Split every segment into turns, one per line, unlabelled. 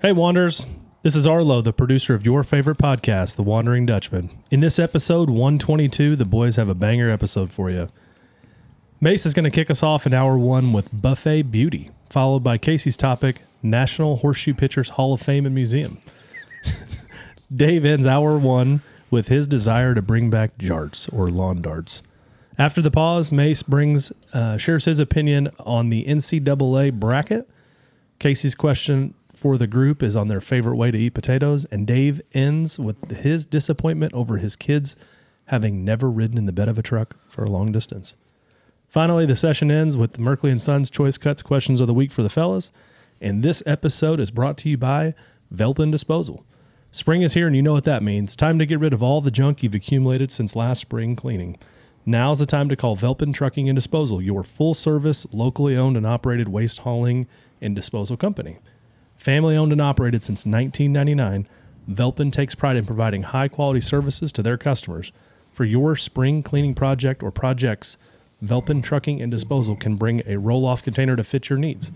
Hey, Wanderers. This is Arlo, the producer of your favorite podcast, The Wandering Dutchman. In this episode 122, the boys have a banger episode for you. Mace is going to kick us off in hour one with Buffet Beauty, followed by Casey's topic, National Horseshoe Pitchers Hall of Fame and Museum. Dave ends hour one with his desire to bring back jarts or lawn darts. After the pause, Mace brings uh, shares his opinion on the NCAA bracket. Casey's question for the group is on their favorite way to eat potatoes, and Dave ends with his disappointment over his kids having never ridden in the bed of a truck for a long distance. Finally, the session ends with the Merkley and Sons Choice Cuts Questions of the Week for the fellas, and this episode is brought to you by Velpin Disposal. Spring is here, and you know what that means. Time to get rid of all the junk you've accumulated since last spring cleaning. Now's the time to call Velpin Trucking and Disposal, your full service, locally owned and operated waste hauling and disposal company. Family owned and operated since 1999, Velpin takes pride in providing high quality services to their customers. For your spring cleaning project or projects, Velpin Trucking and Disposal can bring a roll off container to fit your needs.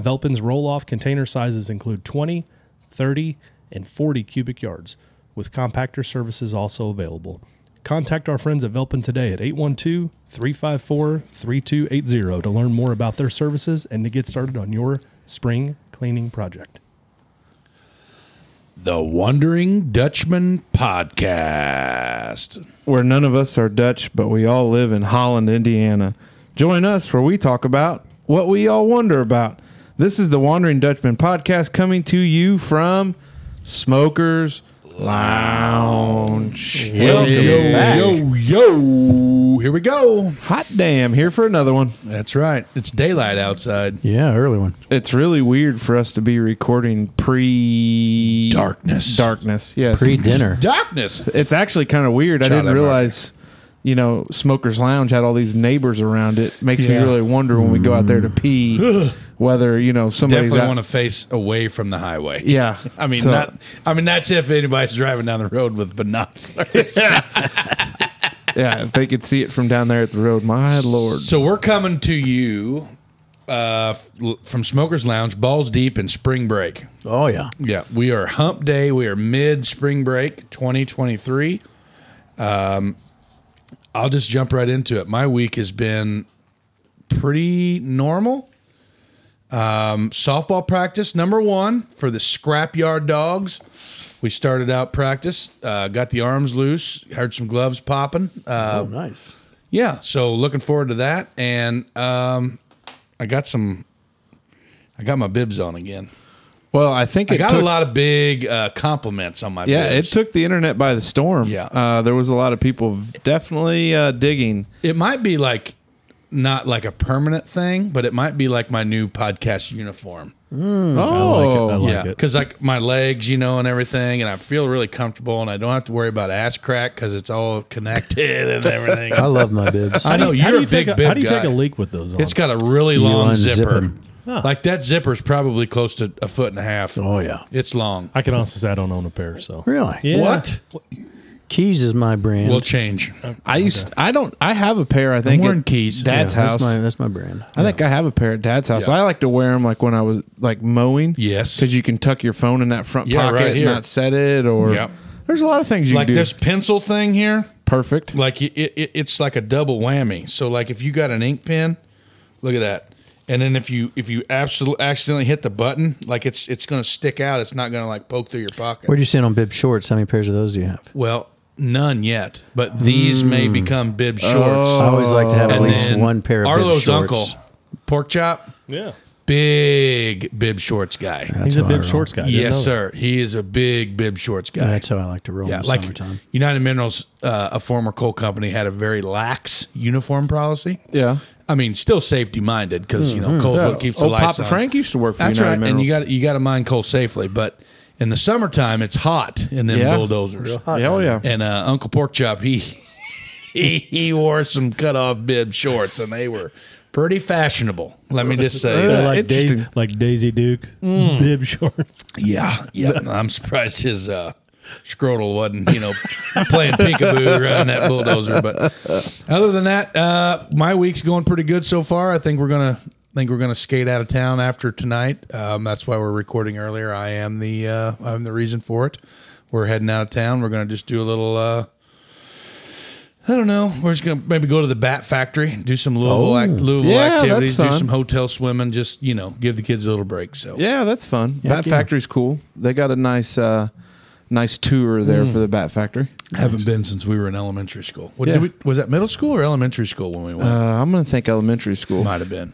Velpin's roll off container sizes include 20, 30, and 40 cubic yards, with compactor services also available. Contact our friends at Velpin today at 812 354 3280 to learn more about their services and to get started on your spring cleaning project.
The Wandering Dutchman Podcast.
where none of us are Dutch, but we all live in Holland, Indiana. Join us where we talk about what we all wonder about. This is the Wandering Dutchman podcast coming to you from Smokers Lounge. Welcome back.
yo, yo. Here we go.
Hot damn, here for another one.
That's right. It's daylight outside.
Yeah, early one.
It's really weird for us to be recording pre
Darkness.
Darkness, yes.
Pre dinner.
Darkness.
it's actually kind of weird.
Shout
I
out
didn't realize, you know, Smoker's Lounge had all these neighbors around it. Makes
Yeah. Mm.
me really wonder when we go out there to pee whether you know somebody's
Definitely
out.
want to face away from the highway.
yeah,
I mean,
So,
not, I mean, that's if anybody's driving down the road with binoculars.
yeah, if they could see it from down there at the road, my lord.
so we're coming to you uh, f- l- from Smokers Lounge, balls deep in spring break.
Oh yeah.
Yeah, we are hump day. We are mid spring break 2023. Um, I'll just jump right into it. My week has been pretty normal. Um, softball practice, number one for the scrapyard dogs. We started out practice, uh, got the arms loose, heard some gloves popping. Uh,
oh nice.
yeah, so looking forward to that. And um, I got some, I got my bibs on again.
Well, I think
I
it
got
took,
a lot of big uh, compliments on my
Yeah, it
bibs.
took the internet by the storm.
Yeah.
uh, there was a lot of people definitely uh, digging.
It might be like not like a permanent thing, but it might be like my new podcast uniform.
oh,
I like
yeah,
it.
because like my legs, you know, and everything, and I feel really comfortable, and I don't have to worry about ass crack because it's all connected and everything.
I love my bibs.
I know
How do
you're a
you take
big
a,
bib
How do you
guy.
take a leak with those on?
It's got a really long
unzip
zipper.
'em.
Like that zipper's probably close to a foot and a half.
oh yeah.
It's long.
I can honestly say I don't own a pair. So
Really?
Yeah.
What?
Keys is my brand.
We'll change.
I used. I don't. I have a pair. I think
wearing
at
keys.
Yeah,
Dad's house.
That's my, that's my brand.
I think I have a pair at dad's house.
Yeah.
I like to wear them like when I was like mowing.
Yes.
Because you can tuck your phone in that front
Yeah,
pocket
right
and
here.
not set it or.
Yep.
There's a lot of things you
Like
can do.
this pencil thing here.
Perfect.
like it, it, it's like a double whammy. So like if you got an ink pen, look at that. And then if you if you absolutely accidentally hit the button, like it's it's going to stick out. It's not going to like poke through your pocket.
Where do you stand on bib shorts? How many pairs of those do you have?
well, none yet, but these may become bib shorts.
I always like to have at
Oh, And
least
then
one pair of bib
Arlo's
shorts.
uncle, pork chop,
Yeah.
big bib shorts guy.
He's a
That's
big
viral.
shorts guy. I didn't know
Yes,
that.
sir. He is a big bib shorts guy.
That's how I like to roll
Yeah,
in the
like
summertime.
United Minerals, uh, a former coal company, had a very lax uniform policy.
Yeah. Hmm.
I mean, still safety minded because you know coal's
Yeah.
what keeps the
Old
lights
Papa
on.
Frank used to work for
That's
United
right, and you
Minerals.
got you got to mine coal safely. But in the summertime, it's hot in them
Yeah.
bulldozers.
Hell yeah.
And uh, Uncle Porkchop, he, he he wore some cutoff bib shorts, and they were pretty fashionable. Let me just
They're
say, that.
Uh,
like, Daisy,
interesting.
like Daisy Duke
Mm.
bib shorts.
yeah, yeah. I'm surprised his uh, scrotal wasn't you know playing peekaboo around that bulldozer. But other than that, uh, my week's going pretty good so far. I think we're gonna think we're going to skate out of town after tonight. Um, that's why we're recording earlier. I am the uh, I'm the reason for it. We're heading out of town. We're going to just do a little. Uh, I don't know. We're just going to maybe go to the Bat Factory, do some Louisville, ac- Louisville
Oh. Yeah, that's
activities, do
fun.
some hotel swimming. Just you know, give the kids a little break. So
Yeah, that's fun. Bat
yeah.
Factory's cool. They got a nice, uh, nice tour there
Hmm.
for the Bat Factory.
haven't been since we were in elementary school. What,
Yeah.
did we, was that middle school or elementary school when we
Uh,
went?
I'm gonna think elementary school,
Might have been.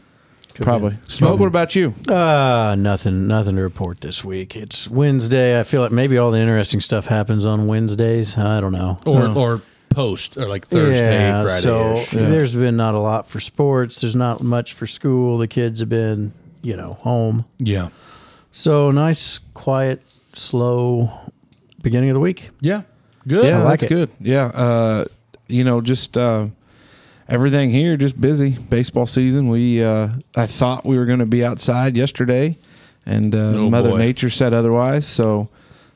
probably. Smoke. What about you?
Uh, nothing, nothing to report this week. It's Wednesday. I feel like maybe all the interesting stuff happens on Wednesdays. I don't know.
or or post or like Oh, Thursday, Friday.
So
Uh-huh. Yeah.
there's been not a lot for sports. There's not much for school. The kids have been, you know, home.
yeah,
So nice, quiet, slow beginning of the week.
yeah, good.
Yeah,
I like
that's
it.
good. Yeah, uh, you know, just uh, everything here, just busy. Baseball season. We, uh, I thought we were going to be outside yesterday, and uh,
Oh,
Mother
boy.
Nature said otherwise. So.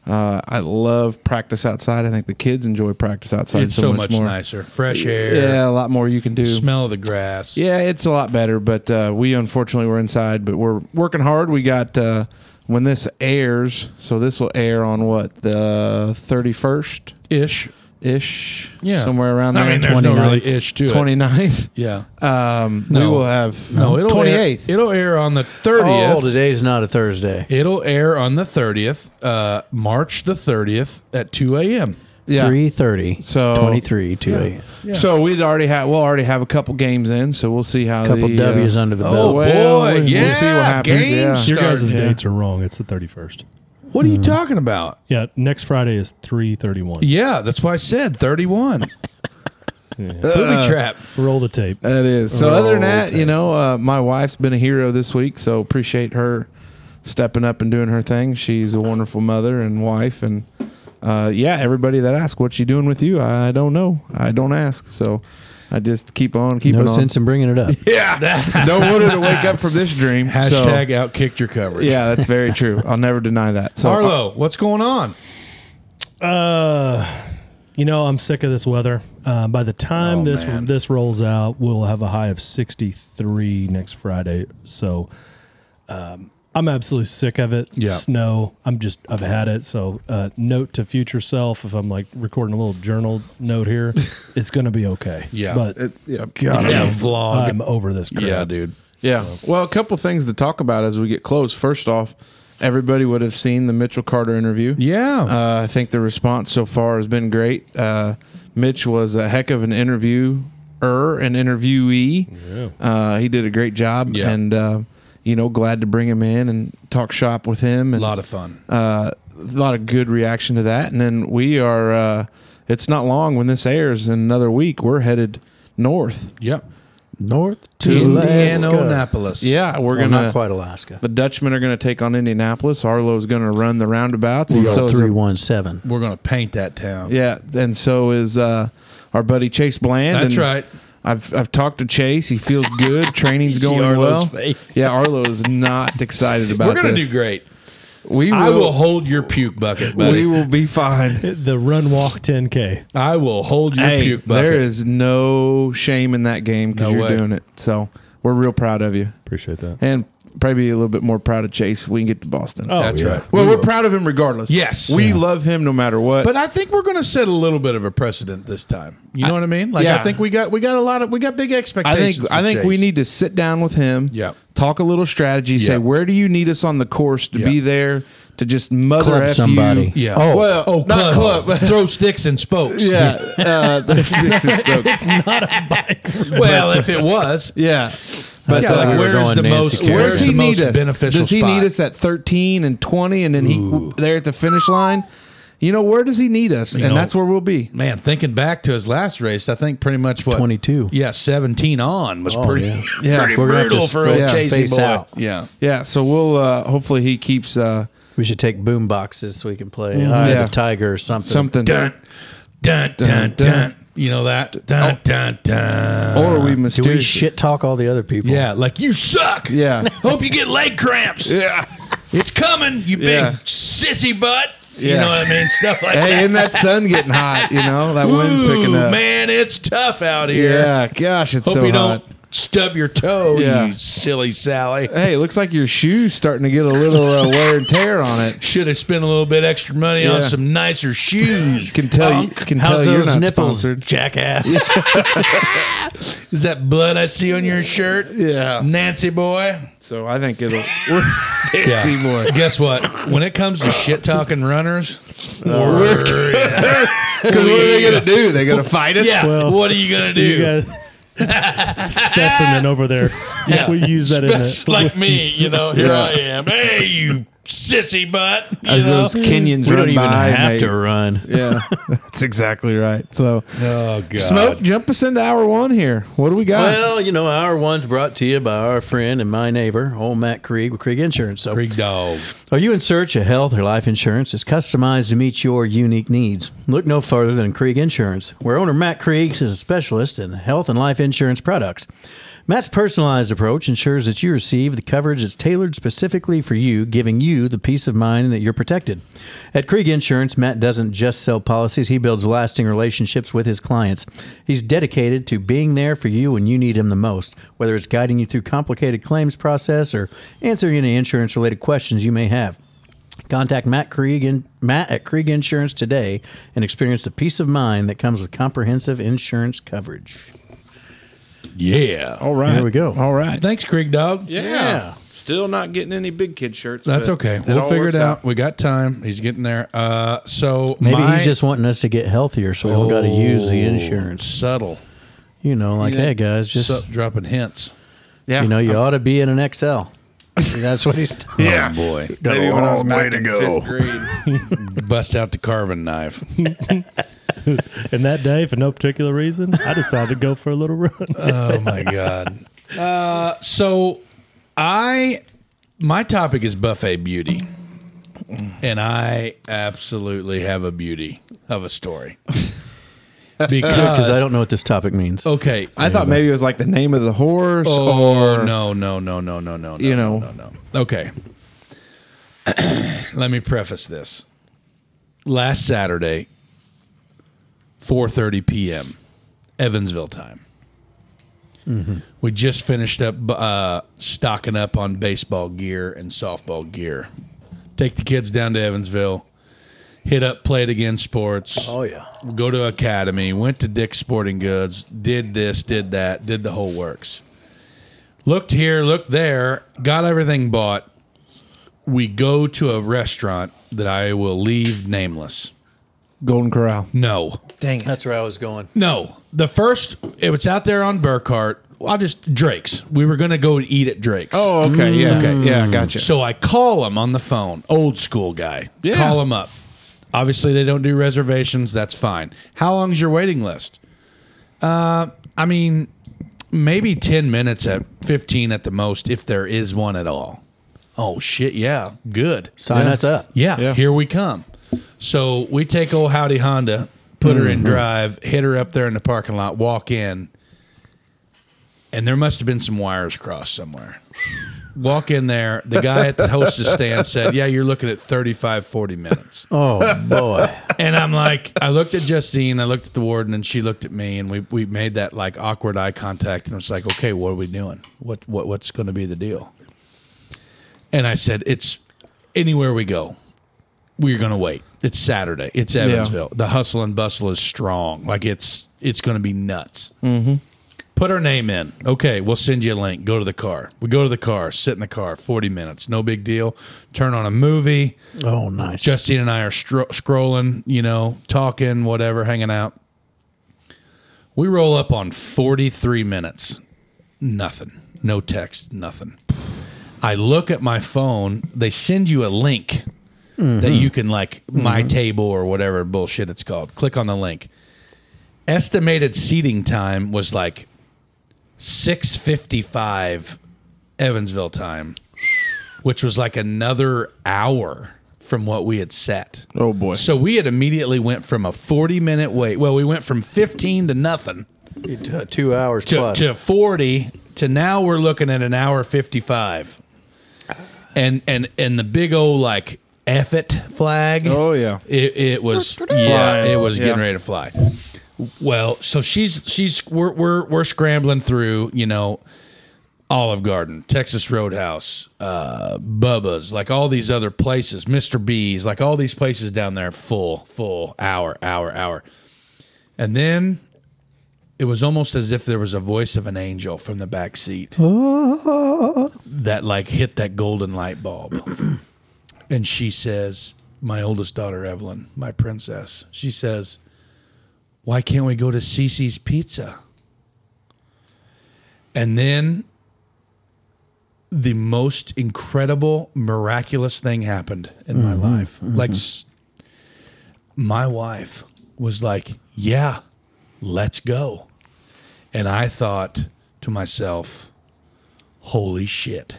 Uh, I love practice outside. I think the kids enjoy practice outside
It's so, much,
more.
nicer. Fresh air.
Yeah, a lot more you can do.
Smell of the grass.
Yeah, it's a lot better, but uh, we unfortunately were inside, but we're working hard. We got uh, when this airs, so this will air on what the thirty first
Ish.
ish,
Yeah.
somewhere around there.
I mean, there's no
29th.
really ish to it.
29th.
Yeah.
Um, we
No.
will have
No, it'll
twenty
air,
eighth.
it'll air on the
Oh,
thirtieth.
today's not a Thursday.
it'll air on the thirtieth, uh, March the thirtieth at two a.m.
Yeah.
Three thirty.
So-
twenty three two a.m.
Yeah.
So we'd already have we'll already have a couple games in, so we'll see how
Couple
the,
W's
uh,
under the
Oh,
belt.
well,
boy,
we'll- we'll
yeah,
see what happens,
game
yeah.
Your guys'
started.
dates are wrong. It's the 31st.
What are
Hmm.
you talking about?
Yeah, next Friday is 331.
Yeah, that's why I said thirty-one. Booby trap.
Roll the tape.
That is. So other than that,
okay.
you know, uh, my wife's been a hero this week, so appreciate her stepping up and doing her thing. She's a wonderful mother and wife, and uh, yeah, everybody that asks what she doing with you, I don't know. I don't ask, so I just keep on keeping
No
on.
sense in bringing it up.
Yeah, don't want her to wake up from this dream. so-
Hashtag outkicked your coverage.
yeah, that's very true. I'll never deny that. So uh,
Arlo, what's going on?
Uh, you know, I'm sick of this weather. Uh, by the time
Oh,
this
man.
this rolls out, we'll have a high of 63 next Friday. So, um, I'm absolutely sick of it.
Yeah.
Snow. I'm just I've had it. So, uh, note to future self if I'm like recording a little journal note here, it's gonna be okay.
Yeah.
But
yeah,
Yeah, vlog.
I'm over this crap.
Uh, yeah, dude.
Yeah. Well, a couple things to talk about as we get close. First off, everybody would have seen the Mitchell Carter interview.
Yeah.
Uh, I think the response so far has been great. Uh, Mitch was a heck of an interviewer, an interviewee. Uh, he did a great job,
Yeah.
and uh, you know, glad to bring him in and talk shop with him.
a
And
lot of fun.
uh, a lot of good reaction to that. And then we are. Uh, it's not long when this airs in another week. We're headed north.
Yep.
North
Indianapolis.
Yeah, we're
Well,
gonna
not quite Alaska.
The Dutchmen are going to take on Indianapolis. Arlo's going to run the roundabouts.
We
and
go
so is-
three one seven.
We're going to paint that town.
yeah, and so is uh, our buddy Chase Bland.
That's
and
right.
I've I've talked to Chase. He feels good. Training's
You see
going
Arlo's
well.
face.
Yeah, Arlo is not excited about
We're going to
this.
do great.
we will,
I will hold your puke bucket, buddy.
we will be fine.
The run walk 10k.
I will hold your
Hey,
puke bucket.
there is no shame in that game because
No
you're
way.
doing it. So we're real proud of you,
Appreciate that.
and probably a little bit more proud of Chase if we can get to Boston.
Oh,
That's
yeah.
right.
well,
We
we're
will.
proud of him regardless.
Yes.
we
Yeah.
love him no matter what.
But I think we're going to set a little bit of a precedent this time. You know what I mean? Like I
yeah.
think we got we got a lot of we got big
I
expectations.
think I
for
think
Chase.
we need to sit down with him.
Yeah.
Talk a little strategy.
Yeah.
Say where do you need us on the course to
Yeah.
be there to just mother
Club
F
somebody.
You.
yeah.
Oh.
Well,
oh,
not
club.
club.
throw sticks and spokes.
Yeah. Uh, the six is dope.
Well, if it was,
yeah. But
yeah,
uh,
like,
we were
where's
going
the
Nancy
most?
Kerrigan.
Where's
Where's
the
he
most
need us?
beneficial?
Does he
spot?
need us at 13 and 20 and then
Ooh.
he there at the finish line? You know, where does he need us? and
know-
that's where we'll be.
Man, thinking back to his last race, I think pretty much what
22.
Yeah, seventeen on was pretty,
yeah.
Oh, Yeah,
pretty
we're gonna have
brutal
to
for old
yeah,
Chasey
space
boy.
out.
Yeah,
Yeah, so we'll uh hopefully he keeps uh
We should take boom boxes so we can play Eye
Mm-hmm. Yeah.
of the Tiger or something.
something
dun dun dun dun.
Dun, dun.
You know that dun dun dun.
or we
Do
mysteriously
we shit talk all the other people?
Yeah, like you suck.
Yeah.
Hope you get leg cramps.
Yeah.
It's coming, you big
Yeah.
sissy butt. You
Yeah.
know what I mean? Stuff like
Hey,
that.
and that sun getting hot, you know, that wind's
Ooh,
picking up.
man, it's tough out here.
Yeah, gosh, it's
Hope
so
you
hot.
don't stub your toe,
Yeah.
you silly Sally.
Hey, it looks like your shoe's starting to get a little uh, wear and tear on it.
Should have spent a little bit extra money on
Yeah.
some nicer shoes.
Can tell you
punk.
can tell
How's
you're
those
not
nipples,
sponsored.
jackass?
Is that blood I see on your shirt?
Yeah.
Nancy boy.
So I think it'll. Nancy boy.
Guess what? When it comes to shit talking runners,
we're-
we're- yeah.
Because what are they gonna do? They gonna fight us?
Yeah,
Well,
what are you gonna do?
You got- specimen over there. Yeah, we use that in
Spec-
it.
like me, you know. Here
Yeah.
I am. Hey, you sissy butt. You
As
know?
those Kenyans
we
run
don't even
by, and
have
they-
to run.
Yeah, that's exactly right. So,
oh god.
smoke, jump us into hour one here. What do we got?
Well, you know, our one's brought to you by our friend and my neighbor, old Matt Krieg with Krieg Insurance. So
Big dog.
Are you in search of health or life insurance that's customized to meet your unique needs? Look no further than Krieg Insurance, where owner Matt Krieg is a specialist in health and life insurance products. Matt's personalized approach ensures that you receive the coverage that's tailored specifically for you, giving you the peace of mind that you're protected. At Krieg Insurance, Matt doesn't just sell policies, he builds lasting relationships with his clients. He's dedicated to being there for you when you need him the most, whether it's guiding you through complicated claims process or answering any insurance related questions you may have. Contact Matt Krieg in, Matt at Krieg Insurance today and experience the peace of mind that comes with comprehensive insurance coverage.
Yeah.
all right,
Here we go.
All right,
Thanks, Krieg Dog.
Yeah.
Still not getting any big kid shirts.
That's
but
okay. We'll
all
figure it
works
out. We got time. He's getting there. Uh, so
Maybe
my-
he's just wanting us to get healthier, so we don't got to use the
Oh,
insurance.
Subtle.
You know, like
Yeah.
hey guys, just
Sub- dropping hints.
Yeah,
you know, you ought to be in an XL. That's what he's.
Yeah, boy.
Maybe when I was way to go. Grade.
Bust out the carving knife.
And that day, for no particular reason, I decided to go for a little run.
oh my god. Uh, so I my topic is buffet beauty. And I absolutely have a beauty of a story.
because I
Because
don't know what this topic means.
okay,
I thought maybe it was like the name of the horse
Oh
or
no, no, no, no, no, no,
You
no,
know.
no, no. Okay. Let me preface this. Last Saturday, four thirty p.m., Evansville time.
Mm-hmm.
We just finished up uh, stocking up on baseball gear and softball gear. Take the kids down to Evansville. Hit up, play it again, sports
Oh yeah,
go to academy, went to Dick's Sporting Goods, did this, did that, did the whole works. Looked here, looked there, got everything bought. We go to a restaurant that I will leave nameless.
Golden Corral.
No,
Dang
that's where I was going.
no. The first, it was out there on Burkhart. I just Drake's. We were gonna go eat at Drake's.
Oh, okay. Yeah. Okay. Yeah. Gotcha.
So I call him on the phone, old school guy.
Yeah.
Call him up. Obviously, they don't do reservations. That's fine. How long's your waiting list? Uh, I mean, maybe 10 minutes at 15 at the most, if there is one at all. Oh, shit. Yeah. Good.
Sign us up.
Yeah,
Yeah.
here we come. So we take old Howdy Honda, put her in drive, hit her up there in the parking lot, walk in, and there must have been some wires crossed somewhere. Walk in there. The guy at the hostess stand said, Yeah, you're looking at 35, 40 minutes.
Oh boy,
And I'm like, I looked at Justine, I looked at the warden, and she looked at me, and we, we made that like awkward eye contact, and it was like, okay, what are we doing? What what what's going to be the deal? And I said, it's anywhere we go, we're going to wait. It's Saturday. It's Evansville. The hustle and bustle is strong. Like it's it's going to be nuts. Mm-hmm. Put our name in. Okay, we'll send you a link. Go to the car. We go to the car. Sit in the car. Forty minutes. No big deal. Turn on a movie.
oh nice.
Justine and I are stro- scrolling, you know, talking, whatever, hanging out. We roll up on 43 minutes. Nothing. No text, nothing. I look at my phone. They send you a link that
Mm-hmm.
you can, like, my table or whatever bullshit it's called. Click on the link. Estimated seating time was like 655 Evansville time which was like another hour from what we had set.
Oh, boy.
So we had immediately went from a 40 minute wait. Well, we went from 15 to nothing
Uh, two hours
to,
plus.
to 40 to now we're looking at an hour 55. And and and the big old like F it flag.
Oh, yeah.
It, it was yeah, it was
Yeah.
getting ready to fly. Well, so she's she's we're we're we're scrambling through, you know, Olive Garden, Texas Roadhouse, uh, Bubba's, like all these other places, Mr. B's, like all these places down there, full, full, hour, hour, hour. And then it was almost as if there was a voice of an angel from the back seat that like hit that golden light bulb. and she says, My oldest daughter, Evelyn, my princess, she says, Why can't we go to Cece's Pizza? And then the most incredible, miraculous thing happened in my life. Like, s- my wife was like, Yeah, let's go. And I thought to myself, Holy shit.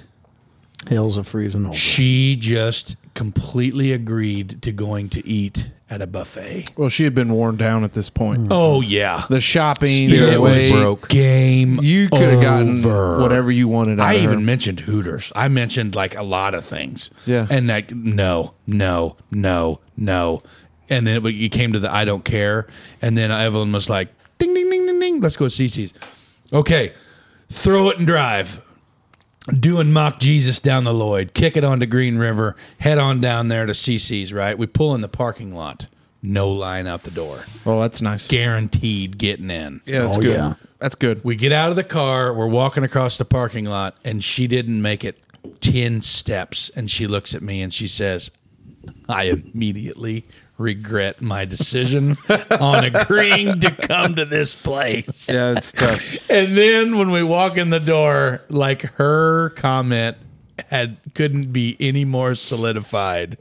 Hell's a freezing old.
She just completely agreed to going to eat at a buffet.
Well, she had been worn down at this point.
Oh yeah,
The shopping,
Spirit
the
was
way-
broke. Game
You could have gotten
over.
whatever you wanted. Out
I
of her.
even mentioned Hooters. I mentioned like a lot of things.
Yeah.
and like no, no, no, no, and then it, you came to the I don't care, and then Evelyn was like, ding, ding, ding, ding, ding. Let's go to CC's. Okay, throw it and drive. Doing mock Jesus down the Lloyd, kick it onto Green River, head on down there to CC's. Right, we pull in the parking lot. No line out the door.
Oh, that's nice.
Guaranteed getting in.
Yeah, that's
Oh,
good.
yeah.
That's good.
We get out of the car, we're walking across the parking lot, and she didn't make it 10 steps. And she looks at me and she says, I immediately regret my decision on agreeing to come to this place.
Yeah, it's tough.
And then when we walk in the door, like her comment had couldn't be any more solidified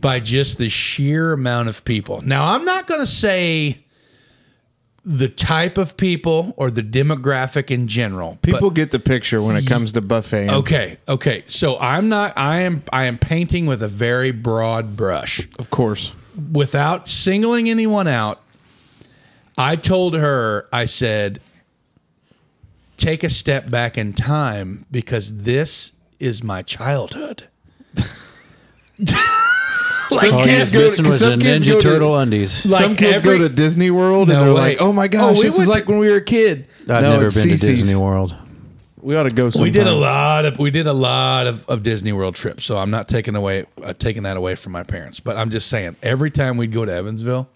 by just the sheer amount of people. Now, I'm not going to say the type of people or the demographic in general. but-
People get the picture when it comes to buffet.
okay, okay. So I'm not I am I am painting with a very broad brush
of course.
without singling anyone out, I told her, I said, take a step back in time because this is my childhood.
Some
All
kids
he was missing
go to,
oh, was
Oh, was
the
Ninja
Ninja Turtle
Turtle undies.
Like
Some kids
every-
go to Disney World
No
and they're
way.
like, "Oh my
Oh,
gosh,
we
this is
went
like
to-
when we were a kid."
I've
No,
never been
it's
to
CeCe's.
Disney World.
We ought to go. Sometime.
We did a lot of we did a lot of, of Disney World trips, so I'm not taking away uh, taking that away from my parents. But I'm just saying, every time we'd go to Evansville,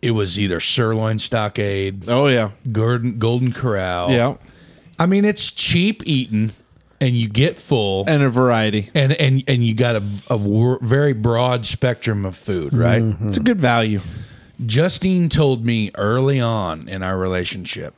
it was either Sirloin Stockade,
Oh yeah,
Golden Golden Corral.
yeah,
I mean it's cheap eating, and you get full,
and a variety.
and and and you got a, a wor- very broad spectrum of food, right?
Mm-hmm.
It's a good value.
Justine told me early on in our relationship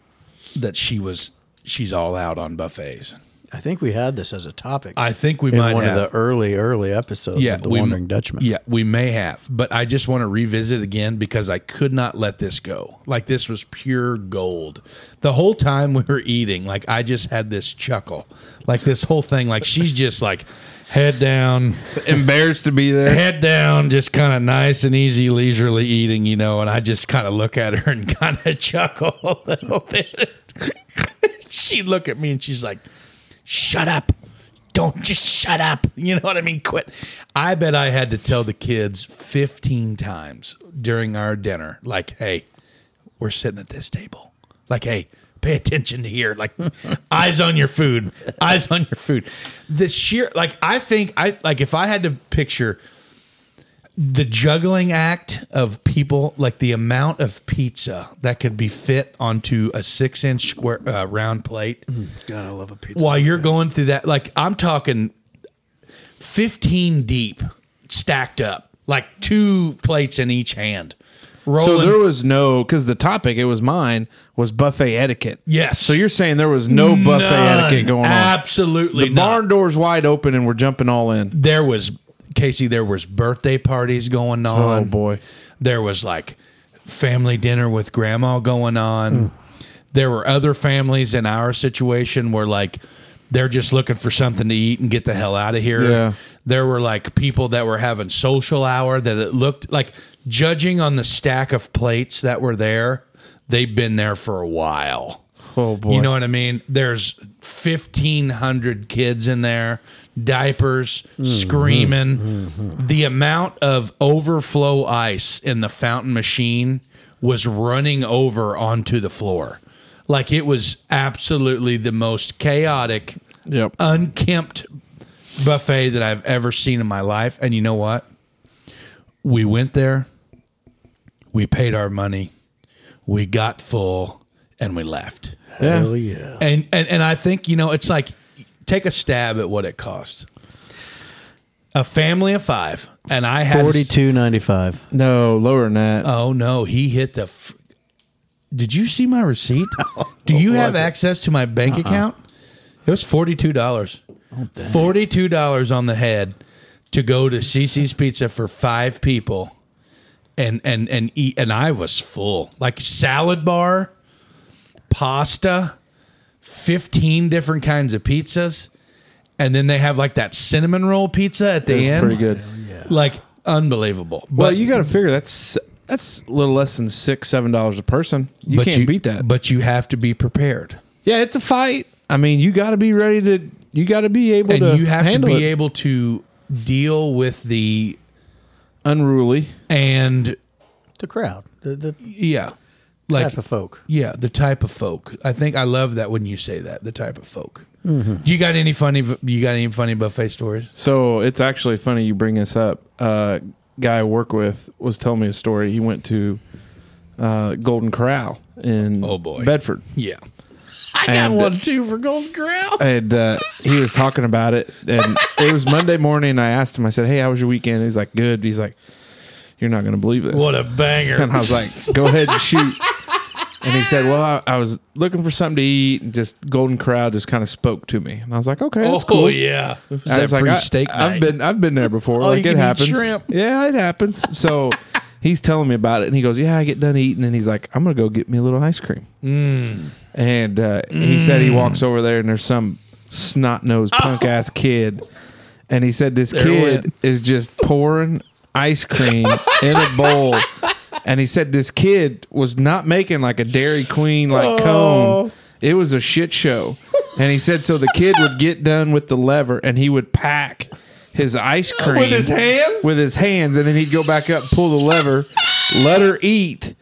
that she was she's all out on buffets.
I think we had this as a topic
I think we
in
might
one
have
of the early, early episodes
yeah,
of The
we-
Wandering Dutchman.
Yeah, we may have, but I just want to revisit again because I could not let this go. Like this was pure gold. The whole time we were eating, like I just had this chuckle, like this whole thing. Like she's just like head down,
Embarrassed to be there.
head down, just kind of nice and easy, leisurely eating, you know. And I just kind of look at her and kind of chuckle a little bit. she look at me and she's like, "Shut up! Don't just shut up! You know what I mean? Quit!" I bet I had to tell the kids fifteen times during our dinner, like, "Hey, we're sitting at this table. Like, hey, pay attention to here. Like, eyes on your food. Eyes on your food. The sheer, like, I think I like if I had to picture the juggling act of people, like the amount of pizza that could be fit onto a six-inch square uh, round plate
Mm-hmm.
God, I love a pizza.
while you're going through that, like I'm talking 15 deep stacked up, like two plates in each hand. Rolling.
So there was no because the topic it was mine was buffet etiquette.
Yes.
So you're saying there was no buffet
None.
etiquette going on.
Absolutely.
The
not.
barn doors wide open and we're jumping all in.
there was Casey. There was birthday parties going on.
Oh boy.
There was like family dinner with grandma going on.
Hmm.
There were other families in our situation where like they're just looking for something to eat and get the hell out of here.
Yeah.
There were like people that were having social hour that it looked like judging on the stack of plates that were there, they've been there for a while.
Oh boy.
You know what I mean? There's 1,500 kids in there, diapers, screaming. The amount of overflow ice in the fountain machine was running over onto the floor. Like it was absolutely the most chaotic,
Yep.
unkempt buffet that I've ever seen in my life. And you know what? We went there, we paid our money, we got full, and we left.
Yeah.
Hell yeah.
And and and I think you know it's like take a stab at what it costs. A family of five, and I had
Forty two ninety five.
No, lower than that.
Oh no, he hit the. F- Did you see my receipt? Do you have
was it?
access to my
Uh-uh.
bank account? It was forty two dollars.
Oh,
forty two dollars on the head to go to CC's Pizza for five people, and and and eat. And I was full. Like salad bar, pasta, fifteen different kinds of pizzas, and then they have like that cinnamon roll pizza at the
That's
end.
pretty good.
Like unbelievable.
Well, you got to figure that's that's a little less than six, seven dollars a person. You can't beat that.
But you have to be prepared,
yeah, it's a fight. I mean, you got to be ready to. You got to be able
and
to.
you have to
handle
be
it.
able to deal with the
unruly.
and
The crowd. The, the
yeah, like
type of folk.
yeah, the type of folk. I think I love that when you say that, the type of folk.
Mm-hmm.
Do you got any funny? You got any funny buffet stories?
So it's actually funny you bring this up. Uh, guy I work with was telling me a story. He went to uh, Golden Corral in
Oh, boy.
Bedford.
Yeah, I got
And-
one too for Golden Corral.
and uh, he was talking about it and it was monday morning i asked him i said hey how was your weekend he's like good he's like you're not gonna believe this
What a banger!
and i was like go ahead and shoot and he said well I, I was looking for something to eat and just golden crowd just kind of spoke to me and i was like okay
oh
that's cool
yeah, was
I was like, I,
night.
I've been I've been there before.
All
like
you can
it
eat
happens.
shrimp.
Yeah, it happens. So he's telling me about it, and he goes, "Yeah, I get done eating," and he's like, "I'm gonna go get me a little ice cream." And uh, he said he
Mm.
walks over there, and there's some snot nosed punk ass kid, and he said this
Oh. it
kid is just pouring ice cream in a bowl. And he said this kid was not making like a Dairy Queen like
Oh.
cone. It was a shit show. And he said so the kid would get done with the lever and he would pack his ice cream with
his hands?
With his hands, and then he'd go back up, pull the lever, let her eat,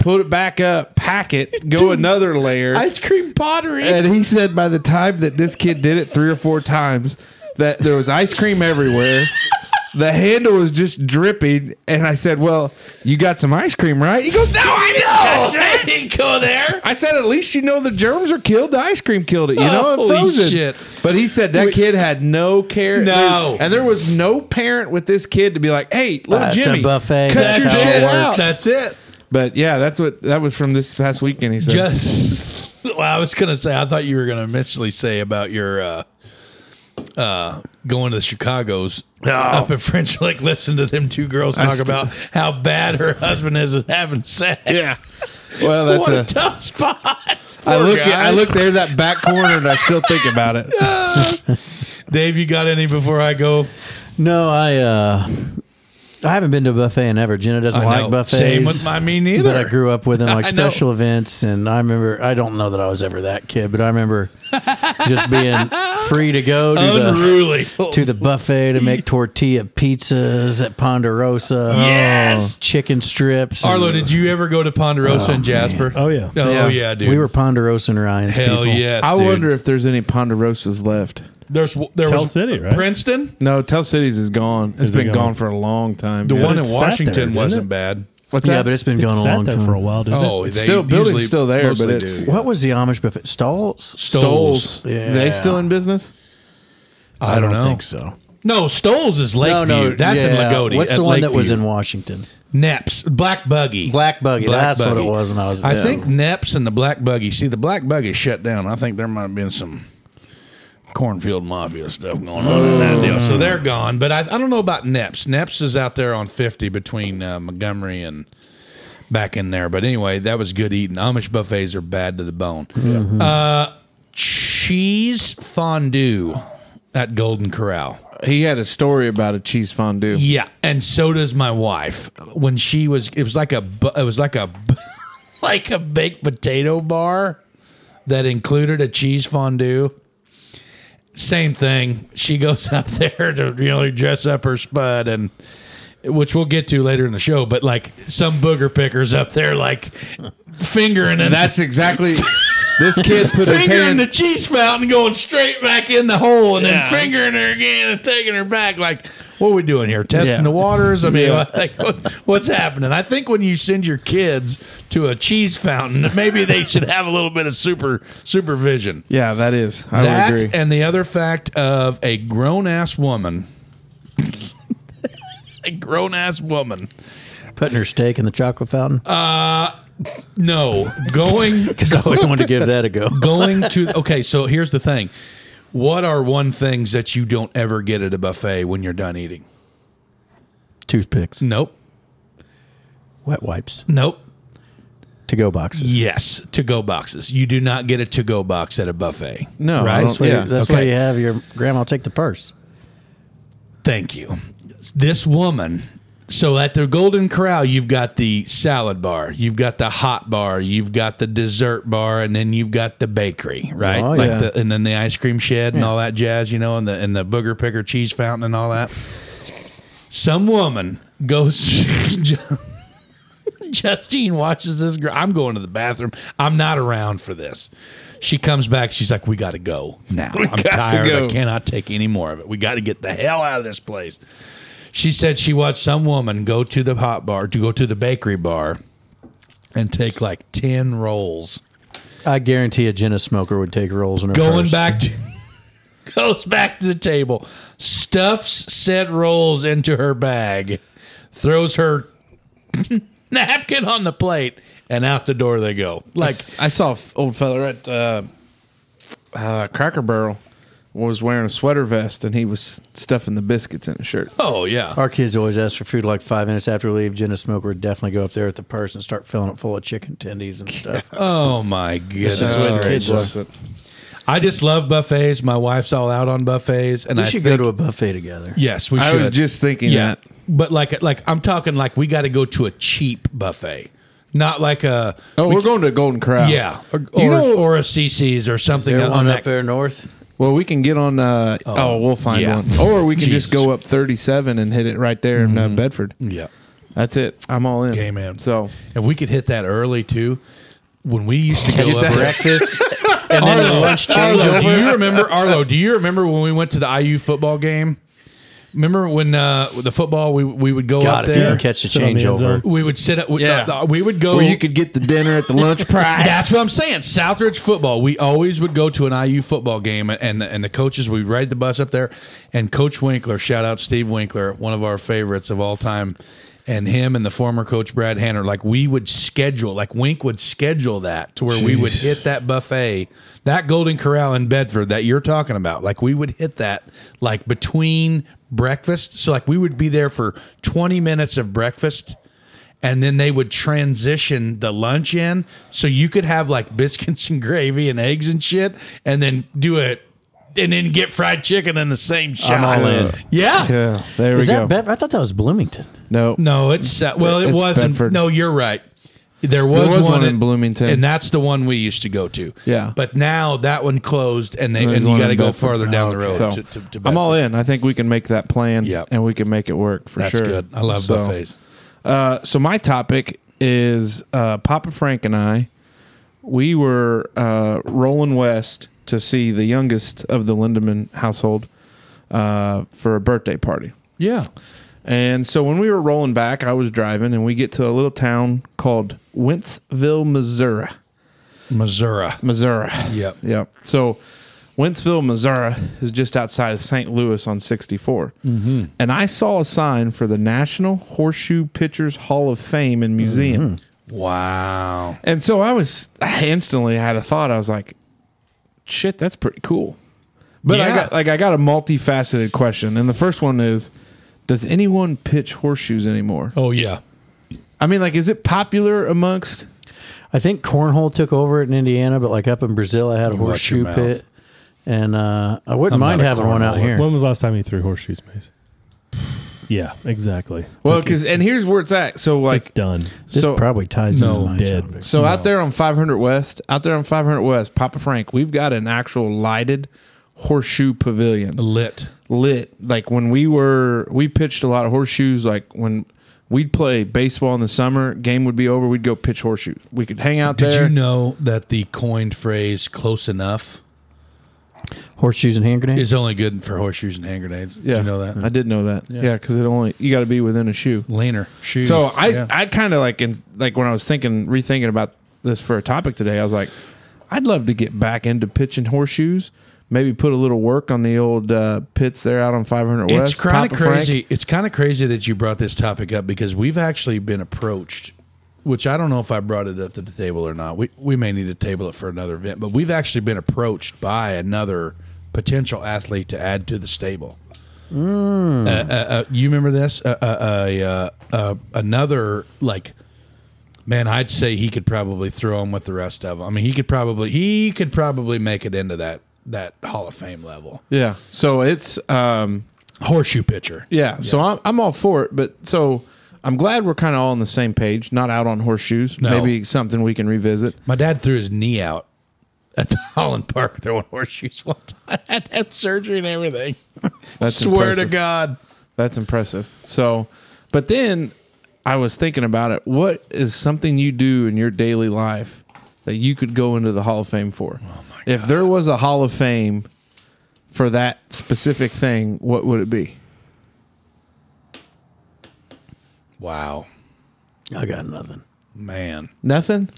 put it back up, pack it, go another layer.
ice cream pottery.
and he said by the time that this kid did it three or four times, that there was ice cream everywhere. The handle was just dripping, and I said, "Well, you got some ice cream, right?" He goes, "No, I didn't touch it."
I didn't go there.
I said, at least you know the germs are killed. The ice cream killed it. You know,
Holy
it frozen.
shit.
But he said that kid had no care.
No.
and there was no parent with this kid to be like, "Hey, little
That's a
Jimmy,
buffet.
cut
That's
your
how it
shit
works.
out."
That's it.
but yeah, that's what that was from this past weekend. He said,
just well i was gonna say i thought you were gonna initially say about your uh uh going to chicago's up in french lick listen to them two girls talk
st-
about how bad her husband is at having sex yeah
"Well, that's
what a,
a."
tough spot
I
Poor
look, at,
guy.
I look there that back corner, and I still think about it.
dave you got any before i go
No, I uh I haven't been to a buffet in ever. Jenna doesn't
I
like
know.
buffets.
same with my me neither
But I grew up with them like
I know.
special events, and I remember. I don't know that I was ever that kid, but I remember just being free to go to the
unruly
to the buffet to make tortilla pizzas at Ponderosa.
Yes!
chicken strips. and-
arlo did you ever go to ponderosa and jasper
Oh, yeah.
oh yeah,
Yeah.
dude
We were Ponderosa and Ryan's
hell
people.
yes
I
dude.
wonder if there's any ponderosas left.
there's there
Tell
was
City, right?
princeton
No, Tell Cities is gone. It's
Is it
been
gone?
gone? for a long time.
the
Yeah.
it
one in
sat there,
washington
didn't
wasn't
it?
bad
What's
Yeah,
that?
but it's been
It
going a
sat
long
there
time.
for a while, didn't
Oh,
it?
they
still- building's
usually
still there, but
mostly
it's-
do.
What was the Amish buffet? Stoles.
Stoles.
They still in business?
I don't, know.
think so.
No, Stoles is Lakeview. That's in
yeah.
Lagodi.
What's
at
the one that was
Lakeview.
in Washington?
Neps? Black Buggy.
Black Buggy. That's what it was when I was
I
there.
think Neps and the Black Buggy. See, the Black Buggy shut down. I think there might have been some cornfield mafia stuff going on in that deal. So they're gone. But I, I don't know about Neps. Neps is out there on fifty between uh, Montgomery and back in there. But anyway, that was good eating. Amish buffets are bad to the bone. Uh, cheese fondue at Golden Corral.
He had a story about a cheese fondue.
Yeah, and so does my wife. When she was, it was like a, bu- it was like a, like a baked potato bar that included a cheese fondue. Same thing. She goes up there to really dress up her spud, and which we'll get to later in the show, but like some booger pickers up there, like fingering and
That's exactly. This kid put his
fingering
hand.
the cheese fountain, going straight back in the hole, and
Yeah.
then fingering her again and taking her back. Like, what are we doing here? Testing
Yeah.
the waters? I mean, like, what- what's happening? I think when you send your kids to a cheese fountain, maybe they should have a little bit of super supervision.
yeah, that is. I
that
would agree.
and the other fact of a grown ass woman, a grown ass woman.
Putting her steak in the chocolate fountain.
No, going
Because I always wanted to give that a go.
going to okay so here's the thing what are one things that you don't ever get at a buffet when you're done eating
Toothpicks,
nope
wet wipes,
nope
to go boxes.
yes to go boxes you do not get a to go box at a buffet
No, I
right
don't-
That's, why
Yeah,
you, that's why
okay.
you have your grandma take the purse.
thank you this woman so at the golden corral you've got the salad bar you've got the hot bar you've got the dessert bar and then you've got the bakery right
Oh,
like
yeah.
the, and then the ice cream shed and all that jazz you know and the and the booger picker cheese fountain and all that some woman goes Justine watches this girl. I'm going to the bathroom. I'm not around for this. She comes back. She's like, "We got to go now. I'm tired.
go."
I cannot take any more of it. We got to get the hell out of this place." She said she watched some woman go to the hot bar to go to the bakery bar and take like ten rolls.
I guarantee a Jenna smoker would take rolls in her
Going
purse.
back to goes back to the table, stuffs said rolls into her bag, throws her napkin on the plate, and out the door they go. Like
I saw an old fella at uh, uh, Cracker Barrel was wearing a sweater vest and he was stuffing the biscuits in his shirt.
Oh yeah.
Our kids always ask for food like five minutes after we leave. Jenna Smoker would definitely go up there with the purse and start filling it full of chicken tendies and stuff.
Oh my
just the way the
goodness.
kids are.
it.
I just love buffets. My wife's all out on buffets, and
We
I
should go
think,
to a buffet together.
yes, we
I
should.
was just thinking
yeah,
that.
but like like I'm talking like we got to go to a cheap buffet, not like a
Oh, we are going to Golden Corral.
yeah or
you
or,
know,
or a CC's or something
There
on
one
that.
up there north.
well, we can get on. Uh, oh, we'll find
yeah.
one, or we can just
Jesus.
go up 37 and hit it right there in uh, Bedford.
Yeah,
That's it. I'm all in.
Game in.
So
if we could hit that early too. When we used to go
Just
up there,
breakfast and then the
Arlo,
lunch
Arlo,
changeover.
do you remember Arlo? Do you remember when we went to the IU football game? Remember when uh, the football we we would go
God,
up
if you
there?
can catch the
Sit on the end zone.
changeover.
We would sit up. We,
Yeah.
the- the- we would go.
where you could get the dinner at the lunch price.
That's what I'm saying. Southridge football. We always would go to an IU football game, and and the coaches we ride the bus up there, and Coach Winkler, shout out Steve Winkler, one of our favorites of all time, and him and the former coach Brad Hanner, like we would schedule, like Wink would schedule that to where we would hit that buffet, that Golden Corral in Bedford that you're talking about. Like we would hit that like between breakfast, so like we would be there for 20 minutes of breakfast and then they would transition the lunch in so you could have like biscuits and gravy and eggs and shit and then do it and then get fried chicken in the same shot.
all in.
Yeah.
Uh, Yeah, there we
Is
go.
that Bedford? I thought that was Bloomington.
no,
No, it's uh, well, it
It's
wasn't.
Bedford.
No, you're right. There was,
was one in Bloomington.
and that's the one we used to go to.
Yeah.
but now that one closed, and they
There's
and you
one
got to
in
go
Bedford. Oh,
farther down the
Okay.
road.
So,
to, to, to
I'm all
Bedford.
in. I think we can make that plan.
Yep.
and we can make it work for
That's
sure.
good. I love
So,
buffets.
Uh, so my topic is uh, Papa Frank and I. We were uh, rolling west to see the youngest of the Lindemann household uh, for a birthday party.
Yeah,
And so when we were rolling back, I was driving, and we get to a little town called Wentzville, Missouri.
Missouri.
Missouri.
Yep.
Yep. So Wentzville, Missouri is just outside of St. Louis on 64. Mm-hmm. And I saw a sign for the National Horseshoe Pictures Hall of Fame and Museum.
Wow.
And so I was I instantly had a thought. I was like, shit, that's pretty cool. But I
Yeah.
got like I got a multifaceted question. And the first one is does anyone pitch horseshoes anymore?
Oh yeah.
I mean, like, is it popular amongst
I think cornhole took over it in Indiana, but like up in Brazil, I had a
watch your
horseshoe pit, and uh, I wouldn't
I'm
mind
not a
having one out
cornholer.
here.
When was the last time you threw horseshoes, Mace? Yeah, exactly.
well, because and here's where it's at. So
It's
like,
done.
this
so
probably ties
No,
into my
dead.
topic.
So out there on 500 West, out there on 500 West, Papa Frank, we've got an actual lighted Horseshoe Pavilion.
Lit.
lit. Like when we were, we pitched a lot of horseshoes. Like when we'd play baseball in the summer, game would be over, we'd go pitch horseshoes. We could hang out
Did
there.
you know that the coined phrase "close enough"
Horseshoes and hand grenades.
is only good for horseshoes and hand grenades?
yeah, Mm-hmm.
Did you know that?
I did know that. Yeah, because it only you got to be within a shoe.
Leaner shoes.
So I,
Yeah.
I kind of like, in, like when I was thinking, rethinking about this for a topic today, I was like, I'd love to get back into pitching horseshoes. Maybe put a little work on the old uh, pits there out on 500 West.
it's kind
Papa
of
Frank.
crazy. It's kind of crazy that you brought this topic up because we've actually been approached, which I don't know if I brought it up to the table or not. We we may need to table it for another event, but we've actually been approached by another potential athlete to add to the stable.
Mm.
Uh, uh, uh, you remember this? Uh, uh, uh, uh, uh, another like. Man, I'd say he could probably throw him with the rest of them. I mean, he could probably he could probably make it into that that Hall of Fame level
Yeah. So it's um,
horseshoe pitcher.
Yeah, so I'm, I'm all for it, but so I'm glad we're kind of all on the same page, not out on horseshoes.
No.
Maybe something we can revisit.
My dad threw his knee out at the Holland Park throwing horseshoes one time. I had to have surgery and everything.
That's
Swear
impressive.
to God.
That's impressive. So, but then I was thinking about it. What is something you do in your daily life that you could go into the Hall of Fame for?
Oh
If there was a Hall of Fame for that specific thing, what would it be?
Wow.
I got nothing.
Man.
Nothing.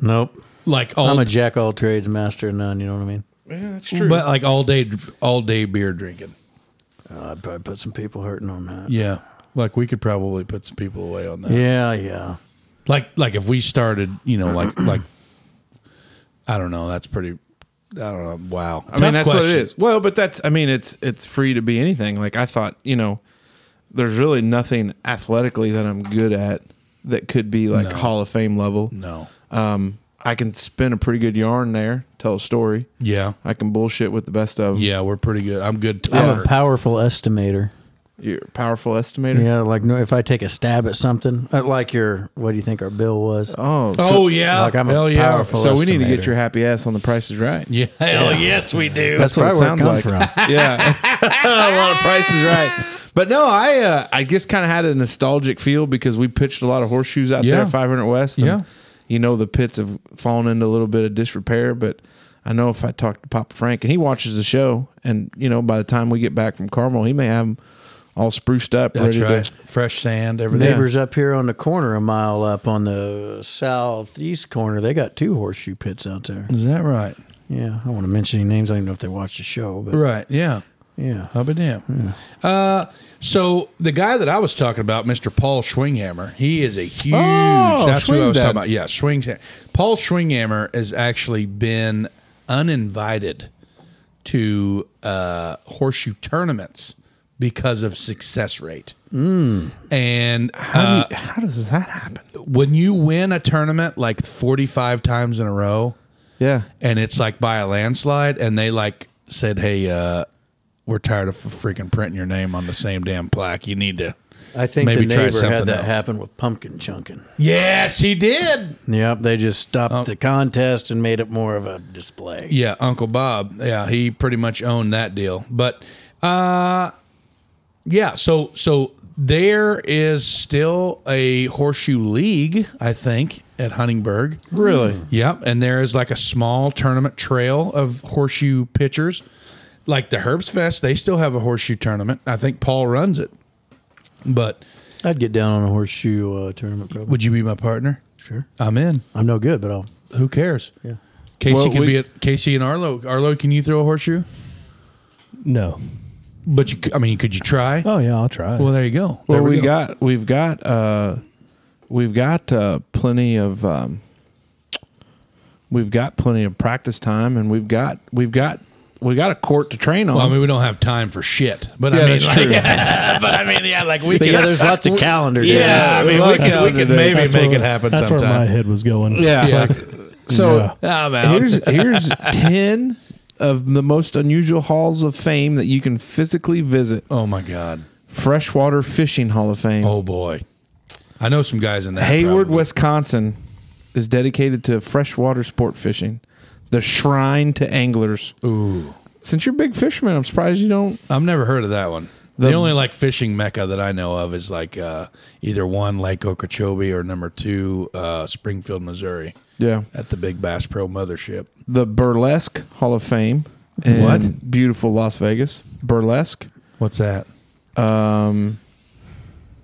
Nope.
Like all
I'm a jack all trades master of none. You know what I mean?
that's
but like all day all day beer drinking.
Uh, I'd probably put some people hurting on that.
Yeah. Like we could probably put some people away on that.
Yeah, yeah.
Like like if we started, you know, like like I don't know, that's pretty I don't know. Wow.
I mean, that's what it is. Well, but that's I mean, it's it's free to be anything. Like I thought, you know, there's really nothing athletically that I'm good at that could be like Hall of Fame level.
No.
Um, I can spin a pretty good yarn there, tell a story.
Yeah.
I can bullshit with the best of 'em.
Yeah, we're pretty good. I'm good.
I'm a
talker.
powerful estimator.
You're a powerful estimator.
Yeah, like no, if I take a stab at something, uh, like your what do you think our bill was?
Oh, so,
oh yeah.
like I'm a
Hell yeah.
powerful-
so we need to get
estimator.
your happy ass on the Price is Right.
Yeah. Hell yes, we do.
That's
what it
probably where it
sounds
come
yeah, a lot of prices right. But no, I uh, I just kind of had a nostalgic feel because we pitched a lot of horseshoes out there
Yeah.
at 500 West. and,
Yeah.
you know the pits have fallen into a little bit of disrepair, but I know if I talk to Papa Frank and he watches the show, and you know by the time we get back from Carmel, he may have them all spruced up,
That's
ready
right.
to.
Fresh sand, everything.
Neighbors up here on the corner, a mile up on the southeast corner, they got two horseshoe pits out there.
Is that right?
Yeah, I don't want to mention any names. I don't even know if they watch the show, but
Right. Yeah.
yeah,
I'll be damned. Uh, so the guy that I was talking about, Mr. Paul Schwinghammer, he is a huge.
Oh,
that's what I was
Schwing's dad.
talking about. Yeah, Swings. Paul Schwinghammer has actually been uninvited to uh, horseshoe tournaments because of success rate. And
Hmm. How,
uh,
do you, how does that happen?
when you win a tournament like forty-five times in a row,
Yeah,
and it's like by a landslide and they like said hey uh we're tired of freaking printing your name on the same damn plaque you need to
I think
Maybe
the
try
neighbor
something
had that
else.
happen with pumpkin chunking.
yes he did
Yep, they just stopped the contest and made it more of a display.
yeah uncle bob yeah he pretty much owned that deal but uh yeah so so there is still a horseshoe league i think at huntingburg
really.
Yep, and there is like a small tournament trail of horseshoe pitchers. Like the Herbst Fest, they still have a horseshoe tournament. I think Paul runs it. But
I'd get down on a horseshoe uh, tournament. Probably.
would you be my partner?
Sure,
I'm in.
I'm no good, but I'll.
Who cares?
Yeah.
Casey
Well,
could
we-
be at Casey and Arlo. Arlo, can you throw a horseshoe?
No.
But you, c- I mean, could you try?
Oh yeah, I'll try.
Well, there you go.
Well,
There
we,
go.
got we've got uh, we've got uh, plenty of um, we've got plenty of practice time, and we've got we've got we got a court to train on.
Well, I mean, we don't have time for shit. But
yeah,
I mean,
that's
like,
true.
but I mean, yeah, like we
But
could.
yeah, there's lots of calendar. days.
yeah, I mean, we could, we could maybe
That's
make
where-
it happen
That's
sometime.
where my head was going.
yeah.
Yeah.
So
I'm out.
here's here's ten of the most unusual halls of fame that you can physically visit:
oh my god.
freshwater fishing Hall of Fame.
Oh boy, I know some guys in that.
Hayward,
probably.
Wisconsin, is dedicated to freshwater sport fishing. The shrine to anglers.
Ooh,
Since you're a big fisherman, I'm surprised you don't.
I've never heard of that one. The,
The-
only like fishing mecca that I know of is like uh, either one Lake Okeechobee or number two uh, Springfield, Missouri,
Yeah.
at the Big Bass Pro Mothership.
The Burlesque Hall of Fame. In
What?
Beautiful Las Vegas. Burlesque.
What's that?
Um,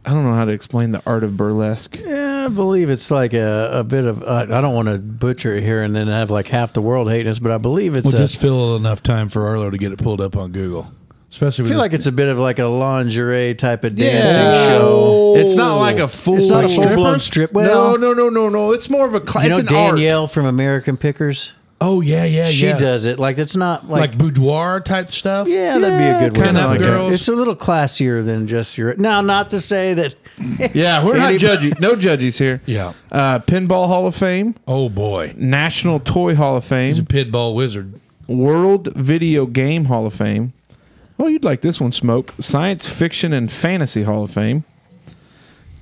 I don't know how to explain the art of burlesque.
Yeah, I believe it's like a, a bit of. Uh, I don't want to butcher it here and then have like half the world hating us, but I believe it's.
We'll
a,
just fill enough time for Arlo to get it pulled up on Google, especially.
I
With
feel
this-
like it's a bit of like a lingerie type of
Yeah.
dancing show.
It's not like a full
It's not a full blown
Stripper?
strip. Well,
no, no, no, no, no. It's more of a. Cl-
you know Danielle from American Pickers.
oh yeah, yeah,
She
yeah.
does it like it's not like.
like, boudoir type stuff.
yeah, that'd be a good
Yeah,
one.
kinda
Like a-
girls.
it's a little classier than just your. Now, not to say that.
Yeah, we're not
Anybody-
judgy. No judges here.
Yeah.
Uh, Pinball Hall of Fame,
Oh boy,
National Toy Hall of
he's a
Fame,
pitbull wizard.
World Video Game Hall of Fame. Oh, you'd like this one, Smoke. Science Fiction and Fantasy Hall of Fame,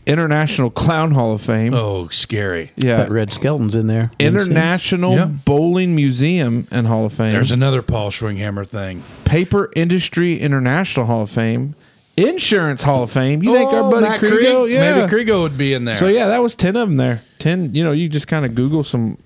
International Clown Hall of Fame.
Oh, scary.
yeah.
But Red Skelton's in there.
International
Yeah.
Bowling Museum and Hall of Fame.
There's another Paul Schwinghammer thing.
Paper Industry International Hall of Fame, Insurance Hall of Fame. You think
Oh,
our buddy
Matt
Krigo?
Krieg?
Yeah.
Maybe Krigo would be in there.
So yeah, that was ten of them there. Ten. You know, you just kind of Google some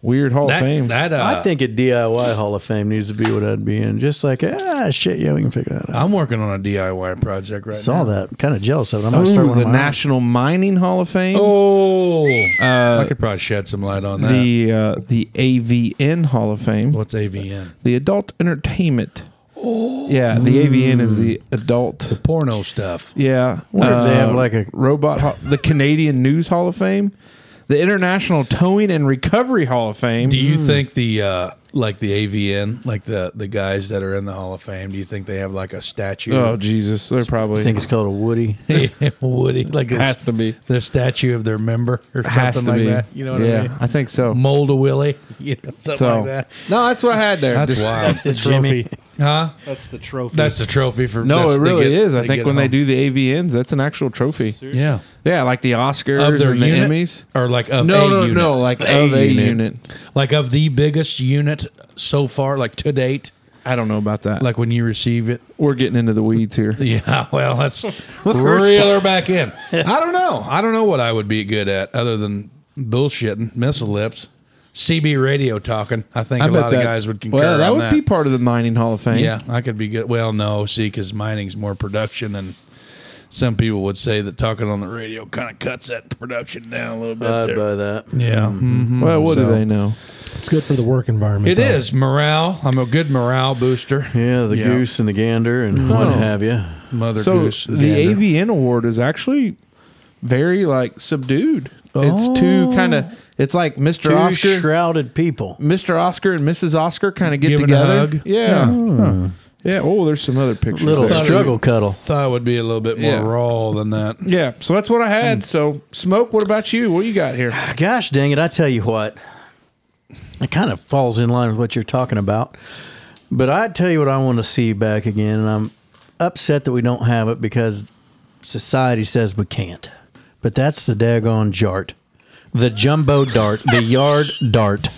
weird Hall of
that,
Fame.
that uh,
I think a DIY Hall of Fame needs to be what I'd be in. Just like ah shit, yeah, we can figure that out.
I'm working on a DIY project right
Saw
now.
that, kind of jealous of it. I'm
Ooh,
gonna start one
the
of my own.
National Mining Hall of Fame.
Oh, I
Uh,
could probably shed some light on that.
the uh, the AVN Hall of Fame.
What's AVN?
The Adult Entertainment. Oh. Yeah, the AVN is the adult.
Porno stuff.
Yeah.
Wonder if they have
Uh,
like a-
robot. Hall, the Canadian News Hall of Fame. The International Towing and Recovery Hall of Fame.
Do you think the uh, like the AVN, like the the guys that are in the Hall of Fame, do you think they have like a statue?
oh Jesus, they're probably
I think it's called a Woody.
Woody, like a-
Has to be.
their statue of their member or
has to
something like
be.
that. You know what
yeah,
I mean?
think so.
Mold a Willie, you know, something
So
like that.
no, that's what I had there.
That's
Just-
wild,
the
Jimmy.
trophy.
huh?
That's the trophy.
That's the trophy for
No,
that's-
it
they
really
get-
is. I
get
think when
it
they
home.
do the AVNs, that's an actual trophy.
yeah,
Yeah, like the Oscars
of their
and the
unit
Emmys.
or like of
No,
a
no,
unit.
no, like of a unit.
like of the biggest unit so far, like to date.
I don't know about that. Like
Like when you receive it,
we're getting into the weeds here.
Yeah, well, that's reel her back in. I don't know. I don't know what I would be good at other than bullshitting, missile lips, CB radio talking. I think a lot of the guys would concur.
Well, that
on
would be part of the mining Hall of Fame.
Yeah, I could be good. Well, no, see, because mining's more production, and some people would say that talking on the radio kind of cuts that production down a little bit.
I'd
there.
buy that. Mm-hmm.
yeah, mhm.
Well, what
So-
do they know?
it's good for the work environment.
it is morale. I'm a good morale booster.
Yeah, the
Yeah.
goose and the gander and what
Oh.
have you.
Mother
so
Goose.
the
Gander.
AVN award is actually very like subdued. It's too kind of. It's like Mr.
Two
Oscar.
shrouded people.
Mr. Oscar and Mrs. Oscar kind of get
Giving a
together.
hug.
Yeah. Huh. Yeah. Oh, there's some other pictures.
Little
there.
Thought it
struggle
would-
cuddle.
Thought it would be a little bit more
Yeah.
raw than that.
Yeah. So that's what I
Hmm.
had. So, Smoke, what about you? What you got here?
Gosh dang it, I tell you what. It kind of falls in line with what you're talking about. But I tell you what I want to see back again, and I'm upset that we don't have it because society says we can't. But that's the daggone jart. The jumbo dart, the yard dart.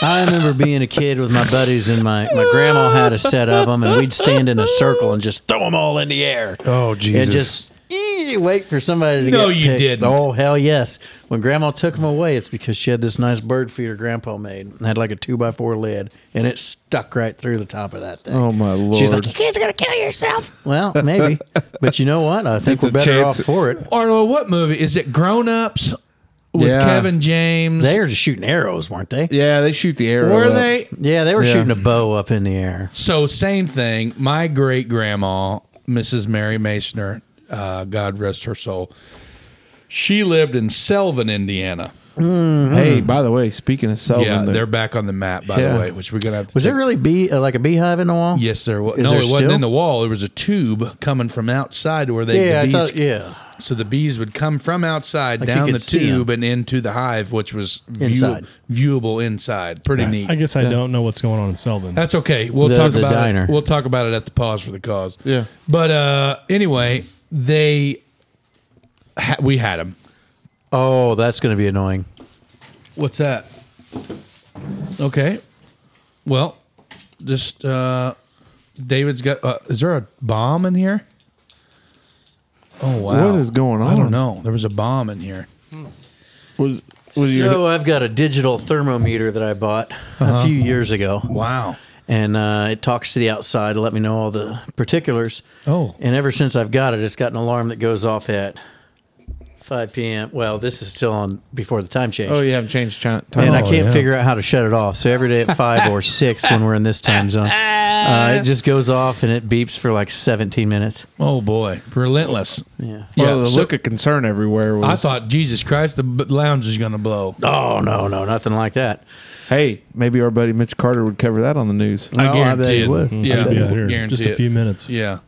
I remember being a kid with my buddies, and my, my grandma had us set of them, and we'd stand in a circle and just throw them all in the air.
Oh Jesus!
and just "Ee," wait for somebody to
No,
get
you
picked.
didn't.
Oh hell yes! When Grandma took them away, it's because she had this nice bird feeder Grandpa made. It had like a two by four lid, and it stuck right through the top of that thing.
Oh, my Lord.
She's like, "You kids are gonna kill yourself." Well, maybe, but you know what? I think we're
a
better
chance.
off for it.
Arnold, what movie is it? Grown Ups with
Yeah.
Kevin James.
They were just shooting arrows, weren't they?
Yeah, they shoot the arrow.
were
up.
they?
Yeah, they were
Yeah.
shooting a bow up in the air.
So same thing. My great grandma, Mrs. Mary Masoner, uh, God rest her soul. She lived in Selvin, Indiana.
Mm-hmm. Hey, by the way, speaking of
Oh,
Selvin,
yeah,
the-
they're back on the map, by
Yeah.
the way, which we're gonna have to.
Was
check.
there really bee uh, like a beehive in the wall?
Yes, there was.
Is
No,
there
it wasn't
still?
in the wall. It was a tube coming from outside where they
Yeah,
the
I
bees
thought, yeah.
So the bees would come from outside
Like you
down
could
the
see 'em.
tube and into the hive, which was view-
Inside.
viewable inside. Pretty neat.
I guess I don't know what's going on in Selvin.
That's okay. We'll
The-
talk
the
about
diner.
it. We'll talk about it at the pause for the cause.
Yeah.
But uh, anyway, they ha- we had them.
Oh, that's going to be annoying.
What's that? Okay. Well, just uh, David's got. Uh, is there a bomb in here? Oh wow!
What is going
I
on?
don't know. There was a bomb in here.
Was, was your,
so I've got a digital thermometer that I bought a few years ago.
Wow.
and uh, it talks to the outside to let me know all the particulars.
Oh.
And ever since I've got it, it's got an alarm that goes off at 5 p.m. Well, this is still on before the time change.
oh, you haven't changed chi- time.
And I
Oh,
can't
yeah.
figure out how to shut it off. So every day at 5 or 6 when we're in this time zone, uh, it just goes off and it beeps for like 17 minutes.
Oh boy, relentless.
Yeah.
well, the
so
look of concern everywhere was.
I thought Jesus Christ, the b- lounge is going to blow.
Oh, no, no, nothing like that.
hey, maybe our buddy Mitch Carter would cover that on the news.
I
Oh,
guarantee
bet
it
he
would.
Yeah,
I'll be out here in
guarantee
just a
it.
few minutes.
Yeah,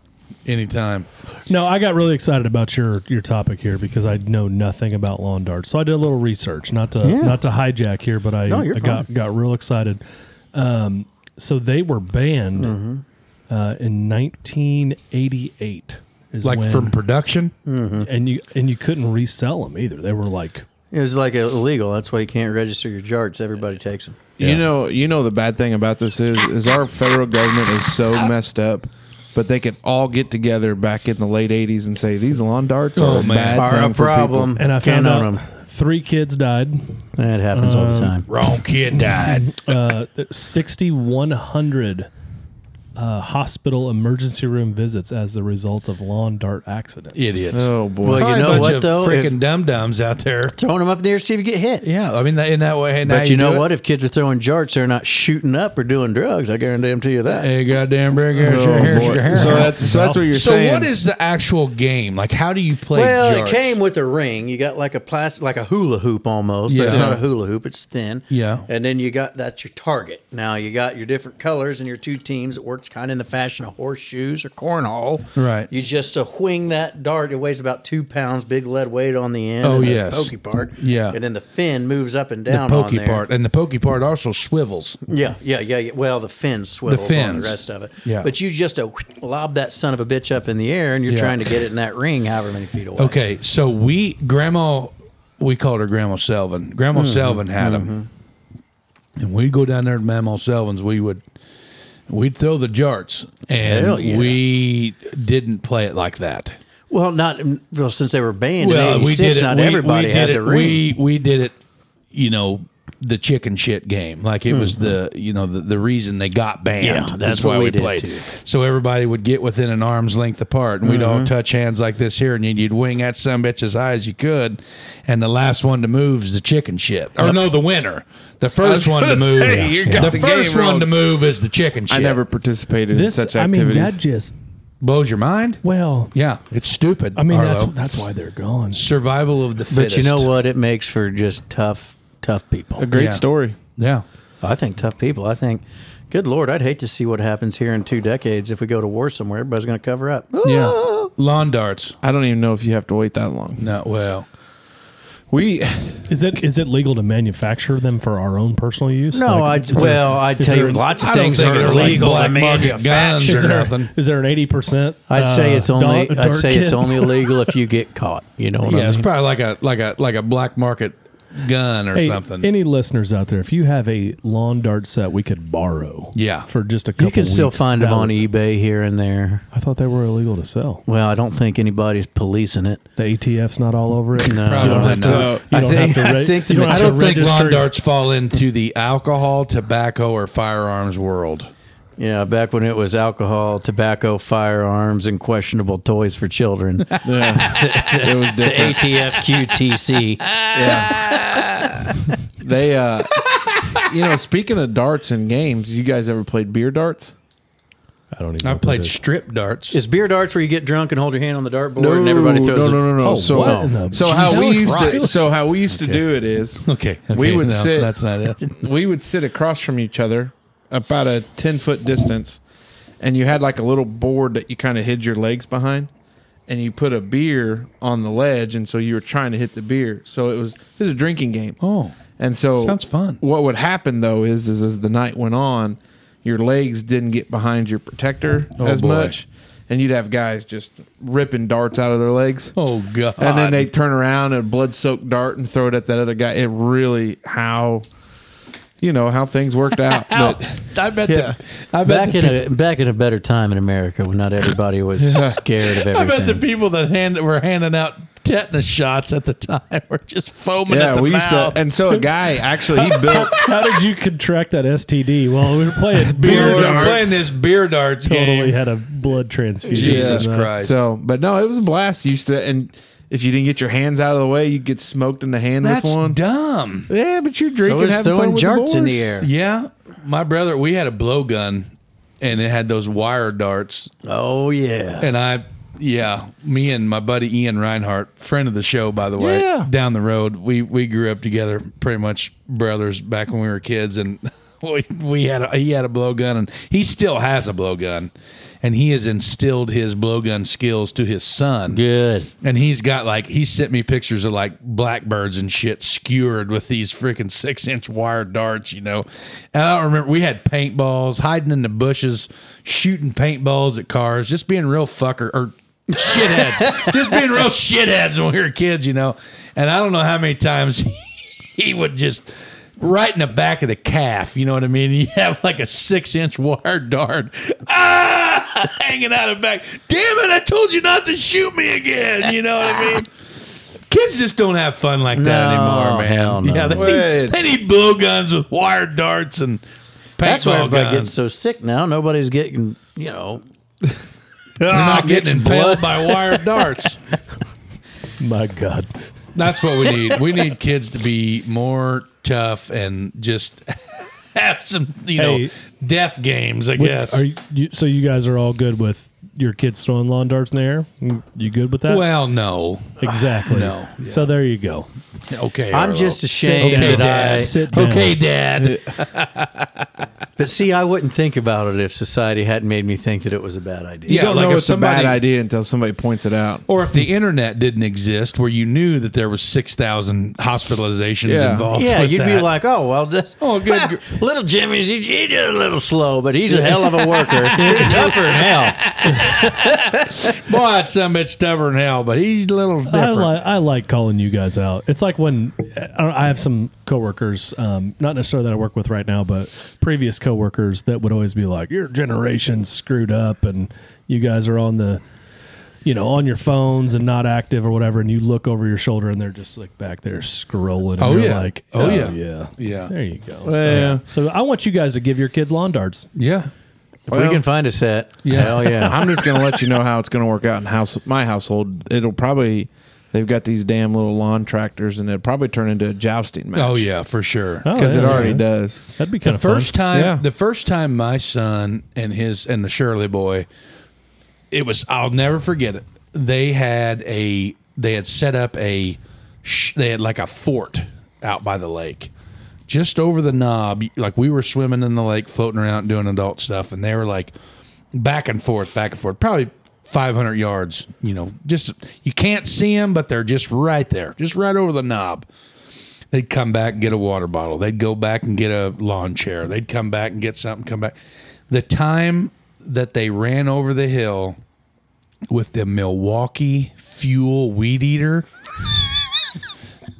anytime.
No, I got really excited about your your topic here because I know nothing about lawn darts. So I did a little research, not to
Yeah.
not to hijack here, but I,
No, you're
I got
fine.
got real excited. Um, so they were banned
Mm-hmm.
uh, in 1988. Is
Like
when,
from production.
Mm-hmm.
and you and you couldn't resell them either. They were like
It was like illegal. That's why you can't register your jarts. Everybody takes them.
Yeah.
You know, you know the bad thing about this is is our federal government is so messed up, but they could all get together back in the late '80s and say these lawn darts are
Oh,
a
man.
bad
Are
thing
a
for people."
problem.
and I found
Can't
out um,
own 'em.
three kids died.
That happens all the time.
Wrong kid died.
Uh, 6,100 uh, hospital emergency room visits as the result of lawn dart accidents.
Idiots.
Oh boy.
Well,
Probably
you
a
know
bunch
what
of
though? If-
freaking dum dums out there.
Throwing them up in the air, see if you get hit.
Yeah, I mean that, in that way. hey, now
But you know
do it.
what? If kids are throwing jarts, they're not shooting up or doing drugs. I guarantee to you that.
Hey, goddamn, bring your
Oh,
hair,
boy.
your hair.
So that's so that's what you're
So
saying.
what is the actual game? Like, how do you play?
Well,
jarts?
it came with a ring. You got like a plastic, like a hula hoop almost, but it's
Yeah.
not a hula hoop. It's thin.
Yeah.
And then you got that's your target. Now you got your different colors and your two teams. It works kind of in the fashion of horseshoes or cornhole.
Right.
You just uh, wing that dart. It weighs about two pounds, big lead weight on the end.
Oh,
and the
yes.
pokey part.
Yeah.
And then the fin moves up and
the
down. on
pokey
there.
part, and the pokey part also swivels.
Yeah, yeah, yeah, yeah. Well, the fin swivels on
fins.
the rest of it.
Yeah.
But you just uh, lob that son of a bitch up in the air, and you're
Yeah.
trying to get it in that ring, however many feet away.
Okay, so we grandma, we called her Grandma Selvin. Grandma
Mm-hmm.
Selvin had them, and we'd go down there to Grandma Selvin's. We would, we'd throw the jarts, and
Hell yeah.
we didn't play it like that.
Well, not well since they were banned. in 86, Not
we-
everybody
we did
had
it,
the ring.
We we did it. You know the chicken shit game. Like it was the you know the, the reason they got banned.
Hmm. Yeah, that's what
why
we
we
did,
played.
too.
So everybody would get within an arm's length apart, and we'd
Mm-hmm.
all touch hands like this here, and you'd, you'd wing that some bitch as high as you could, and the last one to move is the chicken shit. Or no, the winner. The first one to
gonna
move.
say, you got
The,
the game
first one
wrong.
to move is the chicken shit.
I never participated
This,
in such
I mean,
activities.
that just
blows your mind.
well.
Yeah, it's stupid.
I mean, that's
Arlo.
that's why they're gone.
survival of the
but
fittest.
you know what? It makes for just tough, tough people.
a great
Yeah.
story.
Yeah.
I think tough people. I think, good lord, I'd hate to see what happens here in two decades if we go to war somewhere. Everybody's going to cover up.
Yeah. Lawn darts.
I don't even know if you have to wait that long.
No, well,
We
Is it is it legal to manufacture them for our own personal use?
No,
Like,
I
is
well,
there-
I
is
tell you,
there-
lots of
I don't
things
think
are
they're like
illegal.
black
I mean,
market guns
Is
or
there,
nothing.
is there an eighty percent? uh,
I'd say it's only. I'd say it's only illegal if you get caught. You know what
yeah,
I
it's
mean?
probably like a like a like a black market gun or
Hey,
something.
Any listeners out there, if you have a lawn dart set we could borrow,
Yeah.
for just a couple,
You can still
weeks,
find them
that
on E-
would-
eBay here and there.
I thought they were illegal to sell.
Well, I don't think anybody's policing it.
The ATF's not all over it.
No.
You don't
Probably
have to.
not.
You
I
don't
think-
have to.
I
re-
think the
you don't
I
have
don't
to
think lawn
register-
darts fall into the alcohol, tobacco, or firearms world.
Yeah, back when it was alcohol, tobacco, firearms, and questionable toys for children.
it was
the
different.
ATF QTC.
They uh s- you know, speaking of darts and games, you guys ever played beer darts?
I don't even. know
I've
what
played
that is.
strip darts.
Is beer darts where you get drunk and hold your hand on the dartboard and everybody throws
no, no, no, no.
Oh,
so,
what in the-
so how
Jesus
we used to
Christ.
so how we used to do it is
okay,
we
okay,
would
no,
sit
That's not it.
we would sit across from each other about a 10 foot distance and you had like a little board that you kind of hid your legs behind and you put a beer on the ledge and so you were trying to hit the beer so it was it was a drinking game
Oh,
and so
Sounds fun.
what would happen though is, is as the night went on your legs didn't get behind your protector
Oh,
as
boy.
much and you'd have guys just ripping darts out of their legs
oh god.
and then they turn around and blood soaked dart and throw it at that other guy. It really how you know how things worked out. But
I bet
Yeah.
the I bet
Back
the,
in
pe-
a back in a better time in America when not everybody was scared of
I bet the
everything.
people that hand were handing out tetanus shots at the time were just foaming at
yeah,
the
we used
mouth.
to. And so a guy actually he built
How did you contract that STD? Well, we were playing
beer
beer.
Beer
and
darts.
darts.
playing this beer darts
Totally
game.
had a blood transfusion.
Jesus
and, uh,
Christ!
So, but no, it was a blast. You used to, and if you didn't get your hands out of the way, you'd get smoked in the hand
That's
with one.
dumb.
yeah, but you're
So
drinking,
it's
having fun
throwing
with
jarts
the
in
boys.
the air.
Yeah, my brother, we had a blowgun, and it had those wire darts,
Oh yeah.
and I. Yeah, me and my buddy Ian Reinhardt, friend of the show, by the way,
Yeah.
down the road, we we grew up together, pretty much brothers back when we were kids, and we, we had a, he had a blowgun, and he still has a blowgun, and he has instilled his blowgun skills to his son.
Good.
And he's got like he sent me pictures of like blackbirds and shit skewered with these freaking six inch wire darts, you know. And I don't remember we had paintballs, hiding in the bushes, shooting paintballs at cars, just being real fucker or shitheads, just being real shitheads when we were kids, you know. And I don't know how many times he would just right in the back of the calf. You know what I mean? You have like a six inch wire dart ah, hanging out of the back. Damn it! I told you not to shoot me again. You know what I mean? Kids just don't have fun like that
No,
anymore, man.
hell no.
Yeah, they,
Well,
need,
it's-
they need blowguns with wire darts and
That's why
paintball
everybody
guns.
gets so sick now. Nobody's getting you know.
They're not Ah, getting impaled by wire darts.
My God.
That's what we need. We need kids to be more tough and just have some, you know,
Hey.
death games. I guess.
Are you, you, so you guys are all good with your kids throwing lawn darts in the air? You good with that?
well, no.
exactly.
No.
So there you go.
Okay.
I'm
Arlo.
just ashamed
down.
that I.
Sit down.
okay, Dad.
But see, I wouldn't think about it if society hadn't made me think that it was a bad idea.
You
Yeah,
don't
like
know
if
it's a
somebody-
bad idea until somebody points it out.
Or if the internet didn't exist, where you knew that there was six thousand hospitalizations
Yeah.
involved.
Yeah,
with
you'd be
that.
like, oh well, just,
Oh, good gr-
little Jimmy's he, he did a little slow, but he's a hell of a worker, tougher than hell.
boy, that some bitch tougher than hell, but he's a little
I
different.
like I like calling you guys out. It's like when I, don't- I have some coworkers, um, not necessarily that I work with right now, but previous coworkers that would always be like, "Your generation screwed up, and you guys are on the, you know, on your phones and not active or whatever." And you look over your shoulder, and they're just like back there scrolling. and
Oh,
you're
yeah.
Like,
Oh, yeah.
yeah,
Yeah.
There you go.
Yeah.
so, so I want you guys to give your kids lawn darts.
yeah,
If we can find a set,
Yeah.
hell yeah.
I'm just gonna let you know how it's gonna work out in house my household. It'll probably they've got these damn little lawn tractors, and it'll probably turn into a jousting match.
oh yeah, for sure.
Oh,
because
yeah.
it already does.
That'd be kind
the
of fun.
first time
Yeah.
the first time my son and his and the Shirley boy it was I'll never forget it they had a they had set up a sh- they had like a fort out by the lake just over the knob like we were swimming in the lake floating around doing adult stuff and they were like back and forth back and forth probably 500 yards you know just you can't see them but they're just right there just right over the knob They'd come back and get a water bottle. They'd go back and get a lawn chair. They'd come back and get something, come back. The time that they ran over the hill with the Milwaukee fuel weed eater,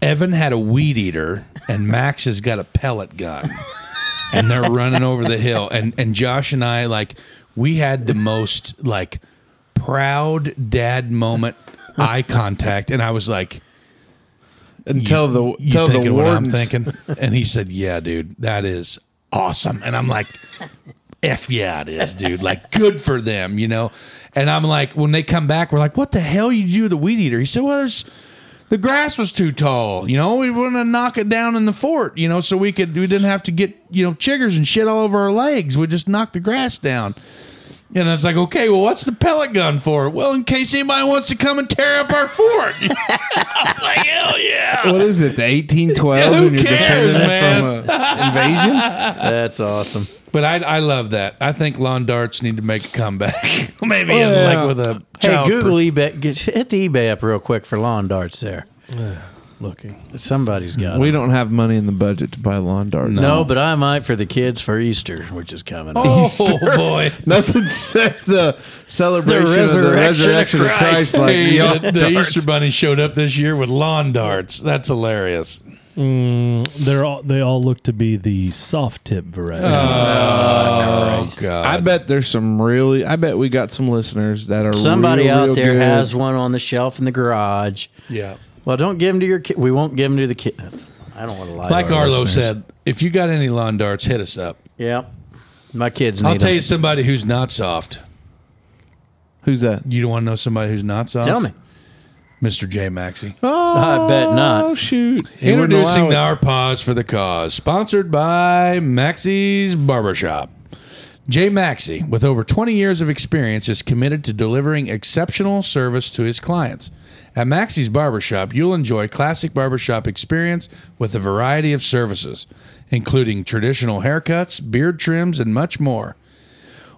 Evan had a weed eater and Max has got a pellet gun. And they're running over the hill. And and Josh and I like we had the most like proud dad moment eye contact. And I was like,
Until
you-
the
you
until the
thinking what I'm
warden
thinking. And he said, "Yeah, dude, that is awesome." And I'm like, "F yeah, it is, dude. Like, good for them, you know." And I'm like, when they come back, we're like, "What the hell you do with the weed eater?" He said, "Well, there's." The grass was too tall, you know. We wanted to knock it down in the fort, you know, so we could we didn't have to get you know chiggers and shit all over our legs. We just knocked the grass down. And I was like, okay, well, what's the pellet gun for? Well, in case anybody wants to come and tear up our fort. I'm like, hell yeah.
What is it? The 1812
Who
when you're
cares,
defending
man?
it from an invasion?
That's awesome.
But I, I love that. I think lawn darts need to make a comeback. Maybe in,
yeah.
like with a
Hey,
child
Google eBay, get, hit the eBay up real quick for lawn darts. There,
looking.
somebody's got. 'em.
We don't have money in the budget to buy lawn darts.
No, but I might for the kids for Easter, which is coming.
per- Oh boy,
Nothing says the celebration
The
of the
resurrection
resurrection of
of
Christ, like
Hey,
lawn
the, the
darts.
Easter Bunny showed up this year with lawn darts. That's hilarious.
They're all they all look to be the soft tip variety.
Uh, Oh God!
I bet there's some really. I bet we got some listeners that are
Somebody
real,
out
real
there
good.
has one on the shelf in the garage.
yeah.
Well, don't give them to your kid. We won't give them to the kid. I don't want to lie. to
Like
our
Arlo
listeners.
said, if you got any lawn darts, hit us up.
Yeah. My kids need
I'll tell
them.
you somebody who's not soft.
Who's that?
You don't want to know somebody who's not soft?
Tell me.
Mr. J. Maxey.
I bet
Oh
not.
shoot! He wouldn't allow
Introducing
it.
our pause for the cause, sponsored by Maxey's Barbershop. Jay Maxey, with over 20 years of experience, is committed to delivering exceptional service to his clients. At Maxey's Barbershop, you'll enjoy classic barbershop experience with a variety of services, including traditional haircuts, beard trims, and much more.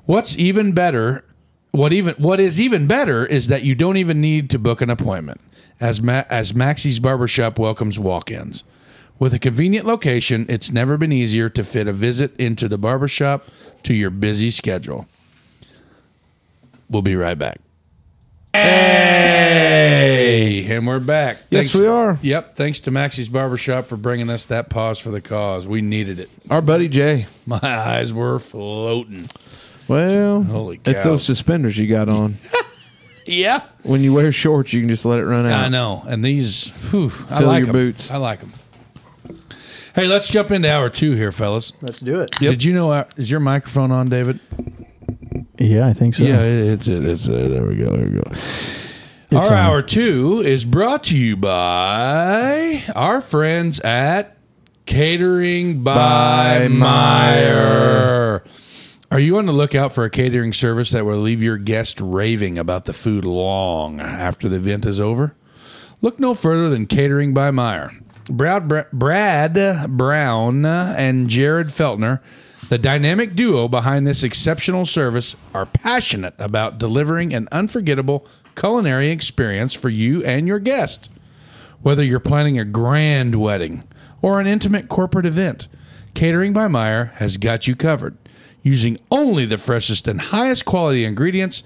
What's even better, what even what is even better is that you don't even need to book an appointment. As Ma- as Maxie's Barbershop welcomes walk-ins. With a convenient location, it's never been easier to fit a visit into the barbershop to your busy schedule. We'll be right back. Hey, and we're back.
Yes, we are.
Yep, thanks to Maxie's Barbershop for bringing us that pause for the cause. We needed it.
our buddy Jay.
My eyes were floating.
Well,
Holy
it's
cow.
those suspenders you got on.
Yeah.
when you wear shorts, you can just let it run out.
I know. And these, whew, I
Fill
like
your
'em.
boots.
I like them. Hey, let's jump into hour two here, fellas.
Let's do it.
Did you know? Our, is your microphone on, David?
Yeah, I think so.
it's it, it's uh, there we go. There we go. our
on.
hour two is brought to you by our friends at Catering by,
By
Meyer. Are you on the lookout for a catering service that will leave your guest raving about the food long after the event is over? Look no further than Catering by Meyer. Brad, Br- Brad Brown and Jared Feltner, the dynamic duo behind this exceptional service, are passionate about delivering an unforgettable culinary experience for you and your guest. Whether you're planning a grand wedding or an intimate corporate event, Catering by Meyer has got you covered. Using only the freshest and highest quality ingredients,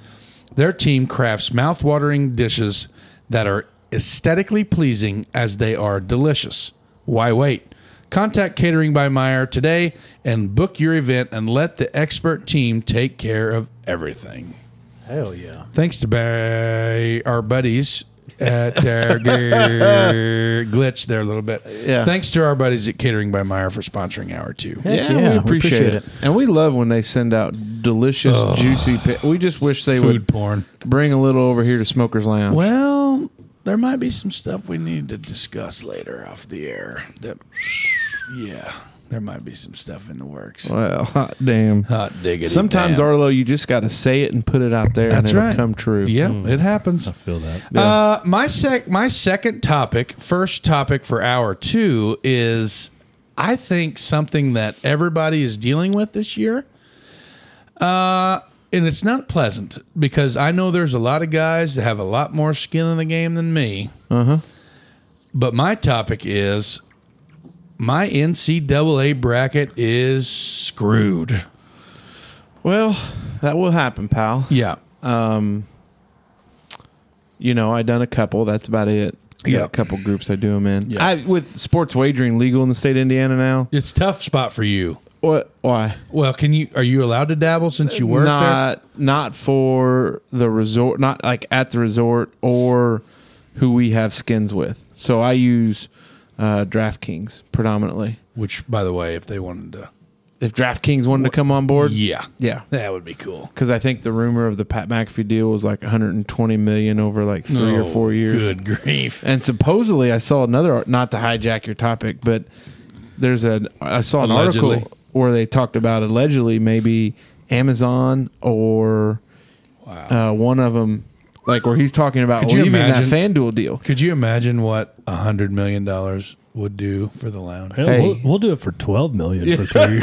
their team crafts mouthwatering dishes that are aesthetically pleasing as they are delicious. Why wait? Contact Catering by Meyer today and book your event and let the expert team take care of everything.
Hell yeah.
Thanks to ba- our buddies at uh, gl- glitch there a little bit.
Yeah.
Thanks to our buddies at Catering by Meyer for sponsoring hour two.
Heck yeah, we appreciate it.
And we love when they send out delicious, juicy. Pi- we just wish they
Food
would
porn.
bring a little over here to Smoker's Lounge.
Well, there might be some stuff we need to discuss later off the air. That, yeah, there might be some stuff in the works.
Well, hot damn.
Hot diggity.
Sometimes Arlo, you just got to say it and put it out there, and
That's
it'll
right.
come true. Hmm.
Yeah, it happens.
I feel that.
Uh, my sec my second topic, first topic for hour two is I think something that everybody is dealing with this year. Uh and it's not pleasant because I know there's a lot of guys that have a lot more skin in the game than me. Uh-huh. But my topic is my NCAA bracket is screwed.
Well, that will happen, pal.
Yeah.
You know, I done a couple. That's about it. Got
Yeah.
a couple groups I do them in.
Yeah.
I, with sports wagering legal in the state of Indiana now.
It's tough spot for you.
What? Why?
Well, can you are you allowed to dabble since you work there?
not not for the resort, not like at the resort or who we have skins with. So I use uh, DraftKings predominantly.
Which, by the way, if they wanted to,
If DraftKings wanted to come on board,
yeah,
yeah,
that would be cool.
because I think the rumor of the Pat McAfee deal was like 120 million over like three or four years.
Oh, Good grief!
And supposedly, I saw another. ar- Not to hijack your topic, but there's an I saw an
Allegedly.
article where they talked about allegedly maybe Amazon or uh, one of them, like where he's talking about
Could you
leaving that
imagine?
FanDuel deal.
Could you imagine what a hundred million dollars would do for the lounge?
Hell,
Hey.
we'll, we'll do it for twelve million for three years.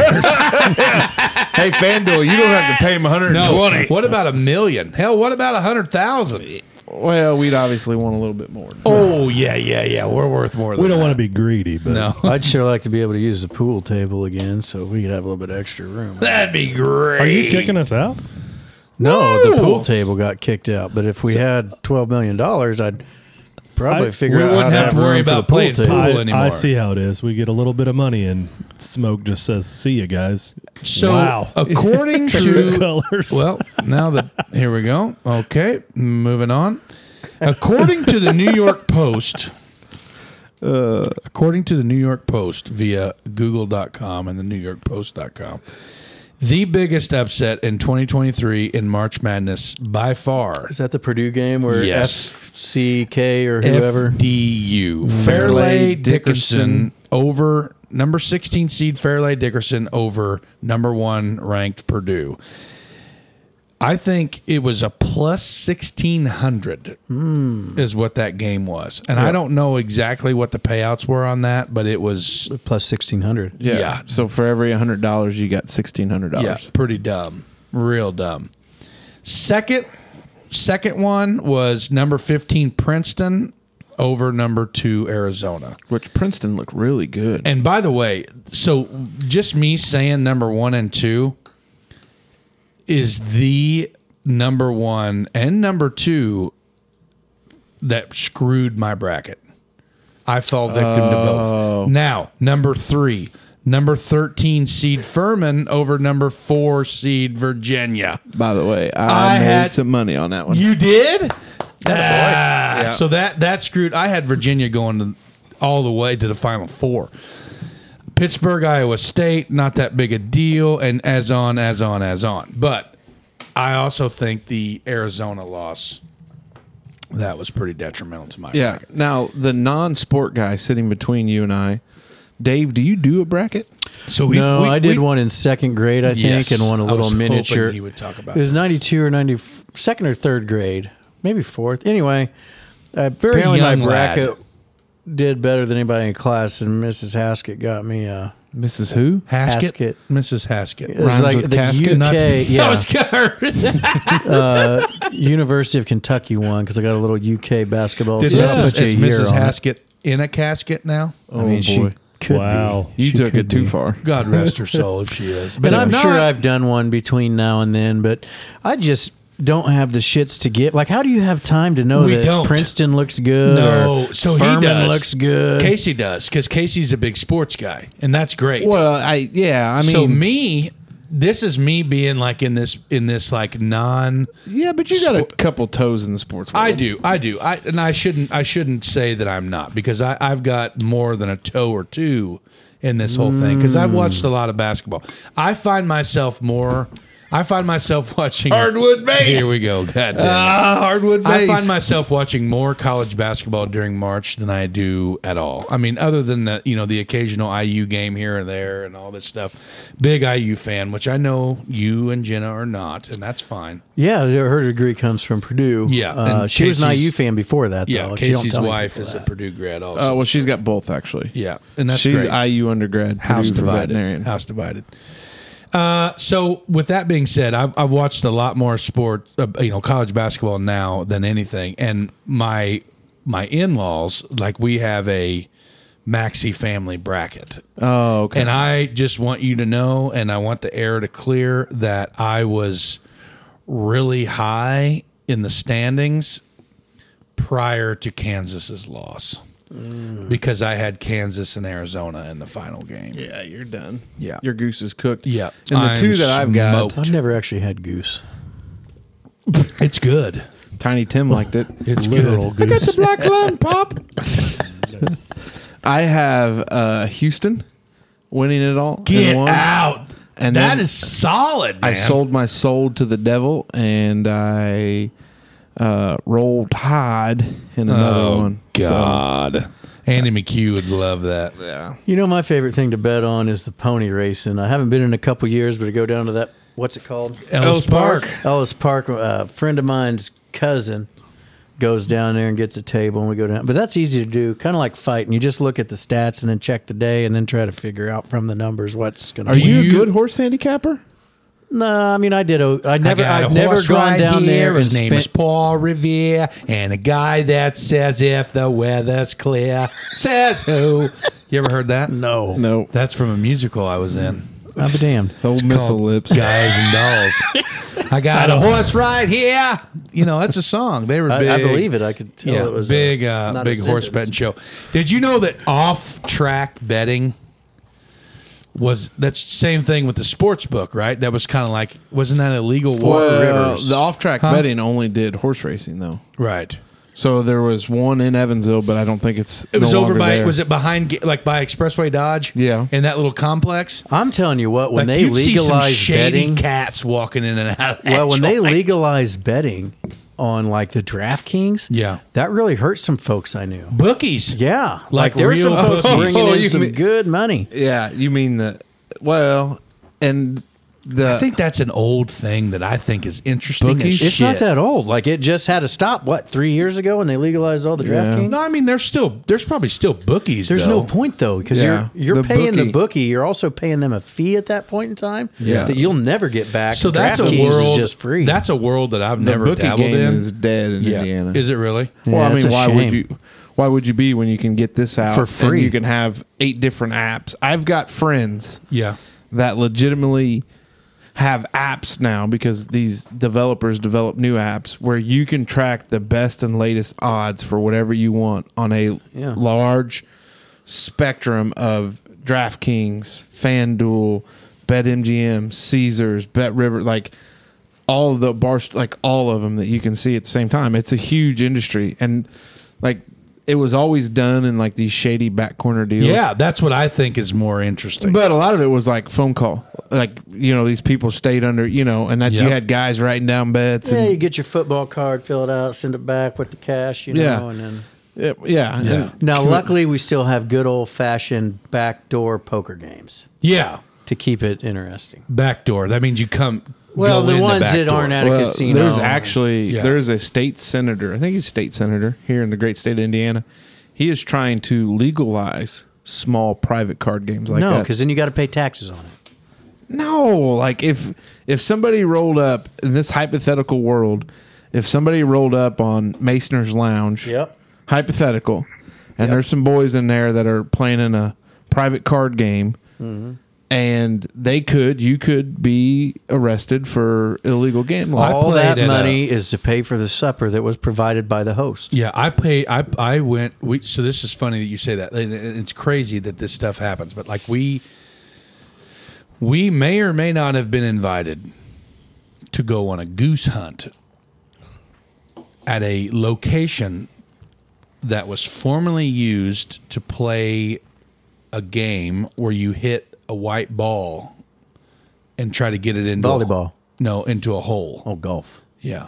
Hey FanDuel, you don't have to pay him 120.
What about a million? Hell, what about a hundred thousand?
Well, we'd obviously want a little bit more.
Oh yeah, yeah, yeah. We're worth more. Than
We don't want to be greedy, but
No,
I'd sure like to be able to use the pool table again so we could have a little bit of extra room.
that'd be great.
are you kicking us out?
No,
No.
the
Oh,
pool table got kicked out. But if we had $12 million, I'd probably
I-
figure
we
out
wouldn't
how
have to
have
worry
room for
about
the pool
playing
table.
pool.
I,
anymore.
I see how it is. We get a little bit of money, and smoke just says, "See you guys."
So
wow,
according
true
to
colors.
well, now that here we go. Okay, moving on. According to the New York Post, according to the New York Post via Google.com and the New York Post.com, the biggest upset in 2023 in March Madness by far.
Is that the Purdue game where
Yes.
FCK or whoever?
FDU. Fairleigh Dickerson over number 16 seed Fairleigh Dickerson over number one ranked Purdue. I think it was a plus 1600 is what that game was. And I don't know exactly what the payouts were on that, but it was
Plus 1600.
Yeah.
Yeah.
So for every hundred dollars, you got sixteen hundred
yeah,
dollars.
pretty dumb. Real dumb. Second second one was number 15 Princeton over number 2 Arizona.
Which Princeton looked really good.
And by the way, so just me saying number one and two is the number one and number two that screwed my bracket. I fell victim to both. Now, number three, number 13 seed Furman over number four seed Virginia.
By the way, I,
I
made
had-
some money on that one.
You did? Ah,
Yeah.
So that that screwed. I had Virginia going to, all the way to the Final Four. Pittsburgh, Iowa State, not that big a deal, and as on, as on, as on. But I also think the Arizona loss that was pretty detrimental to my
yeah.
bracket.
Now the non-sport guy sitting between you and I, Dave, do you do a bracket?
So we,
no,
we-
I did
we-
one in second grade, I think,
Yes,
and one a
I
little
was hoping
miniature.
he would talk about
it was
this.
92 or 90, second or third grade, maybe fourth. Anyway, uh,
Very
apparently my
young lad.
bracket did better than anybody in class, and Mrs. Haskett got me. Uh,
Mrs. Who?
Haskett,
Haskett.
Mrs. Haskett.
it was like the UK, yeah, University of Kentucky one because I got a little UK basketball.
Did
so that
Mrs.
puts you a
Is
year
Mrs.
on it.
Haskett in a casket now?
I mean, she could
Wow.
be.
You
She
took
could
it too
be.
far.
God rest her soul if she is. But
and I'm
if
sure
not-
I've done one between now and then, but I just don't have the shits to get. Like, how do you have time to know
We
that
don't.
Princeton looks good?
No,
or
so
Furman
he does.
looks good.
Casey does because Casey's a big sports guy, and that's great.
Well, I yeah, I mean,
so me, this is me being like in this in this like non.
yeah, but you got a
Spo-
couple toes in the sports. World.
I do, I do, I and I shouldn't I shouldn't say that I'm not because I I've got more than a toe or two in this whole thing because
Mm.
I've watched a lot of basketball. I find myself more. I find myself watching
Hardwood base.
Here we go. God damn it.
Ah, hardwood
I
base.
find myself watching more college basketball during March than I do at all. I mean, other than the you know the occasional IU game here and there and all this stuff. Big IU fan, which I know you and Jenna are not, and that's fine.
Yeah, her degree comes from Purdue.
Yeah,
uh,
and
she was an
Casey's-
IU fan before that.
Yeah,
though. She don't
Casey's
tell me
wife
people
is
that.
a Purdue grad also.
Uh, well, she's got both actually.
yeah, and that's
she's
great.
IU undergrad.
House
Purdue for
divided.
veterinarian.
House divided. Uh, so with that being said, I've, I've watched a lot more sport, uh, you know, college basketball now than anything. And my my in laws, like we have a maxi family bracket,
Oh, okay.
and I just want you to know, and I want the air to clear that I was really high in the standings prior to Kansas's loss because I had Kansas and Arizona in the final game.
Yeah, you're done.
Yeah.
Your goose is cooked.
Yeah.
And the
I'm
two that I've got,
smoked.
I've never actually had goose.
It's good.
Tiny Tim liked it.
It's
Literal
good.
goose.
the black lung pop. I have uh, Houston winning it all. and
Get
one.
out.
And
And that
then
is solid.
I
man.
sold my soul to the devil and I uh, rolled Tide in another
Oh,
one. So-
Andy McHugh would love that.
yeah.
You know, my favorite thing to bet on is the pony racing. I haven't been in a couple years, but to go down to that, what's it called?
Ellis Park.
Ellis Park, uh, a friend of mine's cousin goes down there and gets a table, and we go down. But that's easy to do, kind of like fighting. You just look at the stats and then check the day, and then try to figure out from the numbers what's going to.
Are you,
you-
a good horse handicapper?
No, I mean I did. A, I never.
I got
I've
a
never
horse
gone
right
down
here.
there and
His name is
spent.
Paul Revere, and a guy that says if the weather's clear says who. You ever heard that?
No,
No.
That's from a musical I was in.
I'm damned.
Old missile lips.
Guys and dolls. I got a horse right here. You know, that's a song. They were
I,
big.
I believe it. I could tell
yeah,
it was a-
big, uh,
not a
big horse
sentence.
betting show. Did you know that off-track betting was that's the same thing with the sports book, right? That was kind of like wasn't that illegal? Water
uh,
Well,
rivers,
the off-track
Huh?
betting only did horse racing though.
right?
So there was one in Evansville, but I don't think it's.
It was
no
over
longer
by
there.
was it behind Ga- like by Expressway Dodge?
Yeah.
in that little complex.
I'm telling you what, when
Like,
they
you'd see some
legalized
shady
betting,
cats walking in and out. Of that
well, when they
joint.
legalized betting on like the DraftKings,
Yeah.
that really hurt some folks I knew.
bookies,
Yeah,
Like
like, there were some
real
folks
bookies.
bringing
Oh,
in
you
some
mean-
good money.
Yeah, you mean the well, and the
I think that's an old thing that I think is interesting. as
Bookies?
It's
shit.
not that old. Like it just had to stop. What three years ago when they legalized all the
Yeah.
DraftKings?
No, I mean there's still there's probably still bookies.
There's
though.
no point though because
Yeah.
you're you're
The
paying the
bookie.
bookie. You're also paying them a fee at that point in time.
Yeah.
that you'll never get back.
So that's a
DraftKings is
world
just free.
That's a world that I've
the
never
bookie
dabbled
game
in.
is dead in
yeah,
Indiana.
is it really?
well,
Yeah,
I
it's
mean,
a
why would
shame.
you? Why would you be when you can get this out
For
and
free.
you can have eight different apps. I've got friends
Yeah,
that legitimately have apps now because these developers develop new apps where you can track the best and latest odds for whatever you want on a
Yeah.
large spectrum of DraftKings, FanDuel, BetMGM, Caesars, BetRiver, like all of the bars, like all of them that you can see at the same time. It's a huge industry, and like it was always done in like these shady back corner deals.
yeah. That's what I think is more interesting.
But a lot of it was like phone call. Like, you know, these people stayed under, you know, and that you
Yep.
had guys writing down bets.
yeah. You
And,
get your football card, fill it out, send it back with the cash. You know,
Yeah.
and then
yeah. Yeah.
Yeah.
now luckily we still have good old fashioned backdoor poker games
yeah,
to keep it interesting.
backdoor. That means you come.
Well,
go
the
in
ones
back
that
door.
aren't at a
Well,
casino.
there's actually
Yeah.
there's a state senator. I think he's a state senator here in the great state of Indiana. He is trying to legalize small private card games like
no,
that.
because then you got to pay taxes on it.
No, like if if somebody rolled up in this hypothetical world, if somebody rolled up on Masoner's Lounge,
Yep.
hypothetical, and there's some boys in there that are playing in a private card game, and they could, you could be arrested for illegal gambling.
I
All that
played at a-
money is to pay for the supper that was provided by the host.
Yeah, I pay. I I went. We so this is funny that you say that. And it- It's crazy that this stuff happens, but like we we may or may not have been invited to go on a goose hunt at a location that was formerly used to play a game where you hit a white ball and try to get it into a-
Volleyball.
no, into a hole.
Oh, golf.
Yeah.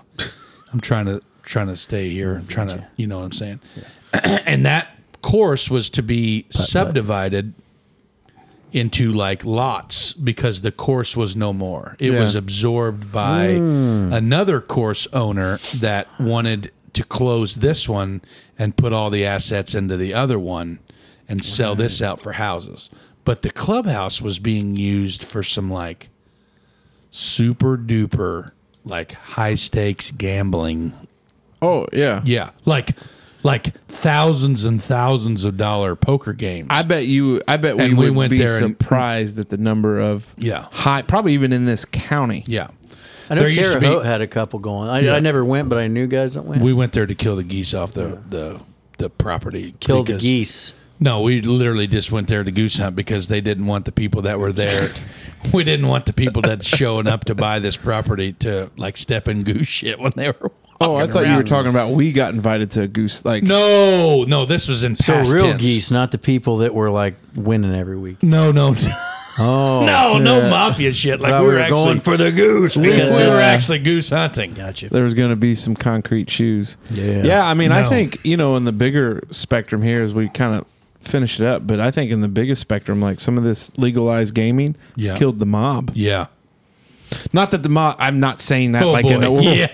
I'm trying to trying to stay here. I'm trying to you know what I'm saying. and that course was to be subdivided into like lots because the course was no more. It
Yeah.
was absorbed by another course owner that wanted to close this one and put all the assets into the other one and sell this out for houses. But the clubhouse was being used for some like super duper like high stakes gambling.
oh yeah,
Yeah, like like thousands and thousands of dollar poker games.
I bet you. I bet we
And we
would
went
be
there and-
surprised at the number of
Yeah.
high, probably even in this county.
yeah.
I know
There
Terre
used to be-
Haute had a couple going. I,
Yeah.
I never went, but I knew guys that went.
We went there to kill the geese off the the the property.
killed the
because-
geese.
No, we literally just went there to goose hunt because they didn't want the people that were there. we didn't want the people that showing up to buy this property to like step in goose shit when they were.
Oh, I
walking
thought you were
around.
talking about we got invited to a goose like
No, no, this was in
So
past
real
tense.
geese, not the people that were like winning every week.
No, no, no,
Oh,
no mafia shit. Like
Thought
we
we
were
were
actually
going
for the goose. We,
because
we
of-
were actually goose hunting.
gotcha.
there was going to be some concrete shoes.
Yeah.
Yeah. I mean,
No.
I think, you know, in the bigger spectrum here, as we kind of finish it up, but I think in the biggest spectrum, like some of this legalized gaming has
Yeah.
killed the mob.
Yeah.
Not that the mob, I'm not saying that
Oh
like
boy.
in a,
yeah.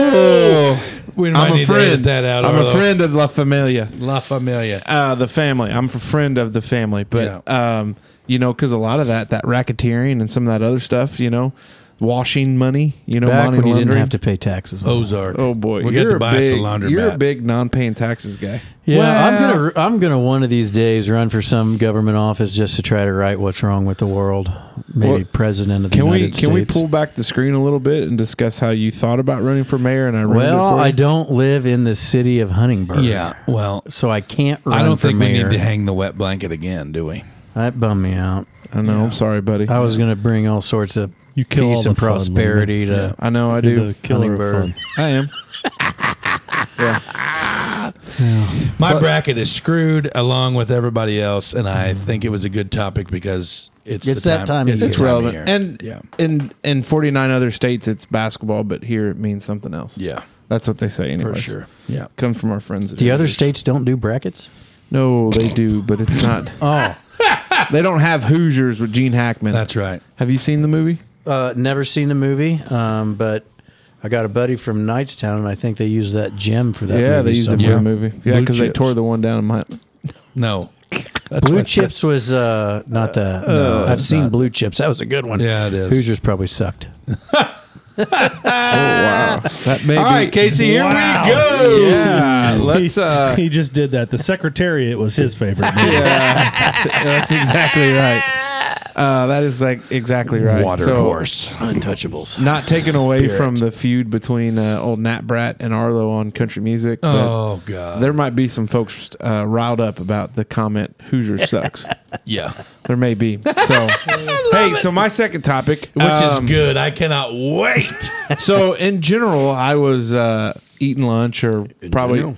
Oh,
We might
I'm
need
a
to edit
friend.
that out, uh,
I'm a
Arlo.
friend of La Familia.
La Familia.
uh, the family. I'm a friend of the family, but um, you know, because a lot of that, that racketeering and some of that other stuff, you know, washing money. You know,
Back
money
when you
laundering.
didn't have to pay taxes. on that.
Ozark.
Oh boy,
we
you're
got to
a
buy us a
big,
laundromat.
You're a big non-paying taxes guy.
Yeah, I'm
Well-
gonna I'm gonna one of these days run for some government office just to try to right what's wrong with the world. Maybe
Well,
president of the
Can we
United
can we
States.
pull back the screen a little bit and discuss how you thought about running for mayor? And I ruined it
Well,
for you?
I don't live in the city of Huntingburg.
yeah. Well,
so I can't. Run
I don't
for
think
mayor.
we need to hang the wet blanket again, do we?
That bummed me out.
I know. I'm sorry, buddy.
I was gonna bring all sorts of
You kill
peace
all the
and
fun, Linda.
prosperity to.
I know. I
You're
do.
the killer of
Hummingbird.
fun.
I am. yeah.
My bracket is screwed along with everybody else, and I think it was a good topic because it's,
It's
the
that time of
it's
year.
the
It's
time of
relevant.
year.
And
yeah,
in in 49 other states, it's basketball, but here it means something else.
yeah,
That's what they say,
for
anyway.
sure. Yeah,
Comes from our friends. at
The other
Heritage.
states don't do brackets.
No, they do, but it's not.
Oh,
they don't have Hoosiers with Gene Hackman.
that's right.
Have you seen the movie?
uh, never seen the movie, um, but I got a buddy from Knightstown, and I think they use that gem for that.
yeah,
movie
they use it for
somewhere.
the movie. Yeah,
Blue
because they
chips.
tore the one down in my.
No, that's
Blue
what-
Chips was uh, not the. no, I've seen Blue Chips. That was a good one.
Yeah, it is.
Hoosiers probably sucked.
Oh wow, that may
All
be.
right, Casey, here
Wow.
we go.
Yeah, let's. Uh,
He just did that. The Secretariat was his favorite. movie.
yeah, that's exactly right. Uh, that is like exactly right.
Water
So,
horse.
Untouchables.
Not taken away from the feud between uh, old Nat Brat and Arlo on country music. but
Oh God.
There might be some folks uh, riled up about the comment "Hoosier sucks."
Yeah,
there may be. So, hey, so my second topic,
which
um,
is good. I cannot wait.
so in general, I was uh, eating lunch or probably.
general.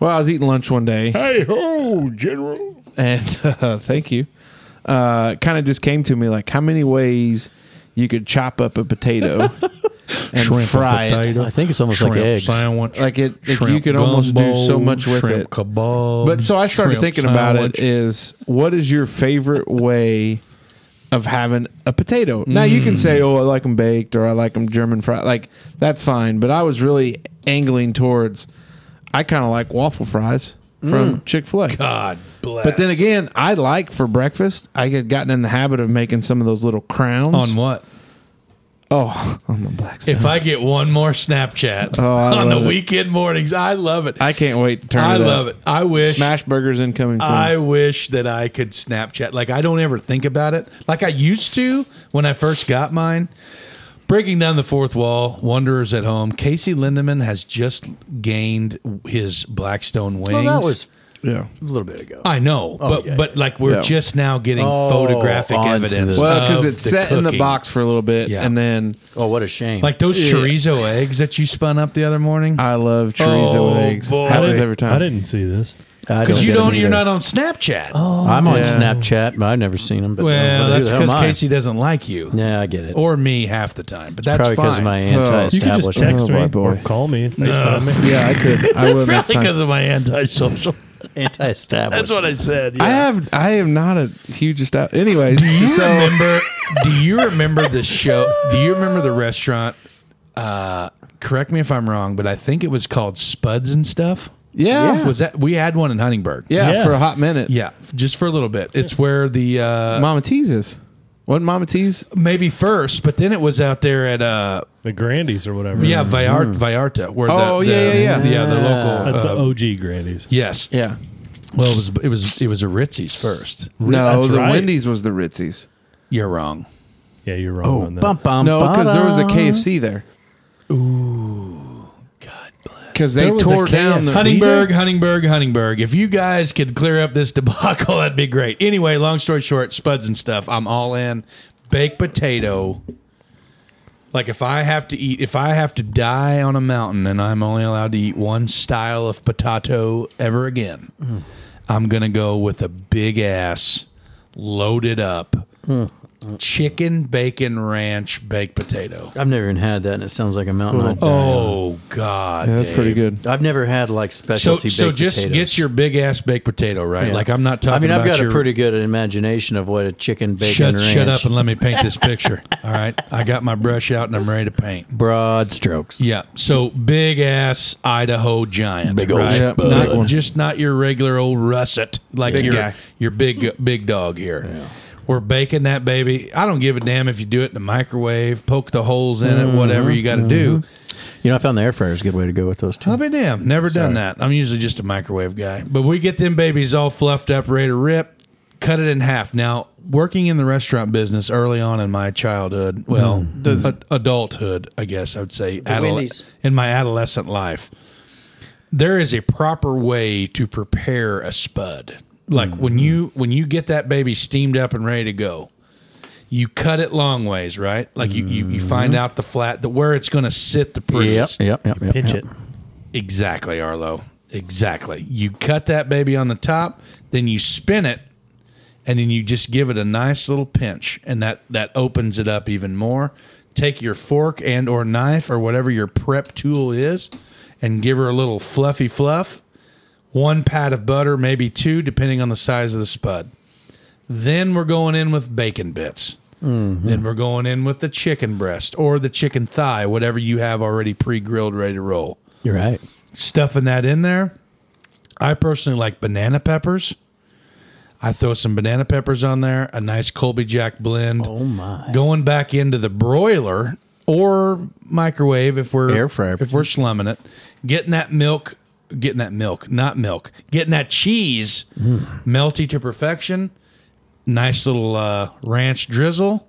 Well, I was eating lunch one day,
hey ho, General.
and uh, thank you. Uh, kind of just came to me like how many ways you could chop up a potato and fry it.
I think it's almost like
Shrimp
eggs.
sandwich.
Like it- like
shrimp
you could almost do
gumbo,
so much with
shrimp
it.
Kebab,
But so I started
shrimp
thinking about
sandwich.
it is what is your favorite way of having a potato? Now you can
Mm.
say, oh, I like them baked or I like them German fried. Like that's fine. But I was really angling towards, I kind of like waffle fries from Chick fil A.
Mm. God bless.
But then again, I like for breakfast, I had gotten in the habit of making some of those little crowns.
on what?
oh, on the black stuff.
If I get one more Snapchat
Oh, I
on the
love it.
weekend mornings, I love it. I,
I can't wait to turn it up.
love it. I wish.
Smash burgers incoming soon.
I wish that I could Snapchat. Like I don't ever think about it. Like I used to when I first got mine. Breaking down the fourth wall, Wanderers at Home. Casey Lindemann has just gained his Blackstone wings.
Well, that was
yeah.
a little bit ago.
I know, but
yeah,
but like we're
Yeah.
just now getting
Oh,
photographic
onto
evidence.
the-
Well, because
because
it's set in the box for a little bit,
Yeah.
and then
Oh, what a shame!
Like those chorizo eggs that you spun up the other morning.
I love chorizo
Oh,
with eggs.
boy.
Happens every time.
I didn't see this.
Because you
get
don't,
them
you're
either.
not on Snapchat. Oh,
I'm on
Yeah.
Snapchat, but I've never seen them. But
well,
who
that's
the hell am
because
I?
Casey doesn't like you
Yeah, I get it.
or me half the time. But that's
probably because
fine.
of my
You can just
anti-establishment.
text
Oh,
me
my boy.
or call me, FaceTime me.
Yeah, I could. I will next
probably
time.
because of my antisocial.
anti-establishment.
That's what I said.
I
yeah.
have. I am not a huge stout. Anyways,
Do you
so
remember? do you remember the show? Do you remember the restaurant? Uh, correct me if I'm wrong, but I think it was called Spuds and Stuff.
yeah, yeah,
Was that we had one in Huntingburg?
Yeah.
for a hot minute.
Yeah, just for a little bit. It's where the uh,
Mama T's is. Wasn't Mama T's?
maybe first, but then it was out there at uh,
The Grandies or whatever.
yeah Vallarta, Vallarta where
Mm-hmm. Oh,
the,
yeah,
the-
yeah, yeah.
the local
That's
uh,
the OG Grandies.
yes
Yeah.
Well, it was it was it was a Ritzy's first.
No,
That's
the
right.
Wendy's was the Ritzies.
You're wrong.
Yeah, you're
Oh,
wrong on that.
Oh, Bum, bum,
No, because there was a
ba-da.
KFC there.
God bless.
Because they
There was a
tore
KFC?
down the.
Huntingburg, Huntingburg, Huntingburg. If you guys could clear up this debacle, that'd be great. Anyway, long story short, spuds and stuff. I'm all in. Baked potato. Like if I have to eat, if I have to die on a mountain and I'm only allowed to eat one style of potato ever again, I'm gonna go with a big ass, loaded up, chicken bacon ranch baked potato.
I've never even had that, and it sounds like a mountain. I'd die on.
Oh God,
Yeah, that's pretty
Dave.
good.
I've never had like
So,
specialty.
so
baked
just
potatoes.
get your big ass baked potato, right?
Yeah.
Like I'm not talking.
I mean, I've
about
got
your-
a pretty good imagination of what a chicken bacon
Shut,
ranch.
shut up and let me paint this picture. All right, I got my brush out and I'm ready to paint.
broad strokes.
Yeah, so big ass Idaho giant,
Big old
right?
Yep, big
Not-
one.
just not your regular old russet, like
Big
your
guy.
your big big dog here. We're baking that baby. I don't give a damn if you do it in the microwave, poke the holes in
Mm-hmm.
it, whatever you got to do.
You know, I found the air fryer is a good way to go with those two.
I'll be damned. Never done that. I'm usually just a microwave guy. But we get them babies all fluffed up, ready to rip, cut it in half. Now, working in the restaurant business early on in my childhood, well, ad- adulthood, I guess I would say,
Wendy's.
in my adolescent life, there is a proper way to prepare a spud. Like when you when you get that baby steamed up and ready to go, you cut it long ways, right? Like you, you, you find out the flat, the where it's going to sit the
Yep,
prettiest.
yep, yep, yep.
Pinch
yep.
it.
Exactly, Arlo. Exactly. You cut that baby on the top, then you spin it, and then you just give it a nice little pinch, and that that opens it up even more. Take your fork and or knife or whatever your prep tool is, and give her a little fluffy fluff. One pat of butter, maybe two, depending on the size of the spud. Then we're going in with bacon bits. Then we're going in with the chicken breast or the chicken thigh, whatever you have already pre grilled, ready to roll
You're right.
stuffing that in there. I personally like banana peppers. I throw some banana peppers on there, a nice Colby Jack blend.
Oh my.
Going back into the broiler or microwave if we're
Air fryer.
if we're slumming it, getting that milk, getting that milk, not milk, getting that cheese
Hmm.
melty to perfection. Nice little uh, ranch drizzle,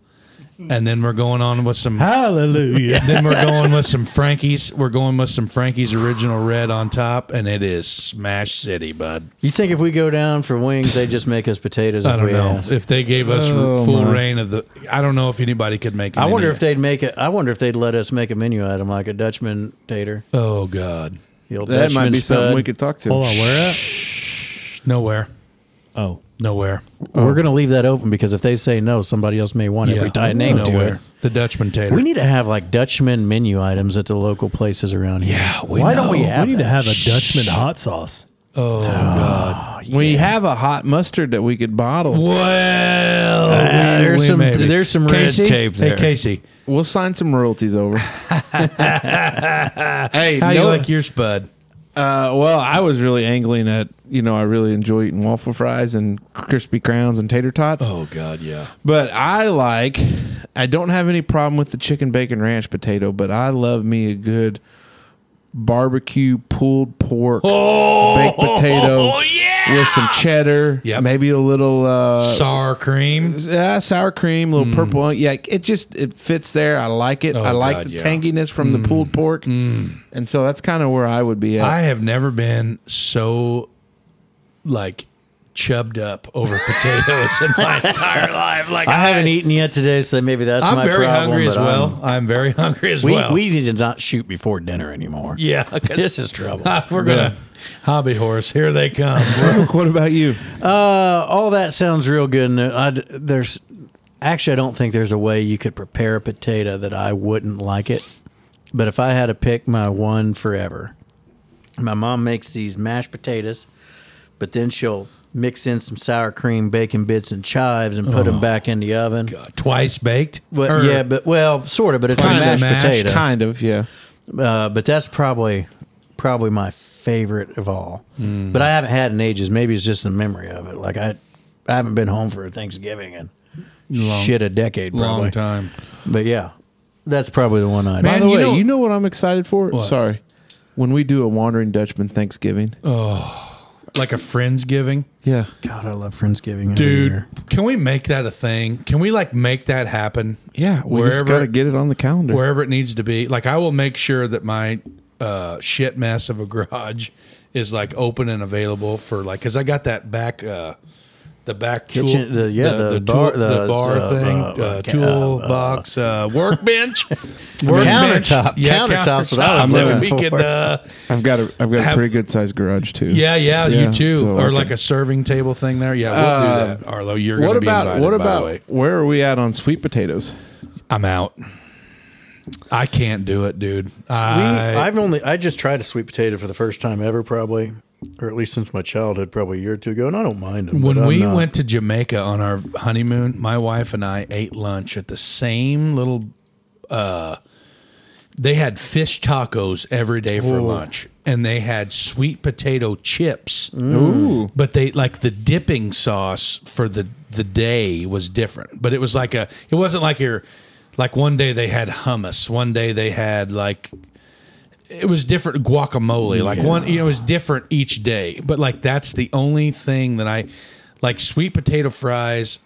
and then we're going on with some
Hallelujah.
then we're going with some Frankie's. We're going with some Frankie's original red on top, and it is Smash City, bud.
You think if we go down for wings, they just make us potatoes? If
I don't
we
know
ask?
if they gave us
Oh,
full
my.
reign of the. I don't know if anybody could make. It
I wonder
any-
if they'd make it. I wonder if they'd let us make a menu item like a Dutchman tater.
Oh God,
The old
That
Dutchman
might be
spud.
something we could talk to.
Oh,
Hold on, where at?
nowhere,
Oh,
nowhere.
oh.
We're going to leave that open because if they say no, somebody else may want it. if we tie a name to it.
The Dutchman tater.
We need to have like Dutchman menu items at the local places around here.
Yeah, we
why
know.
don't we have?
we need
that?
to have a Dutchman hot sauce.
oh
Ah.
God.
We have a hot mustard that we could bottle.
Well,
Ah, there's some- there's some red
Casey?
tape
Hey
there.
Casey,
We'll sign some royalties over. hey,
how
no,
you like your spud?
uh, well, I was really angling at you know I really enjoy eating waffle fries and crispy crowns and tater tots,
Oh God, yeah.
but I like I don't have any problem with the chicken bacon ranch potato, but I love me a good barbecue pulled pork baked potato
yeah.
with some cheddar,
Oh. Yep.
maybe a little uh,
Sour cream.
Yeah, sour cream, little purple. Yeah, it just it fits there. I like it.
Mm. Oh,
I like
God,
the
yeah. Mm.
tanginess from the pulled pork, and so that's kind of where I would be at.
I have never been so like chubbed up over potatoes in my entire life. Like
I haven't eaten yet today, so maybe that's
I'm
my
very
problem,
hungry
but
as well. I'm, very hungry as
I'm- we
well.
we need to not shoot before dinner anymore.
yeah, 'cause
this is trouble.
we're gonna hobby horse. Here they come.
what about you?
Uh, all that sounds real good. And I, there's actually, I don't think there's a way you could prepare a potato that I wouldn't like it. But if I had to pick my one forever, my mom makes these mashed potatoes, but then she'll mix in some sour cream, bacon bits, and chives, and put them back in the oven.
Twice baked.
But
Oh, Or-
yeah, but well, sort of. But it's a
Kind of
mashed,
mashed,
potato.
Kind of, yeah.
Uh, but that's probably probably my favorite of all.
Mm.
But I haven't had in ages. Maybe it's just the memory of it. Like I, I haven't been home for Thanksgiving in shit a decade probably.
long time.
But yeah, that's probably the one I.
By
Man,
the
you
way,
know-
you know what I'm excited for? Sorry, when we do a Wandering Dutchman Thanksgiving.
Oh. Like a friendsgiving.
Yeah,
God, I love Friendsgiving, every
Dude,
year.
can we make that a thing? Can we like make that happen?
yeah. We just got to get it on the calendar.
wherever it needs to be. Like I will make sure that my uh, shit mess of a garage is like open and available for like because I got that back uh, the back tool,
Kitchen- the- yeah, the bar-
tool, the,
the-
bar
uh,
thing,
uh,
uh,
uh,
tool
ca- uh,
box, uh, workbench,
Countertop.
yeah,
Countertop's what I was
countertop.
looking
we
for.
could, uh,
I've got a I've got
Have-
a pretty good sized garage too.
yeah, yeah,
Yeah,
you too,
so I
or
can-
like a serving table thing there. Yeah, we'll
Uh,
do that, Arlo. You're
What
gonna be
about
invited,
what
by the
about
way.
where are we at on sweet potatoes?
I'm out. I can't do it, dude.
We,
I,
I've only I just tried a sweet potato for the first time ever, probably, or at least since my childhood, probably a year or two ago, and I don't mind them.
When
but I'm
we
not-
went to Jamaica on our honeymoon, my wife and I ate lunch at the same little uh They had fish tacos every day for lunch, and they had sweet potato chips.
Ooh.
But they like the dipping sauce for the the day was different. But it was like a it wasn't like your like one day they had hummus, one day they had like it was different guacamole. Like one you know, it was different each day. But like that's the only thing that I like sweet potato fries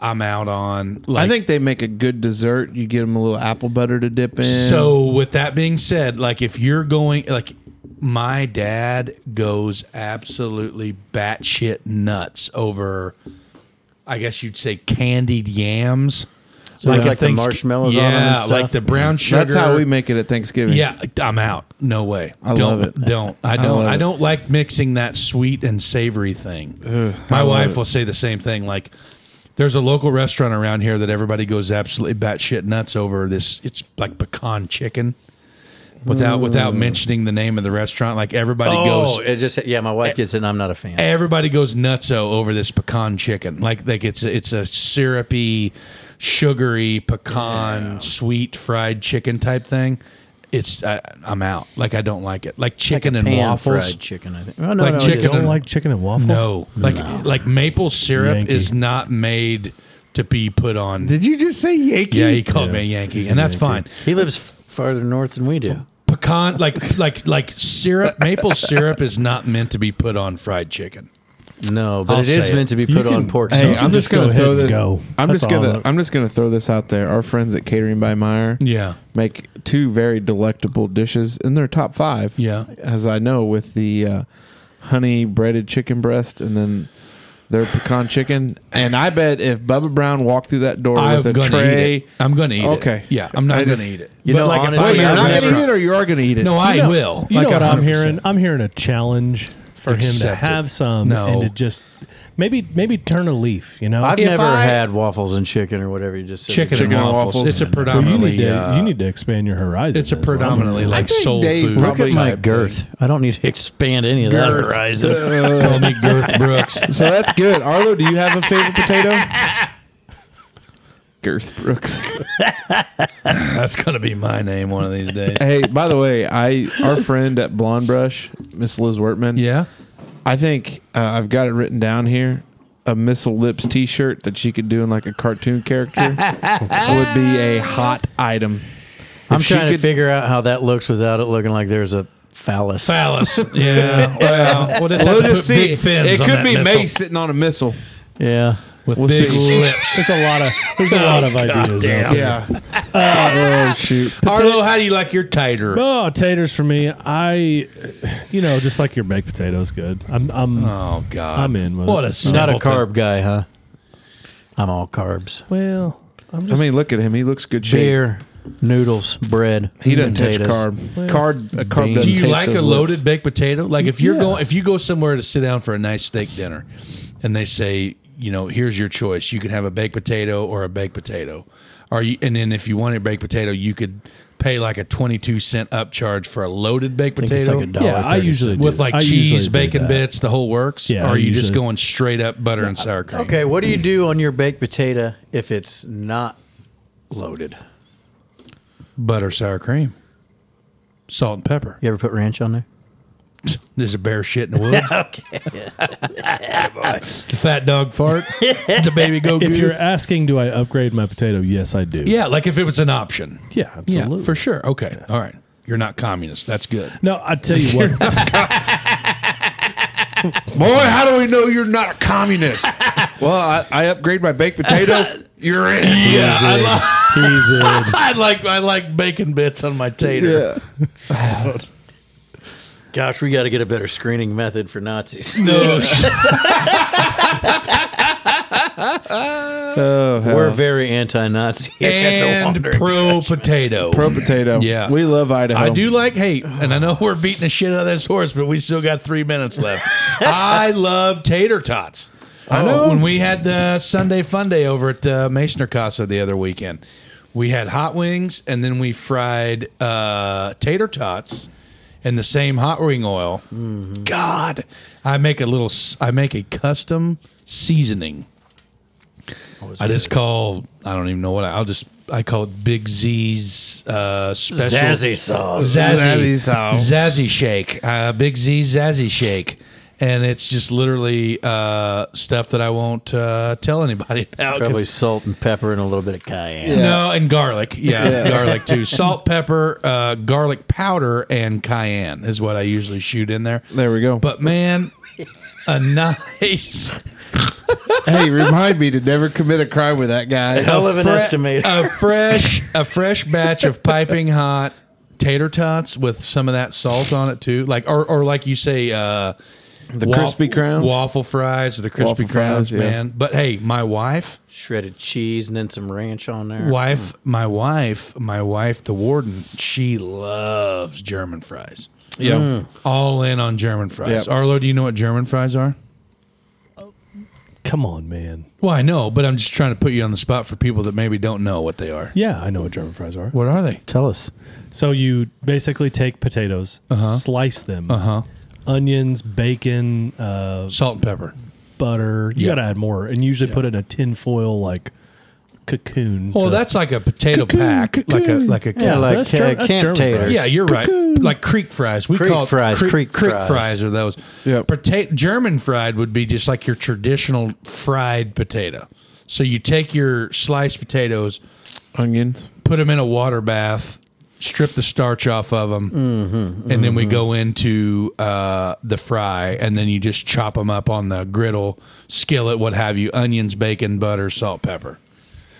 I'm out on. Like
I think they make a good dessert. You get them a little apple butter to dip in.
so with that being said, like if you're going like my dad goes absolutely batshit nuts over I guess you'd say candied yams.
like-
at
like the
Thanksg-
marshmallows on
yeah,
them and stuff?
like the brown sugar.
that's how we make it at Thanksgiving.
Yeah, I'm out. No way.
I
don't,
love it.
Don't. I don't.
love
I,
it.
don't like mixing that sweet and savory thing. My wife will say the same thing. Like, there's a local restaurant around here that everybody goes absolutely batshit nuts over. This it's like pecan chicken. Without without
Mm.
mentioning the name of the restaurant, like everybody
Oh,
goes
it just yeah. My wife gets it. and I'm not a fan.
everybody goes nutso over this pecan chicken. Like like it's a, it's a syrupy, sugary pecan sweet fried chicken type thing. It's I, I'm out. Like I don't like it. Like chicken and
Pan
waffles.
fried chicken. I think. Oh, no,
Like
no, it
chicken
You
is.
don't
and-
like chicken and waffles?
No, like like maple syrup
Yankee.
is not made to be put on.
Did you just say Yankee?
yeah, he called me a Yankee, and that's fine.
He lives farther north than we do.
Pecan like like like syrup. Maple syrup is not meant to be put on fried chicken.
No, but
I'll
it is
say it.
meant to be
You
put
can-
on pork.
Hey,
sausage.
just
I'm just,
go
gonna
ahead
throw
and
this.
go.
I'm
That's
just
all
gonna.
that's-
I'm just gonna throw this out there. Our friends at Catering by Meyer
Yeah,
make two very delectable dishes in their top five.
Yeah.
as I know, with the uh, honey breaded chicken breast and then their pecan chicken. And I bet if Bubba Brown walked through that door
I'm
with a
gonna
tray,
eat it. I'm gonna eat it.
Okay.
Yeah, I'm not
I
gonna
just-
eat it.
You know,
like if
honestly,
I'm
wait,
in a
you're not gonna eat
restaurant-
it, or you are gonna eat it?
No, I
You know-
will.
You
like
know what I'm
100%.
hearing? I'm hearing a challenge for him to
Accept it.
have some
No.
and to just maybe maybe turn a leaf. You know,
I've
if
never
I-
had waffles and chicken or whatever you just said.
Chicken,
Chicken
and
and
waffles.
waffles.
It's a
Well, you
Well, you need
predominantly.
to
uh,
you need to expand your horizon.
it's a
as well.
predominantly like
think
soul
Dave
food.
Look at
Probably
my
type
girth. I don't need to expand any of that horizon.
Call me Girth Brooks.
So that's good. Arlo, do you have a favorite potato? Girth Brooks.
That's gonna be my name one of these days.
hey, by the way, I our friend at Blonde Brush, Miss Liz Wertman.
Yeah.
I think uh, I've got it written down here. A missile lips T-shirt that she could do in like a cartoon character would be a hot item.
I'm
If she
trying to
could-
figure out how that looks without it looking like there's a phallus.
Phallus. Yeah. Well, we'll just, have
We'll
to
just
put
see.
Big fins
It
on
could
that
be
missile
Mace sitting on a missile.
Yeah.
with
We'll
big
see.
lips.
There's a lot of there's
Oh,
a lot of ideas. Out there.
Yeah. oh shoot.
Arlo, how do you like your tighter?
Oh, taters for me. I, you know, just like your baked potatoes, good. I'm, I'm
Oh God.
I'm in with
What
it.
a
Not a
simpleton.
carb guy, huh? I'm all carbs.
well. I'm
I
just
mean, look at him. He looks good shape.
Beer, noodles, bread.
He doesn't touch
potatoes.
carb. carb. A carb
beans.
doesn't
Do you
touch
like
those
a
lips.
loaded baked potato? Like if you're
Yeah.
going, if you go somewhere to sit down for a nice steak dinner, and they say, you know, here's your choice. You can have a baked potato or a baked potato. Are you? And then if you want a baked potato, you could pay like a twenty two cent upcharge for a loaded baked
think it's
potato.
like a dollar.
yeah. I
30
usually do
with
that.
like
I usually
cheese,
do
bacon
that.
bits, the whole works.
Yeah, I
or are you just
usually-
going straight up butter and sour cream?
Okay, what do you do on your baked potato if it's not loaded?
butter, sour cream, salt and pepper.
You ever put ranch on there?
There's a bear shit in the woods. okay. the fat dog fart. the baby go
If you're
goo.
asking, do I upgrade my potato? Yes, I do.
Yeah, like if it was an option.
yeah, absolutely.
Yeah, for sure. Okay. All right. You're not communist. That's good.
No, I tell you what.
Boy, how do we know you're not a communist? well, I, I upgrade my baked potato.
You're in. Yeah, I, li-
He's in.
I like I like bacon bits on my tater.
Gosh, we got to get a better screening method for Nazis.
No,
Oh, hell.
We're very anti-Nazi.
and pro potato.
pro potato.
Yeah.
we love Idaho.
I do like hate, and I know we're beating the shit out of this horse, but we still got three minutes left. I love tater tots. I know. When we had the Sunday Fun Day over at uh, Masoner Casa the other weekend, we had hot wings, and then we fried uh, tater tots in the same hot wing oil. Mm-hmm. God, I make a little. s- I make a custom seasoning
was
I just call I don't even know what I, I'll just I call it Big Z's uh, special
Zazzy sauce.
Zazzy,
Zazzy sauce.
Zazzy shake, uh, Big Z Zazzy shake, and it's just literally uh, stuff that I won't uh, tell anybody about. 'cause-
Probably salt and pepper and a little bit of cayenne.
No, and garlic. Yeah, garlic too. Salt, pepper, uh, garlic powder, and cayenne is what I usually shoot in there.
There we go.
But man, a nice
hey, remind me to never commit a crime with that guy.
Hell of an
fre-
estimator.
A fresh, a fresh batch of piping hot tater tots with some of that salt on it too. Like or or like you say, uh, the
crispy crowns?
waffle fries, or the crispy
Waffle
crowns,
fries, yeah.
man. But hey, my wife,
Shredded cheese and then some ranch on there.
wife, my wife, my wife, the warden, she loves German fries. Mm.
Yeah.
All in on German fries.
Yep.
Arlo, do you know what German fries are?
Come on, man.
Well, I know, but I'm just trying to put you on the spot for people that maybe don't know what they are.
Yeah, I know what German fries are.
What are they?
Tell us.
So you basically take potatoes, slice them,
Uh huh.
onions, bacon, uh,
Salt and pepper.
butter. You
Yeah.
gotta add more, and usually put it in a tin foil like cocoon.
Well,
to-
that's like a potato
Cocoon,
pack, like a
cocoon.
like a
Yeah, like
that's
uh,
Germ- that's
camp
German fries.
taters.
yeah. You're right. Like creek fries, we
Creek
call it
fries,
creek,
creek
creek
fries.
fries. are those.
Yep.
Potato German fried would be just like your traditional fried potato. So you take your sliced potatoes,
Onions.
put them in a water bath, strip the starch off of them,
Mm-hmm,
and then we go into uh, the fry, and then you just chop them up on the griddle, skillet, what have you, onions, bacon, butter, salt, pepper.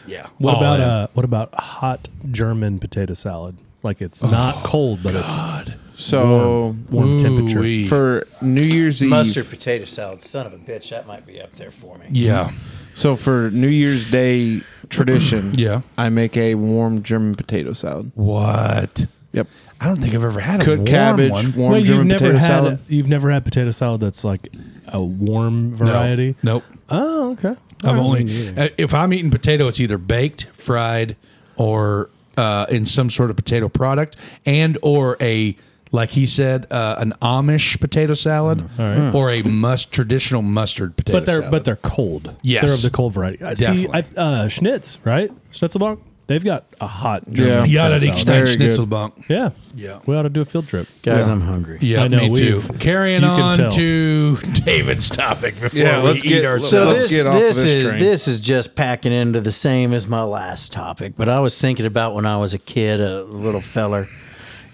Yeah.
What
All
about
in.
uh, what about hot German potato salad? Like it's not cold, but
Oh, God?
So
it's warm temperature.
Ooh-wee.
for New Year's Eve.
Mustard potato salad. Son of a bitch. That might be up there for me.
Yeah.
So for New Year's Day tradition,
Yeah.
I make a warm German potato salad.
What?
Yep.
I don't think I've ever had a
Cooked
warm
cabbage,
one.
warm
Wait,
German
you've never
potato
had
salad.
you've never had potato salad that's like a warm
No.
variety.
Nope.
Oh, okay.
I've only uh, if I'm eating potato, it's either baked, fried, or uh, in some sort of potato product, and or a like he said, uh, an Amish potato salad, or a must traditional mustard potato.
Mm. But they're
salad.
but they're cold.
Yes.
they're of the cold variety. I see,
Definitely.
I, uh, Schnitz, right? Schnitzelbank. They've got a hot German
Yeah.
potato
Yada dee
salad.
Stein
Very good.
Schnitzelbank.
Yeah,
Yeah.
We ought to do a field trip.
Guys, I'm hungry.
Yeah,
I know,
me too.
we've-
Carrying
you can
on
tell.
to David's topic before
Yeah,
we
let's
eat
get-
our.
let's-
So
Let's
this
get off of
this,
this
is
train.
this is just packing into the same as my last topic. But I was thinking about when I was a kid, a little feller.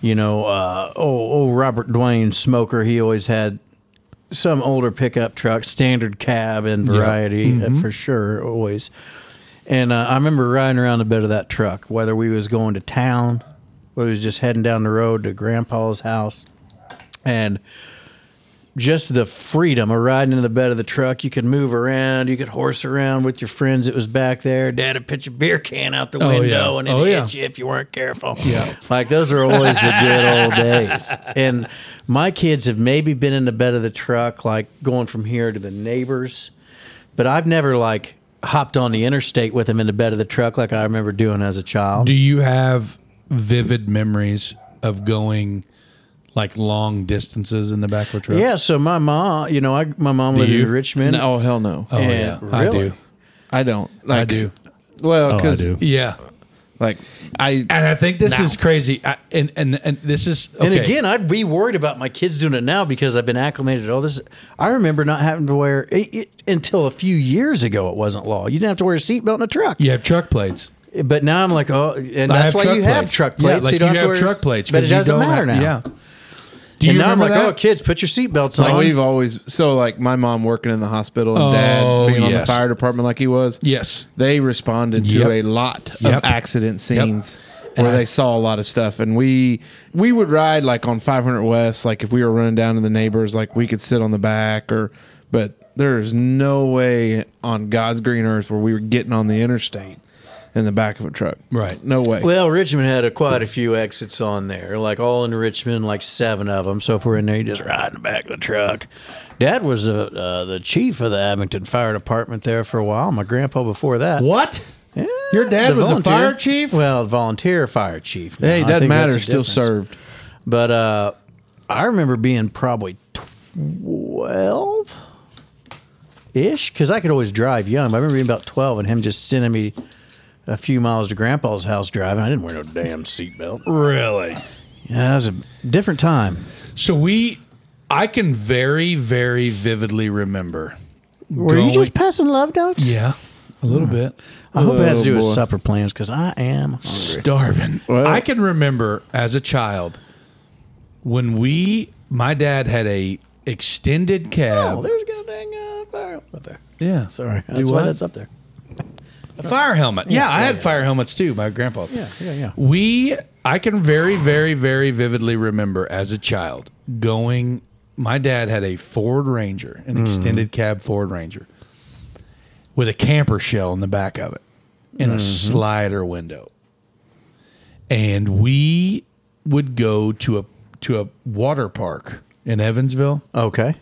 You know, uh, oh, oh, Robert Dwayne Smoker. He always had some older pickup truck, standard cab and variety uh,
Mm-hmm.
for sure, always. And uh, I remember riding around the bed of that truck, whether we was going to town, whether we was just heading down the road to Grandpa's house, and just the freedom of riding in the bed of the truck. You could move around, you could horse around with your friends. It was back there. Dad would pitch a beer can out the
Oh, yeah.
window and it
Oh,
hit
yeah.
you if you weren't careful. Yeah, like those are always the good old days. And my kids have maybe been in the bed of the truck, like going from here to the neighbors but I've never like hopped on the interstate with him in the bed of the truck like I remember doing as a child.
Do you have vivid memories of going like long distances in the back of a truck?
yeah, so my mom, you know, I my mom lived
you?
in Richmond.
No, oh hell no.
Oh yeah,
Yeah,
I
really?
do.
I don't. Like,
I do. Oh,
Well,
I
because
do.
Yeah,
like I
and I think this is crazy. I, and and and this is okay.
And again, I'd be worried about my kids doing it now because I've been acclimated to all this. I remember not having to wear it, it, until a few years ago. It wasn't law. You didn't have to wear a seatbelt in a truck.
You have truck plates.
But now I'm like, oh, and
I
that's why
truck
you have
plates.
truck
Yeah,
plates. so
like
you don't
you
have,
have,
to wear,
truck plates.
but
'cause
it
you
doesn't
don't
matter
have-
now.
Yeah. Do you
and now I'm
remember
like, oh,
that?
kids, put your seatbelts
like
on.
we've always so like my mom working in the hospital and
Oh,
dad being on the
yes.
fire department like he was.
Yes.
They responded
Yep.
to a lot
Yep.
of accident
Yep.
scenes
And
where
I-
they saw a lot of stuff and we we would ride like on 500 West like if we were running down to the neighbors like we could sit on the back or but there's no way on God's green earth where we were getting on the interstate in the back of a truck.
Right.
No way.
Well, Richmond had a, quite a few exits on there, like all in Richmond, like seven of them. So if we're in there, you just ride in the back of the truck. Dad was uh, uh, the chief of the Abington Fire Department there for a while. My grandpa before that.
What?
Yeah,
Your dad
the
was a fire chief?
Well, volunteer fire chief.
hey,
No,
doesn't
I think that's
matter,
the
still
difference.
served.
But uh, I remember being probably 12, ish, because I could always drive young. But I remember being about 12 and him just sending me a few miles to grandpa's house driving. I didn't wear no damn seatbelt.
Really?
Yeah, that was a different time.
So we, I can very, very vividly remember.
Were you just passing love notes?
Yeah, a little
Hmm.
bit.
I hope it has to do
Oh,
with
boy.
supper plans because I am hungry.
Starving.
Well-
I can remember as a child when we, my dad had a extended cab.
Oh, there's a goddamn uh, fire up there.
yeah,
Sorry,
Do
that's why
what?
that's up there.
A fire helmet. Yeah, I had fire helmets too. My grandpa's.
Yeah, yeah, yeah.
We, I can very, very, very vividly remember as a child going. My dad had a Ford Ranger, an extended cab Ford Ranger, with a camper shell in the back of it and a slider window. And we would go to a to a water park in Evansville,
Okay,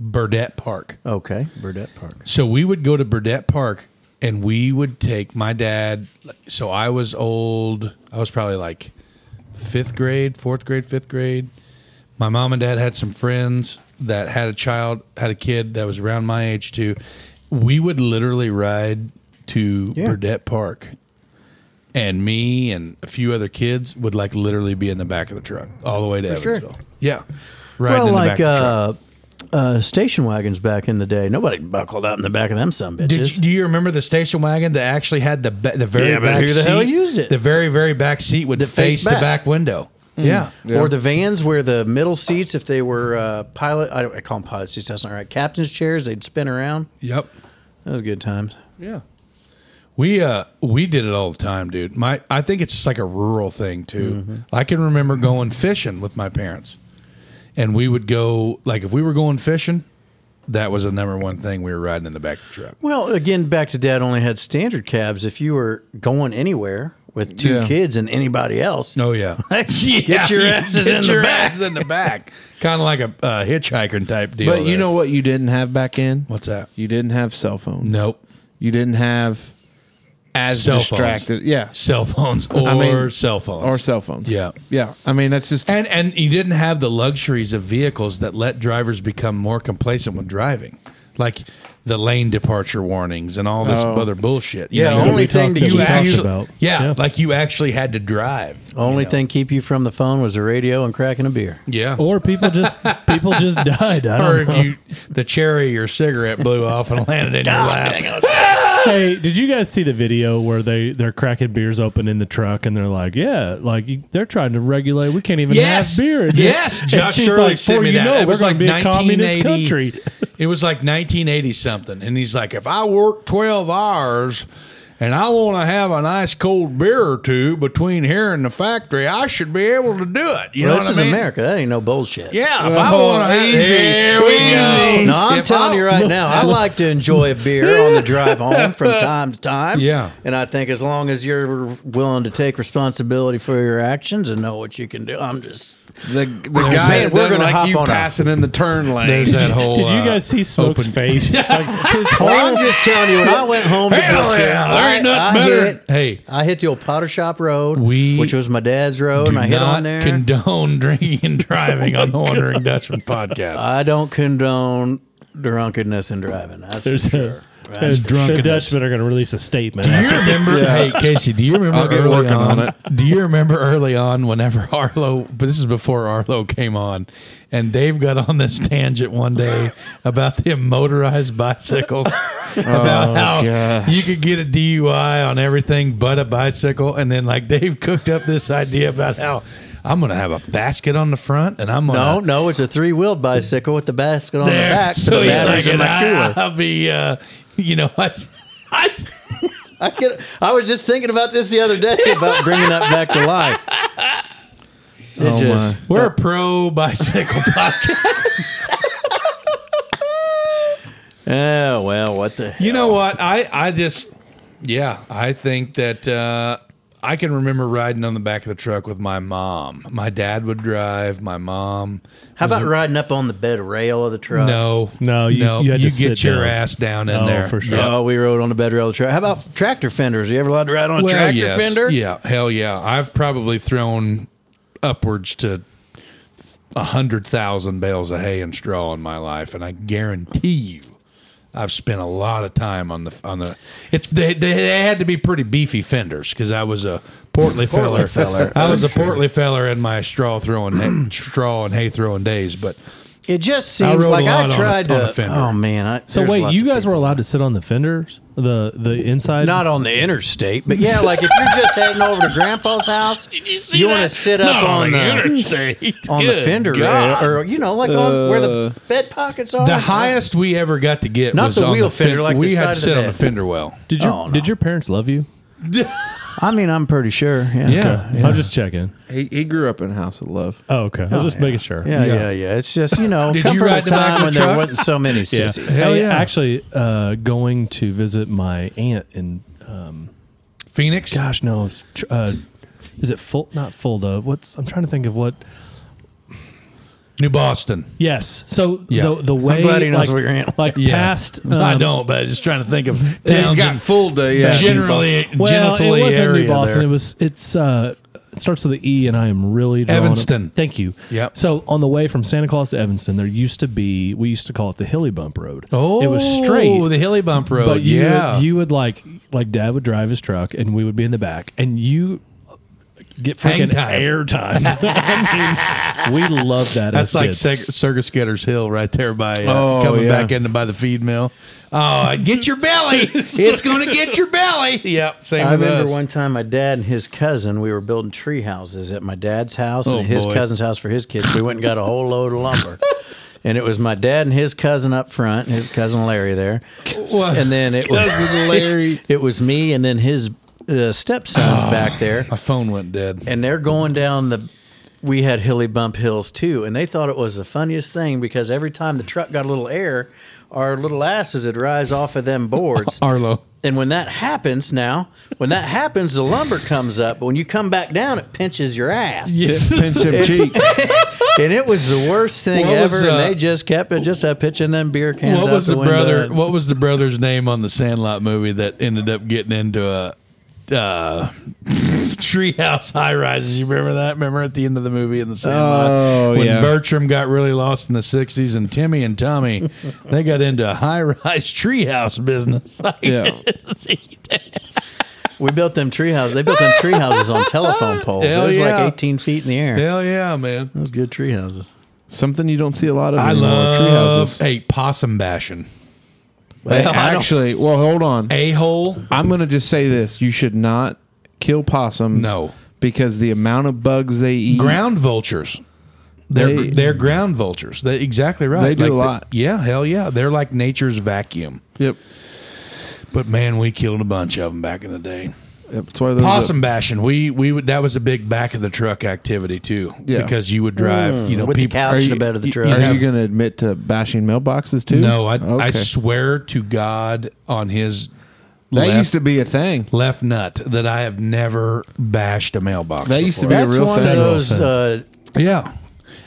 Burdett Park.
okay, Burdett Park.
So we would go to Burdett Park and we would take my dad. So I was old. I was probably like fifth grade, fourth grade, fifth grade. My mom and dad had some friends that had a child, had a kid that was around my age too. We would literally ride to
Yeah.
Burdett Park. And me and a few other kids would like literally be in the back of the truck all the way to
sure.
Evansville. Yeah. Riding
well,
in the
like
back of the truck.
uh, uh, station wagons back in the day, nobody buckled out in the back of them. Some bitches.
Did you, do you remember the station wagon that actually had the ba- the very
Yeah, but
back
who the
seat?
hell used it?
The very very back seat would
That
face
faced
the
back.
back window. Yeah.
Yeah.
Or the vans where the middle seats, if they were uh, pilot, I don't I call them pilot seats. That's not right. Captain's chairs, they'd spin around.
Yep.
That was good times.
Yeah. We uh we did it all the time, dude. My I think it's just like a rural thing too. I can remember going fishing with my parents, and we would go like if we were going fishing, that was the number one thing we were riding in the back of the truck.
Well, again, back to dad only had standard cabs. If you were going anywhere with two
Yeah.
kids and anybody else,
Oh yeah.
get your asses
Get
in
your
the back.
asses in the back, kind of like a uh, hitchhiking type deal.
But you
there.
know what you didn't have back in?
what's that?
You didn't have cell phones.
Nope.
You didn't have as
Cell phones.
distracted. Yeah.
cell phones or
I mean-
cell phones
Or cell phones.
Yeah.
Yeah. I mean, that's just.
and and you didn't have the luxuries of vehicles that let drivers become more complacent when driving like the lane departure warnings and all this
Oh.
other bullshit
Yeah,
You know,
only
we talked-
thing that
we
you
talked
actually-
about.
yeah, like you actually had to drive
Only thing keep you from the phone was the radio and cracking a beer.
yeah
Or people just people just died. I
or
don't
if
know.
you the cherry or cigarette blew off and landed in your lap
hey, did you guys see the video where they they're cracking beers open in the truck and they're like, yeah, like you, they're trying to regulate. We can't even
Yes.
have beer. And
Yes.
and
Josh
she's
Shirley
like,
sent
"Before
me
you
that.
know
It
we're
was
gonna
like
be a communist
1980.
country.
it was like 1980 something and he's like if i work 12 hours and i want to have a nice cold beer or two between here and the factory i should be able to do it you
Well,
know
this
what
is
I mean?
America. That ain't no bullshit.
yeah if i want to have
easy,
here we go
No, I'm
If
telling
I-
you right now, I like to enjoy a beer on the drive home from time to time.
Yeah.
And I think as long as you're willing to take responsibility for your actions and know what you can do, I'm just.
The, the guy
saying,
that
we're
doesn't
gonna
like
hop
you
on a-
passing in the turn lane.
there's that whole
Did you
uh,
guys see Smoke's
open-
face? Like, his whole-
I'm just telling you, when I went home to
Hell
Butcher,
yeah, there ain't nothing
I, I
better.
Hit,
Hey.
I hit the old Powder Shop Road,
We
which was my dad's road,
do
and I hit
not
on there.
condone drinking and driving on the wandering dutchman podcast
I don't condone drunkenness and driving. That's for
there's a,
sure.
a-
That's for
the
drunkenness.
Dutchmen are going to release a statement.
Do you remember? Hey, Casey, do you remember
get
early
working
on?
on
Do you remember early on whenever Arlo? But this is before Arlo came on, and Dave got on this tangent one day about them motorized bicycles,
Oh,
about how
gosh.
you could get a DUI on everything but a bicycle, and then like Dave cooked up this idea about how. I'm gonna have a basket on the front, and I'm
No,
gonna
no, it's a three-wheeled bicycle with the basket on
there.
the back.
so
the
he's
batteries
like, and
in my
I,
cooler.
I'll be, uh, you know, I, I,
I, get, I was just thinking about this the other day about bringing that back to life. It
Oh,
just,
we're a pro bicycle podcast.
oh well, what the hell?
You know what? I, I just, yeah, I think that uh, I can remember riding on the back of the truck with my mom. My dad would drive. My mom.
How
was
about
a-
riding up on the bed rail of the truck?
No,
Uh, No, you- you had to
get
sit
your
down.
ass down in
Oh,
there
for sure.
Yeah.
Oh, we rode on the bed rail of the truck. How about tractor fenders? You ever allowed to ride on a
Well,
tractor
yes.
fender?
Yeah, hell yeah. I've probably thrown upwards to a hundred thousand bales of hay and straw in my life, and I guarantee you, I've spent a lot of time on the on the. It's they they, they had to be pretty beefy fenders because I was a portly feller. feller. I was a portly feller in my straw throwing straw and hay throwing days, but
It just
I
seems
rode a
like
lot on
I
a-
tried
on a
to.
fender.
oh man! I,
So
there's
wait,
lots
you
of
guys
people.
were allowed to sit on the fenders, the the inside.
not on the interstate, but yeah, like if you're just heading over to Grandpa's house, you, want to sit up on the on the fender rail, or you know, like on where the bed pockets are.
Uh, the highest we ever got to get
Oh, Not
was
the
on
wheel
the fen-
fender, like
we
the
had
side
to
of the
sit on the
bed.
fender well.
did your
Oh, no.
did your parents love you?
I mean, I'm pretty sure. Yeah,
Yeah,
I'm just checking.
He, he grew up in a house of love.
Oh, okay. I was just making sure.
yeah, yeah, yeah, It's just you know,
Did
come
you
from
ride
a
the back
time
of
when
the
there
truck?
wasn't so many sissies.
Hell
Hey,
yeah.
Actually, uh, going to visit my aunt in
Phoenix.
gosh no it's, tr- uh, is it full not fulda what's i'm trying to think of what
New Boston.
yes so
Yeah.
the the way
glad he knows
like,
where you're at.
like
Yeah.
past um,
I don't, but I'm just trying to think of towns.
He's got
in-
full day. Yeah.
generally,
well
genitally
it wasn't
area
new boston
there.
it was it's uh it starts with an E, and I am really drawing a-
Evanston.
Thank you.
Yep.
So on the way from Santa Claus to Evanston, there used to be we used to call it the Hilly Bump Road.
oh,
it was straight.
the hilly bump road.
But you,
yeah,
would, you would like like dad would drive his truck and we would be in the back and you get
Hang
freaking
time.
air time. I mean, we love that.
that's
as
like
kids.
Seg- Circus Getters Hill right there by uh,
Oh,
coming
yeah.
back into by the feed mill. Oh, get your belly! it's going to get your belly. Yep, same
I
with
remember
us.
one time my dad and his cousin, we were building tree houses at my dad's house
Oh,
and his
boy.
cousin's house for his kids. We went and got a whole load of lumber. And it was my dad and his cousin up front, his cousin Larry there,
Well,
and then it was Larry. It was me, and then his uh, stepson's
Oh,
back there,
My phone went dead.
and they're going down the. We had hilly bump hills too, and they thought it was the funniest thing because every time the truck got a little air, our little asses would rise off of them boards.
Arlo.
And when that happens now, when that happens, the lumber comes up. But when you come back down, it pinches your ass.
Pinch him cheek.
And it was the worst thing
What
ever.
was,
and
uh,
they just kept it, just uh, pitching them beer cans
What
out
was the,
window.
brother? What was the brother's name on the Sandlot movie that ended up getting into a uh, treehouse high rises? You remember that? Remember at the end of the movie in the Sandlot
Oh,
when
yeah.
Bertram got really lost in the '60s, and Timmy and Tommy they got into a high rise treehouse business.
Yeah.
we built them tree houses. They built them tree houses on telephone poles.
Hell
it was
yeah.
like 18 feet in the air.
Hell yeah, man!
Those good tree houses.
Something you don't see a lot of
I
anymore.
love
treehouses.
hey possum bashing.
Hey,
Well, I don't-
actually, well, hold on.
A hole.
I'm going to just say this. You should not kill possums.
No.
Because the amount of bugs they eat.
ground vultures. They're
They-
they're ground vultures. They're exactly right.
They do
Like
a lot.
yeah, hell yeah. They're like nature's vacuum.
Yep.
But man, we killed a bunch of them back in the day.
yep. That's why those
Possum bashing. We we would, that was a big back of the truck activity too.
Yeah.
Because you would drive. You know,
with the
people.
couch
Are
in
you-
the bed of the
you-
truck.
you
Are
have-
you going to admit to bashing mailboxes too?
no, I I
Okay.
swear to God on his
that
left,
used to be a thing.
left nut that I have never bashed a mailbox.
That used to
before.
be a
That's
real
one
thing.
of those.
Federal
Uh,
Yeah.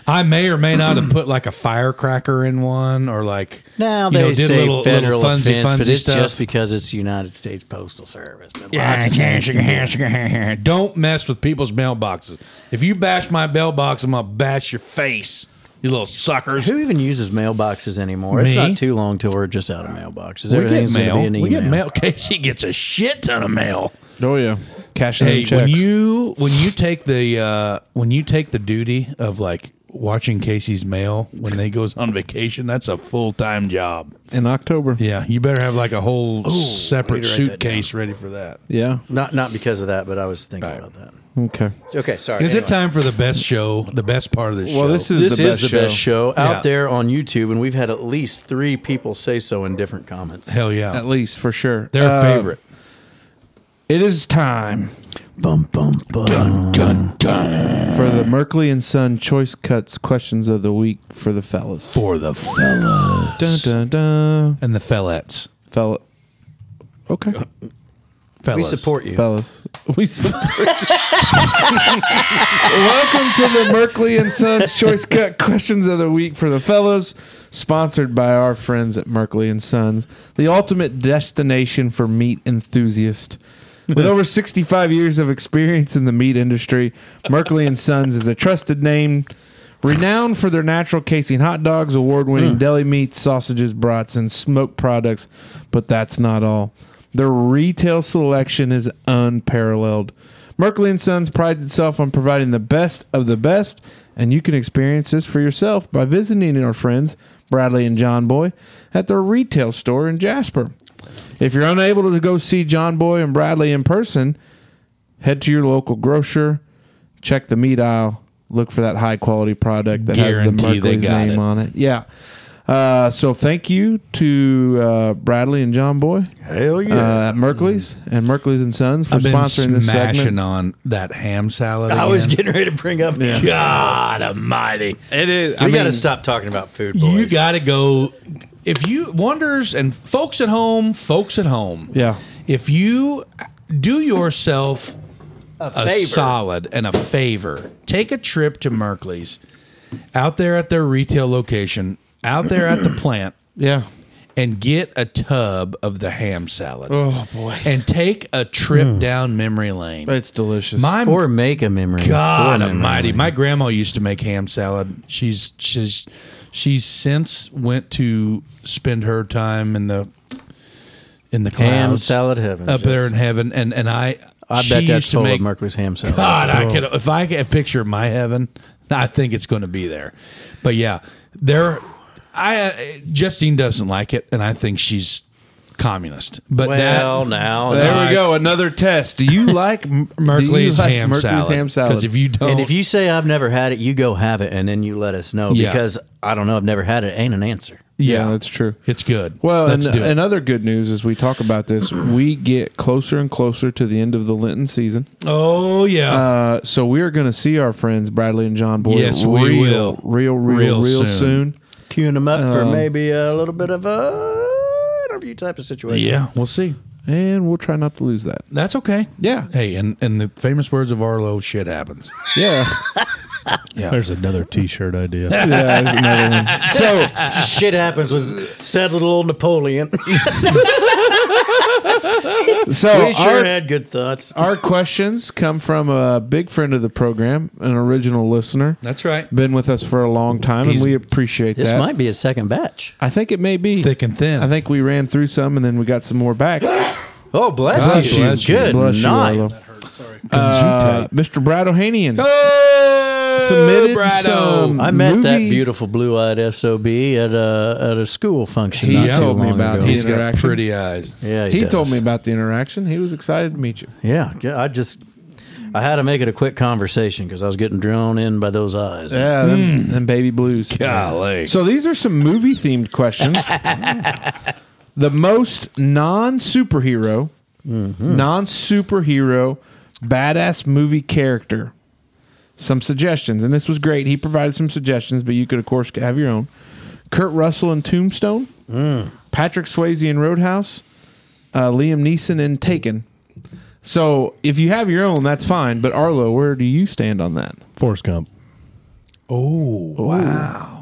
I may or may not have put like a firecracker in one or like
now
you
they
know, did
say
little,
federal
little funsy
offense,
funsy
but it's
stuff.
just because it's the United States Postal Service. But lots of-
Yeah, Don't mess with people's mailboxes. If you bash my mailbox, I'm gonna bash your face, you little suckers.
Who even uses mailboxes anymore?
Me.
It's not too long till we're just out of mailboxes.
We get
Everything's going to
mail.
be an email.
We get mail. Casey gets a shit ton of mail.
Oh yeah, cashing
Hey,
in checks.
when you when you take the uh, when you take the duty of like watching Casey's mail when they goes on vacation, that's a full time job.
in October.
Yeah, you better have like a whole separate
need to write that
suitcase ready for that.
Yeah.
Not not because of that, but I was thinking about that.
Okay.
Okay, sorry.
Is it
anyway.
time for the best show? The best part of this show.
Well, this is
This
the
is
best
the
show.
best show out
Yeah.
there on YouTube, and we've had at least three people say so in different comments.
hell yeah.
At least for sure.
Their
Uh,
favorite.
It is time
Bum bum bum.
Dun dun
for the Merkley and Son Choice Cuts questions of the week for the fellas.
for the fella
Dun dun dun.
and the fellettes.
Fella. Okay.
We
Fellas.
support you.
Fellas. We support you. Welcome to the Merkley and Sons Choice Cut Questions of the Week for the Fellas, sponsored by our friends at Merkley and Sons, the ultimate destination for meat enthusiasts. With over 65 years of experience in the meat industry, Merkley and Sons is a trusted name Renowned for their natural casing hot dogs, award winning deli meats, sausages, brats, and smoked products, but that's not all. Their retail selection is unparalleled. Merkley & Sons prides itself on providing the best of the best, and you can experience this for yourself by visiting our friends, Bradley and John Boy, at their retail store in Jasper. If you're unable to go see John Boy and Bradley in person, head to your local grocer, check the meat aisle, look for that high quality product that has
Guarantee
the
they
Merkley's
got
name
it.
on it. Yeah. Uh, so thank you to uh, Bradley and John Boy
Hell
uh, at Merkley's and Merkley's and Sons for
I've been
sponsoring this
smashing
segment.
on that ham salad.
I
Uh,
was
again.
getting ready to bring up. God Almighty!
It is.
We got to stop talking about food, boys.
You got to go. If you wonders and folks at home, folks at home.
Yeah.
If you do yourself a,
favor.
solid and a favor, take a trip to Merkley's out there at their retail location, out there at the plant,
Yeah.
and get a tub of the ham salad.
Oh boy, Mm.
And take a trip down memory lane.
it's delicious.
My
or make a memory.
God
Or a memory.
Almighty! My grandma used to make ham salad. She's she's she's since went to spend her time in the in the clouds,
ham salad heaven.
up
Just-
there in heaven, and and I
I
she
bet that's
used to
full
make
of Mercury's ham salad.
God, I could if I could picture my heaven, I think it's going to be there. But yeah, there. I uh, Justine doesn't like it, and I think she's communist. But
well,
that,
now
there
now-
we go. Another test. Do you like m- do you
Merkley's
like
ham,
Merkley's
salad.
ham salad?
Because if you don't,
And if you say I've never had it, you go have it, and then you let us know
Yeah.
because I don't know. I've never had it. Ain't an answer.
yeah, that's true.
it's good.
Well, and,
Let's do it.
and other good news as we talk about this, we get closer and closer to the end of the Linton season.
oh yeah.
Uh, so we are going to see our friends Bradley and John Boyd.
Yes,
real,
we will.
Real, real, real,
Real
soon.
soon.
Queuing them up for maybe a little bit of a interview type of situation.
Yeah, we'll see.
and we'll try not to lose that.
That's okay.
Yeah,
Hey, and and the famous words of Arlo, shit happens.
yeah,
There's another T-shirt idea.
yeah. there's another one. So
Oh, Shit happens with sad little old Napoleon.
So
we sure
our,
had good thoughts.
our questions come from a big friend of the program, an original listener.
That's right.
Been with us for a long time,
He's-
and we appreciate
This
that.
might be a second batch.
I think it may be.
Thick and thin.
I think we ran through some, and then we got some more back.
Oh, bless,
Bless
you.
you. Bless you.
Good
Bless you,
night.
Arlo. Uh, Mr. Brad Ohanian
Oh,
submitted some
Um, I met that
movie-
beautiful blue-eyed sob at a at a school function.
He
not too
told me
long
about
ago.
his-
He's got
interaction.
pretty eyes.
Yeah,
He
does.
told me about the interaction. He was excited to meet you.
Yeah, yeah, I just I had to make it a quick conversation because I was getting drawn in by those eyes.
Yeah, them, them baby blues.
Golly.
Hmm. So these are some movie themed questions. the most non superhero, non superhero, badass movie character. Some suggestions, and this was great. He provided some suggestions, but you could, of course, have your own. Kurt Russell in Tombstone, Patrick Swayze in Roadhouse, uh, Liam Neeson in Taken. So if you have your own, that's fine. But Arlo, where do you stand on that?
Forrest Gump.
Oh wow.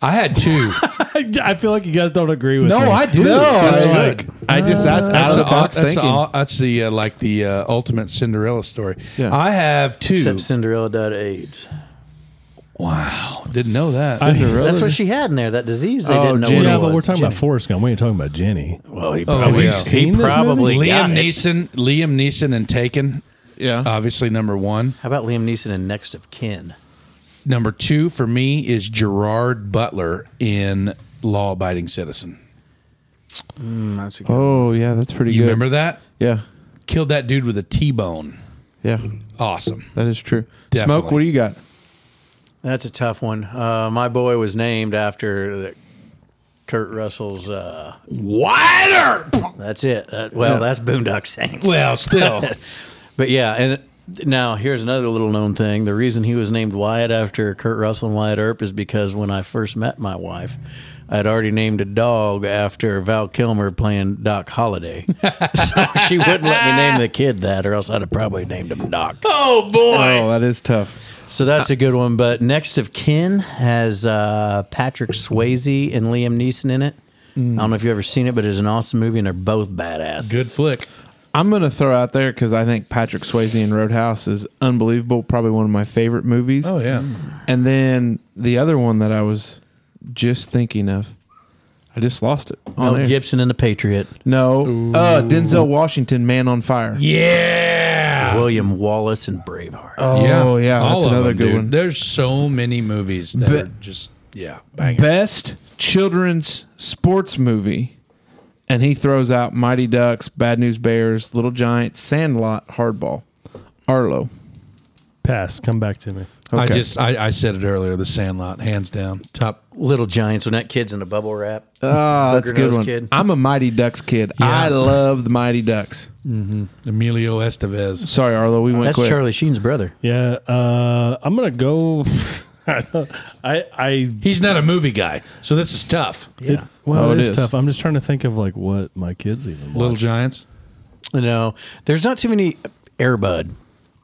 I had two.
I, I feel like you guys don't agree with me.
No, Oh, I do.
No,
that's
that's
like, I just that's
Uh,
out
That's
of the
the, that's
box
the,
thinking.
all- that's the uh, like the uh, ultimate Cinderella story.
Yeah.
I have two.
Except Cinderella died of AIDS.
wow, didn't know that.
That's what she had in there. that disease. They
Oh,
didn't know
Jenny.
what
Yeah,
it was.
but we're talking about
Jenny.
Forrest Gump. We ain't talking about Jenny.
Well, Oh, he
probably-
probably,
yeah.
Seen
he
this
probably
movie?
got
Liam
it.
Neeson, Liam Neeson, and Taken.
yeah.
Obviously, number one.
How about Liam Neeson and Next of Kin?
Number two for me is Gerard Butler in Law Abiding Citizen.
That's a good
oh yeah, that's pretty
You
good.
remember that?
Yeah,
Killed that dude with a T-bone.
yeah,
Awesome.
that is true.
Definitely.
Smoke, what do you got?
That's a tough one. Uh, my boy was named after the Kurt Russell's. Uh,
Wider.
that's it. That- well,
Yeah.
that's Boondock Saints.
Well, still.
But yeah, and now here's another little known thing. The reason he was named Wyatt after Kurt Russell and Wyatt Earp is because when I first met my wife, I had already named a dog after Val Kilmer playing Doc Holliday. so she wouldn't let me name the kid that, or else I'd have probably named him Doc.
oh boy.
Oh, that is tough.
So that's a good one. But next of kin has uh, Patrick Swayze and Liam Neeson in it. I don't know if you've ever seen it, but it's an awesome movie, and they're both badass.
Good flick.
I'm going to throw out there because I think Patrick Swayze in Roadhouse is unbelievable. Probably one of my favorite movies.
Oh yeah.
And then the other one that I was just thinking of, I just lost it. on
Oh,
Mel
air.
Gibson and the Patriot.
No. Uh, Denzel Washington, Man on Fire.
Yeah.
William Wallace and Braveheart.
Oh, yeah, that's
of
another
them,
good
dude.
one.
There's so many movies that
But-
are just yeah, banging.
Best children's sports movie. And he throws out Mighty Ducks, Bad News Bears, Little Giants, Sandlot, Hardball, Arlo.
Pass. Come back to me.
I
Okay.
just I, I said it earlier. The Sandlot, hands down, top.
Little Giants when that kid's in a bubble wrap.
Ah, that's a
Booger
good
nose
one.
kid.
I'm a Mighty Ducks kid. I love the Mighty Ducks.
Emilio Estevez.
Sorry, Arlo, we went
That's
quick.
Charlie Sheen's brother.
Yeah. Uh, I'm gonna go. I don't- I. I
He's not a movie guy, so this is tough.
Yeah.
It, well,
Oh,
it
it
is,
is.
tough. I'm just trying to think of like what my kids even
Little
watch.
Giants.
No, there's not too many Airbud.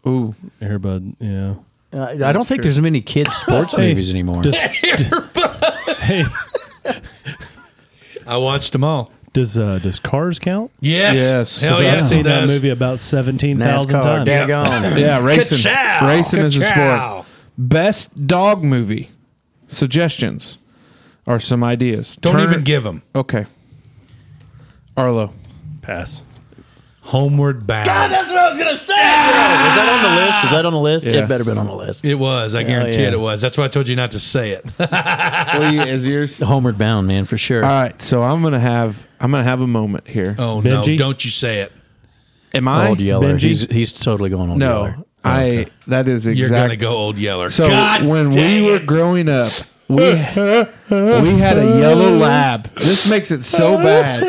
Ooh,
Airbud. Yeah.
Uh, I don't think there's many kids sports movies anymore.
Does hey,
I watched them all.
does uh, does Cars count?
Yes.
Yes.
Hell
'Cause
Oh, yes.
I've
it
seen that
does.
movie about seventeen thousand
NASCAR,
times.
daggone.
yeah, racing.
Ka-chow!
Racing is a
Ka-chow!
sport. Best dog movie suggestions or some ideas.
Don't
Turner-
even give them.
Okay. Arlo.
Pass.
Homeward Bound.
That's what I was gonna say. Is that on the list? Is that on the list? It better been on the list.
It was. I guarantee
yeah.
it. It was. That's why I told you not to say it.
is yours? All
Homeward Bound, man, for sure.
right, so I'm gonna have I'm gonna have a moment here.
oh no!
Benji?
Don't you say it.
Am I?
old Yeller.
Benji?
He's, he's totally going on
no,
Yeller.
I. That is
You're
exactly.
gonna go Old Yeller.
So
God
when we
dang
were
it.
growing up, we we had a yellow lab. This makes it so bad.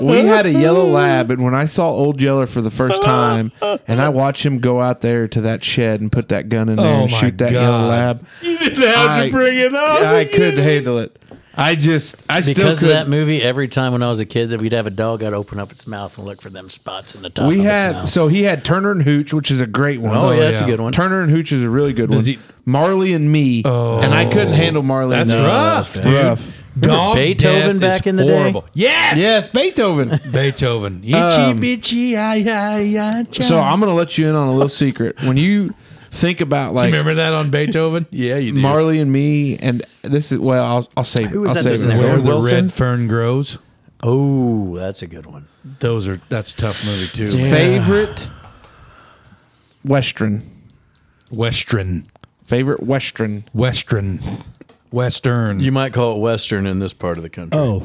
We had a yellow lab, and when I saw Old Yeller for the first time, and I watched him go out there to that shed and put that gun in there
Oh
and
my
shoot that
God.
yellow lab,
You didn't have
I- bring
it
I couldn't handle it. I just, I still
Because of that
could.
movie, every time when I was a kid, that we'd have a dog, I'd open up its mouth and look for them spots in the top.
We
of
had
its mouth.
so he had Turner and Hooch, which is a great one.
Oh, yeah, that's
yeah.
a good one.
Turner and Hooch is a really good one.
he- Oh.
Marley and Me, and I couldn't handle Marley.
That's
and Me.
rough, dude.
Rough.
Remember
Dog
Beethoven
death is
back in the day?
horrible. Yes.
Yes, Beethoven.
Beethoven. Ichi
Um,
bichi ai ai ai. cha.
So I'm gonna let you in on a little secret. When you think about
You
like
remember that on Beethoven? yeah, you do.
Marley and me, and this is well, I'll, I'll save.
Who was
I'll
that
save
doesn't
it.
have-
Where
Owen
the
Wilson?
red fern grows.
Oh, that's a good one.
Those are that's a tough movie too.
Favorite western.
Western,
Favorite western.
western, western.
You might call it Western in this part of the country.
Oh.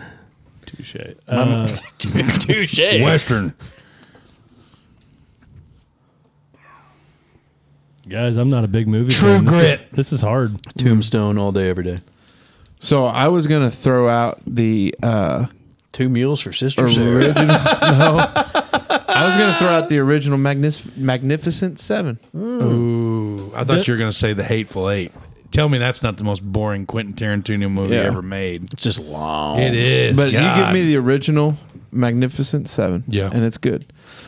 Touche. Uh,
Touche.
western.
guys, I'm not a big movie.
True
fan. This is-
Grit.
this is hard.
Tombstone all day, every day.
So I was gonna throw out the uh,
Two mules for sisters.
original. no, I was gonna throw
Uh,
out the original Magnis- Magnificent Seven.
Ooh, I thought you were going to say The Hateful Eight. Tell me that's not the most boring Quentin Tarantino movie
Yeah. Oh,
ever made.
It's just long.
It is.
But you give
God.
me the original Magnificent Seven,
Yeah.
and it's good.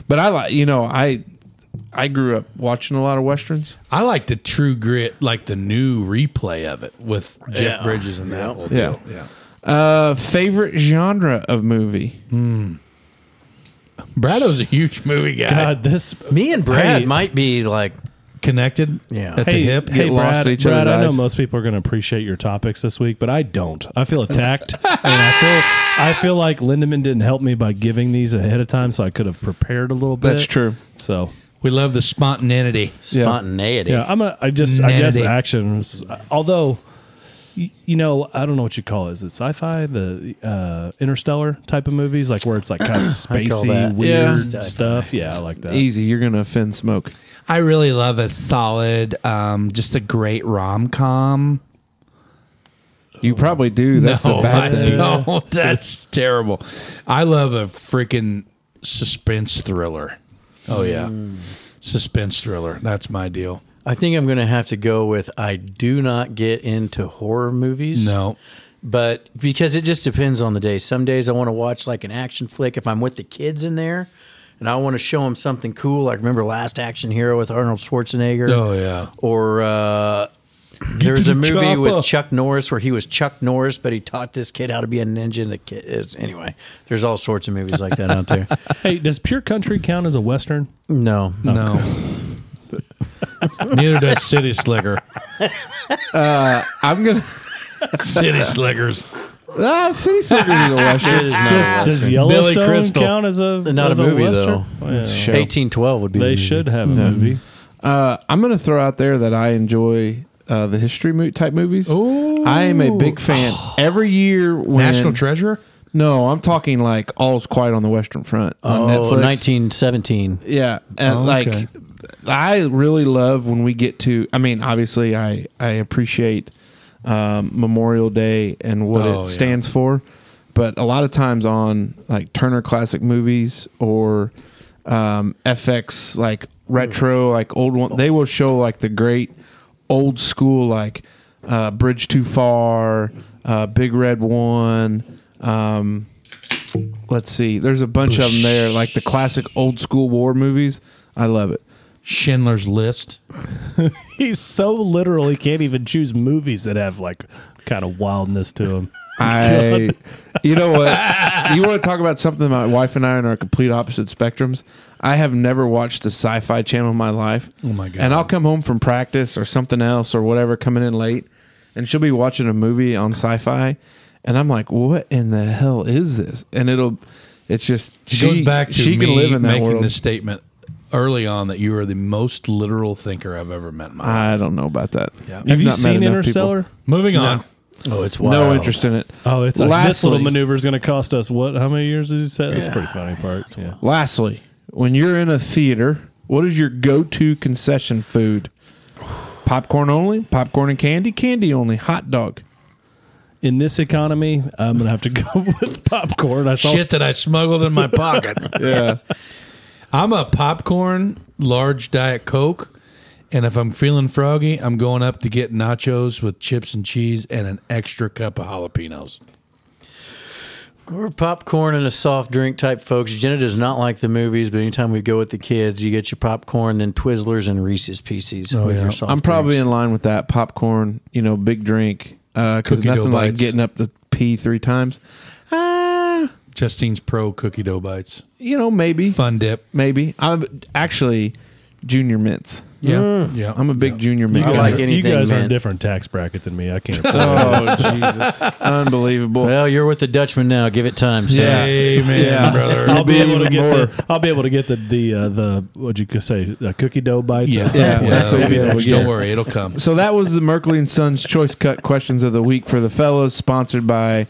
But I like, you know, I I grew up watching a lot of westerns.
I like the True Grit, like the new replay of it with Jeff
Yeah.
Bridges and that whole
Yeah.
deal. Yeah.
Uh, favorite genre of movie?
Brado's a huge movie guy.
God, this
Me and Brad
Hey.
might be like
Connected.
Yeah.
At
hey,
the hip.
Hey,
Get lost
Brad,
in each
Brad
other's
I know
eyes.
most people are going to appreciate your topics this week, but I don't. I feel attacked, and I feel I feel like Lindemann didn't help me by giving these ahead of time, so I could have prepared a little bit.
That's true.
So
We love the spontaneity.
spontaneity.
yeah, I'm a. I just I guess
Nanity.
action was although. y- You know, I don't know what you call it. Is it sci-fi, the uh, interstellar type of movies, like where it's like kind of spacey,
that
weird
sci-fi.
stuff? Yeah, I like that.
Easy, you're gonna offend Smoke.
I really love a solid, um, just a great rom com.
You probably do. That's the bad
I
thing.
don't. That's terrible. I love a freaking suspense thriller. Oh yeah, suspense thriller. That's my deal.
I think I'm going to have to go with I do not get into horror movies.
No,
But because it just depends on the day. Some days I want to watch like an action flick if I'm with the kids in there and I want to show them something cool. Like remember Last Action Hero with Arnold Schwarzenegger?
Oh, yeah.
Or uh, There was
to
a
the
movie
chopper.
with Chuck Norris where he was Chuck Norris, but he taught this kid how to be a ninja. And the kid is, anyway, there's all sorts of movies like that out there.
Hey, does Pure Country count as a Western?
No,
No. Neither does City Slicker.
I'm gonna.
City Slickers.
Ah, City Slickers is a
it
western.
is not. a
Does, does
Western.
Yellowstone
Crystal.
count as a
Not
as
a movie,
Western?
though.
Well,
Show.
1812 would be.
They should have a movie.
Uh, I'm gonna throw out there that I enjoy uh, the history mo- type movies.
Ooh.
I am a big fan. Every year when
National Treasure?
No, I'm talking like All's Quiet on the Western Front on
Oh,
Netflix.
1917.
Yeah, and
Oh,
like
okay.
I really love when we get to. I mean, obviously, I I appreciate um, Memorial Day and what
Oh,
it
yeah.
stands for, but a lot of times on like Turner Classic Movies or um, FX like retro like old one, they will show like the great old school like uh, Bridge Too Far, uh, Big Red One. Um, let's see. There's a bunch of them there, like the classic old school war movies. I love it.
Schindler's List.
He's so literal he can't even choose movies that have like kind of wildness to them.
I, you know what? You want to talk about something? My wife and I are on our complete opposite spectrums. I have never watched the Sci-Fi Channel in my life. Oh
my God.
And I'll come home from practice or something else or whatever, coming in late, and she'll be watching a movie on Sci-Fi, and I'm like, "What in the hell is this?" And it'll, it's just
It
she
goes back to
she
me
can live in that
making
world.
this statement early on that you are the most literal thinker I've ever met in my life.
I don't know about that.
Yeah.
I've
Have
Have you
not met
seen
enough people.
Interstellar?
Moving on.
Oh, it's wild.
No interest in it.
Oh, it's like, this
lastly,
little maneuver is going to cost us what? How many years did he say? That's a pretty funny part. Yeah.
Lastly, when you're in a theater, what is your go-to concession food? Popcorn only, popcorn and candy, candy only, hot dog.
In this economy, I'm going to have to go with popcorn. I saw
Shit that I smuggled in my pocket.
Yeah,
I'm a popcorn, large Diet Coke, and if I'm feeling froggy, I'm going up to get nachos with chips and cheese and an extra cup of jalapenos.
We're popcorn and a soft drink type folks. Jenna does not like the movies, but anytime we go with the kids, you get your popcorn, then Twizzlers and Reese's Pieces. with your soft
Oh, I'm probably
drinks.
in line with that. Popcorn, you know, big drink. Because
Cookie dough
nothing like
bites.
getting up to pee three times. Ah,
Justine's Pro Cookie Dough Bites.
you know, maybe,
Fun dip.
maybe. I'm actually junior mints.
Yeah. Yeah.
Mm. I'm a big junior mint.
you
I
guys,
like
are, you
anything
guys are in
mint.
different tax bracket than me. I can't. afford it.
Oh Jesus! Unbelievable.
Well, you're with the Dutchman now. Give it time. Sam.
Yeah.
Amen,
Yeah.
brother.
I'll be
be
able to
even
get
more.
the. I'll be able to get the the uh, the what you could say the cookie dough bites.
Yeah,
at some
Yeah,
point.
that's what
I'll be
we
able to
always
get-
Don't worry, it'll come.
Um, So that was the Merkley and Sons Choice Cut Questions of the Week for the fellows, sponsored by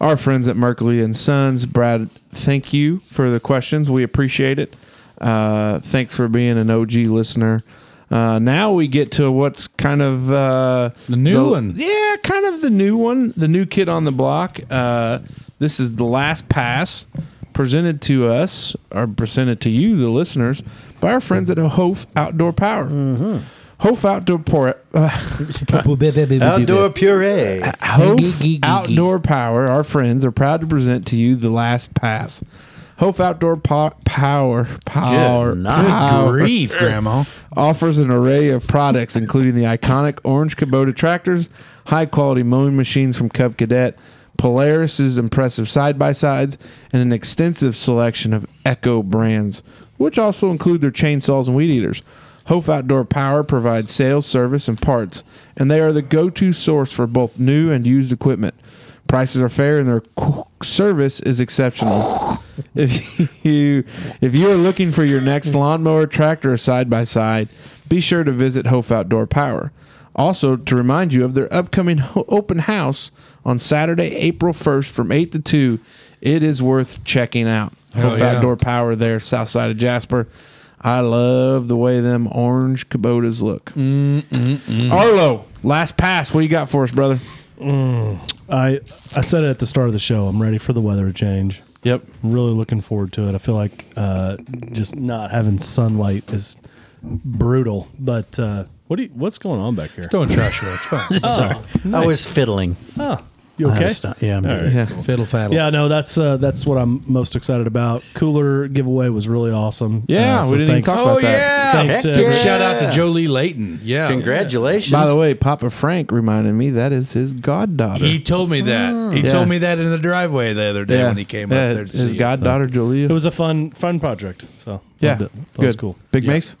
our friends at Merkley and Sons. Brad, thank you for the questions. We appreciate it. Uh, thanks for being an OG listener. Uh, now we get to what's kind of uh,
The new one.
Yeah, kind of the new one, the new kid on the block. Uh, this is the last pass presented to us or presented to you, the listeners, by our friends at Hof Outdoor Power. Hof Outdoor uh, Power.
Outdoor puree.
Hof Outdoor Power, our friends, are proud to present to you the last pass. Hof Outdoor po- Power Power
Good night.
Power
Grief, Grandma.
offers an array of products, including the iconic orange Kubota tractors, high quality mowing machines from Cub Cadet, Polaris's impressive side by sides, and an extensive selection of Echo brands, which also include their chainsaws and weed eaters. Hof Outdoor Power provides sales, service, and parts, and they are the go to source for both new and used equipment. Prices are fair and their service is exceptional. if you if you are looking for your next lawnmower, tractor, or side by side, be sure to visit Hof Outdoor Power. Also, to remind you of their upcoming ho- open house on Saturday, April 1st from 8 to 2, it is worth checking out.
Hell
Hof
yeah.
Outdoor Power there, south side of Jasper. I love the way them orange Kubotas look. Arlo, last pass. What you got for us, brother?
I I said it at the start of the show. I'm ready for the weather to change.
Yep.
I'm really looking forward to it. I feel like uh, just not having sunlight is brutal. But uh, what do you, what's going on back here?
Oh,
Don't trash her. It's fine.
I was fiddling.
Oh, You
I have
okay?
to stop. Yeah, I'm
All
good.
right.
Yeah.
Fiddle faddle.
Yeah, no, that's uh, that's what I'm most excited about. Cooler giveaway was really awesome.
Yeah,
Uh, so
we didn't even
thanks-
talk
Oh
about that.
yeah!
Thanks to
Heck
everyone.
Shout out to Jolie Layton. Yeah,
Congratulations.
By the way, Papa Frank reminded me that is his goddaughter.
He told me that. He
Yeah.
told me that in the driveway the other day when he came
Yeah,
up there. To
his
see it.
goddaughter Julia.
It was a fun fun project. So
yeah,
loved it. Thought it was
good,
cool.
Big
Yeah.
Mace.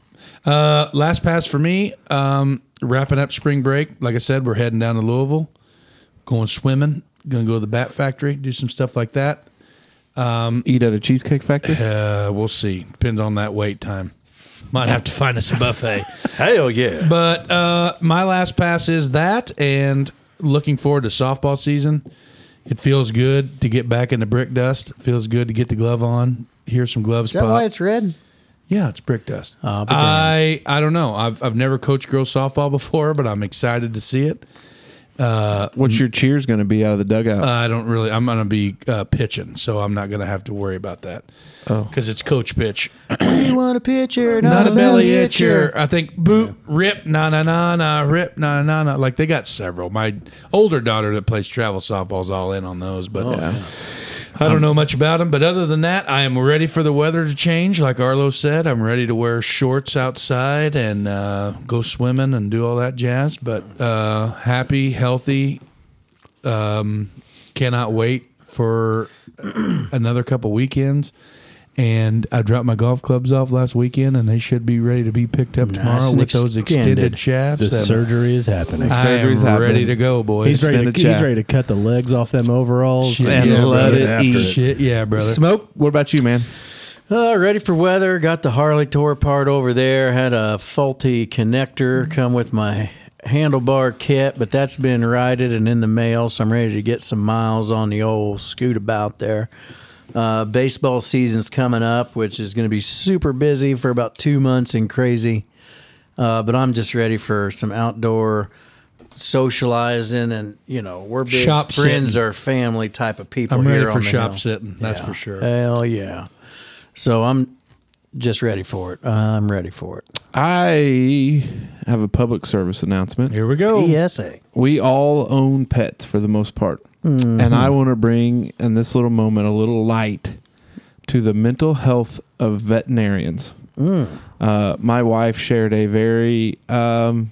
Uh, last pass for me. Um, wrapping up spring break. Like I said, we're heading down to Louisville, going swimming. Going to go to the Bat Factory, do some stuff like that.
Eat at a cheesecake factory.
Uh, we'll see. Depends on that wait time. Might have to find us a buffet.
hell yeah.
But uh, my last pass is that, and looking forward to softball season. It feels good to get back into brick dust. It feels good to get the glove on. Hear some gloves
Is that
pop.
why it's red?
yeah, it's brick dust.
Aw, be
I I don't know. I've I've never coached girls softball before, but I'm excited to see it.
What's your cheers going to be out of the dugout?
Uh,
Uh,
I don't really. I'm going to be uh, pitching, so I'm not going to have to worry about that. because it's coach pitch,
We want a pitcher,
not, a belly itcher. I think boot, rip, na na na na, rip, na na na. na. Like they got several. My older daughter that plays travel softball's all in on those, but I don't know much about them. But other than that, I am ready for the weather to change. Like Arlo said, I'm ready to wear shorts outside and uh, go swimming and do all that jazz. But uh, happy, healthy. Um, cannot wait for another couple weekends. And I dropped my golf clubs off last weekend, and they should be ready to be picked up
Nice
tomorrow
and
with those extended
extended.
shafts.
The
and
surgery is happening.
I am
Surgery's happening.
ready to go, boys.
He's ready,
extended
to, he's
chat.
ready to cut the legs off them overalls
Shit, And yeah,
let it eat.
after
Shit, yeah, brother.
Smoke. What about you, man?
Uh, ready for weather. Got the Harley tore apart over there. Had a faulty connector come with my handlebar kit, but that's been righted and in the mail, so I'm ready to get some miles on the old scoot about there. Uh, baseball season's coming up, which is going to be super busy for about two months and crazy. Uh, but I'm just ready for some outdoor socializing, and you know we're big
Shop
friends
sitting.
or family type of people.
I'm ready
here on
for
the
shop
hill.
sitting. That's for sure.
Hell yeah. So I'm just ready for it. I'm ready for it.
I have a public service announcement.
Here we go.
ESA.
we all own pets for the most part. And I want to bring in this little moment a little light to the mental health of veterinarians. Uh, my wife shared a very um,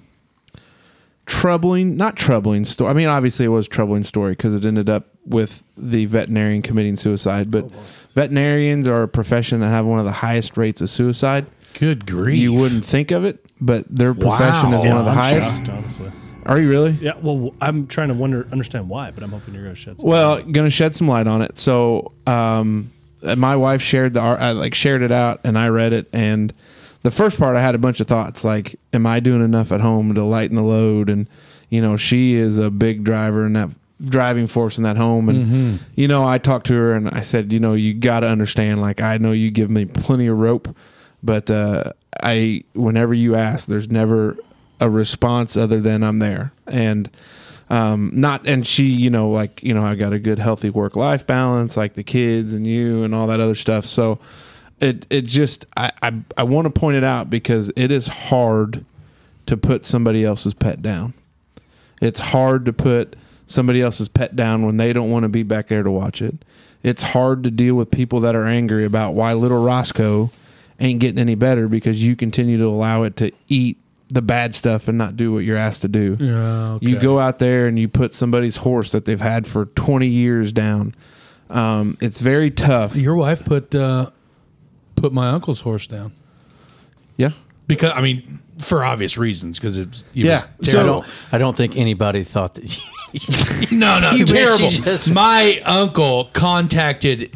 troubling, not troubling story. I mean, obviously it was a troubling story because it ended up with the veterinarian committing suicide. But veterinarians are a profession that have one of the highest rates of suicide.
Good grief.
You wouldn't think of it, but their
Wow.
profession is
Yeah,
one of the
I'm
highest.
shocked, honestly.
Are you really?
Yeah, well, I'm trying to wonder, understand why, but I'm hoping you're going to shed some.
Well, gonna shed some light on it. So, um, uh, my wife shared the ar- I like shared it out, and I read it. And the first part, I had a bunch of thoughts like, "Am I doing enough at home to lighten the load?" And you know, she is a big driver in that driving force in that home. And you know, I talked to her and I said, "You know, you got to understand. Like, I know you give me plenty of rope, but uh, I, whenever you ask, there's never a response other than I'm there." And um not and she you know like you know i got a good healthy work life balance like the kids and you and all that other stuff so it it just i i, I want to point it out because it is hard to put somebody else's pet down it's hard to put somebody else's pet down when they don't want to be back there to watch it it's hard to deal with people that are angry about why little roscoe ain't getting any better because you continue to allow it to eat the bad stuff and not do what you're asked to do
Yeah, okay.
you go out there and you put somebody's horse that they've had for 20 years down. Um, it's very tough.
Your wife put uh, put my uncle's horse down
yeah.
because I mean, for obvious reasons, because it's
Yeah.
I
So-
terrible.
don't, I don't think anybody thought that.
no, no,
You bet
terrible.
she just-
my uncle contacted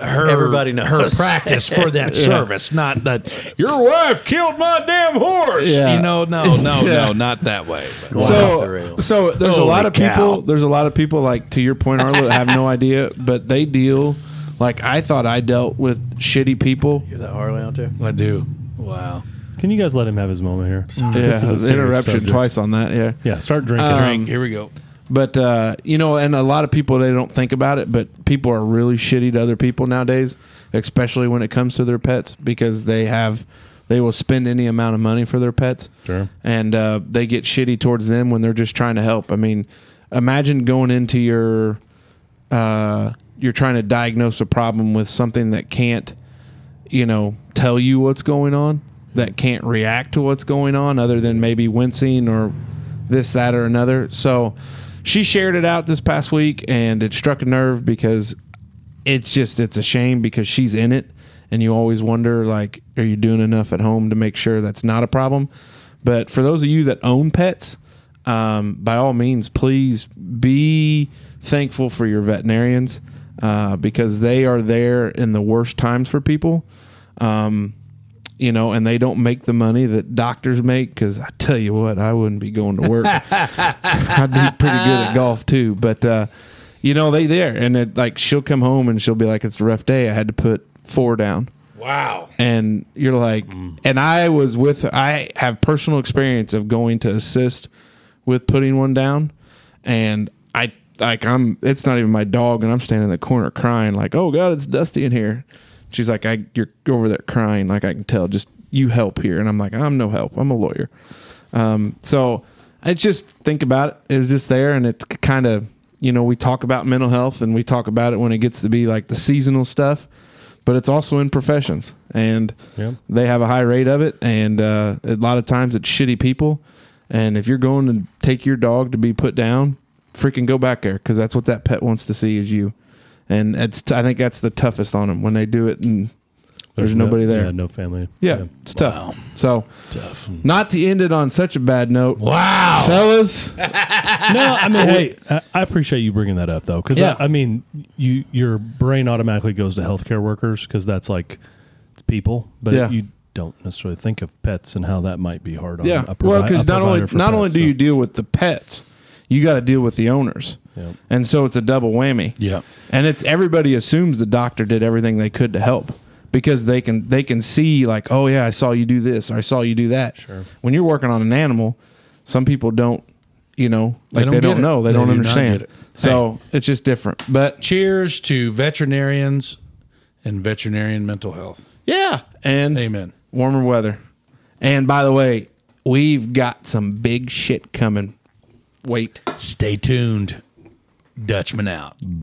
uh, her.
Everybody knows.
her practice for that service, not that your wife killed my damn horse.
Yeah.
You know, no, no,
Yeah.
no, not that way. But-
off the
So,
rails.
so there's a
Holy
lot of
cow.
people, there's a lot of people like to your point, Arlo, that have no idea, but they deal like I thought I dealt with shitty people.
You're the Harley out there?
I do. Wow.
Can you guys let him have his moment here?
Yeah.
This is a serious
Interruption
subject.
twice on that. Yeah. Um,
Yeah, start drinking.
Drink. Here we go.
But uh, you know, and a lot of people they don't think about it, but people are really shitty to other people nowadays, especially when it comes to their pets because they have they will spend any amount of money for their pets.
Sure.
And uh, they get shitty towards them when they're just trying to help. I mean, imagine going into your uh, you're trying to diagnose a problem with something that can't you know tell you what's going on that can't react to what's going on other than maybe wincing or this that or another so she shared it out this past week and it struck a nerve because it's just it's a shame because she's in it and you always wonder like are you doing enough at home to make sure that's not a problem but for those of you that own pets um, by all means please be thankful for your veterinarians uh, because they are there in the worst times for people um, you know and they don't make the money that doctors make because i tell you what i wouldn't be going to work I'd be pretty good at golf too. But uh, you know, they there and it like she'll come home and she'll be like, "It's a rough day. I had to put four down."
Wow.
and you're like and i was with i have personal experience of going to assist with putting one down and i like i'm it's not even my dog and i'm standing in the corner crying like oh god it's dusty in here she's like i you're over there crying like i can tell just you help here and i'm like i'm no help i'm a lawyer um so i just think about it it was just there and it's kind of you know we talk about mental health and we talk about it when it gets to be like the seasonal stuff but it's also in professions and
Yeah.
they have a high rate of it and uh, a lot of times it's shitty people and if you're going to take your dog to be put down freaking go back there because that's what that pet wants to see is you and it's I think that's the toughest on them when they do it and there's,
no-
nobody there
Yeah, no family.
yeah, it's tough so tough not to end it on such a bad note
Wow.
fellas
no, I mean, hey, I- I appreciate you bringing that up though, because
Yeah.
I, I mean, you your brain automatically goes to healthcare workers because that's like it's people, but
Yeah.
you don't necessarily think of pets and how that might be hard on.
yeah
a provi-
well
a
because not only
provider for
not only
pets,
do
so-
you deal with the pets you got to deal with the owners
Yep.
and so it's a double whammy
Yeah.
and it's everybody assumes the doctor did everything they could to help because they can they can see like oh yeah i saw you do this or i saw you do that sure when you're working on an animal some people don't you know like
don't
they
get
don't
it.
know they,
They
don't
do not
understand
get it.
so it's just different but
Cheers to veterinarians and veterinarian mental health.
yeah and
Amen.
warmer weather and by the way we've got some big shit coming wait
Stay tuned. Dutchman out.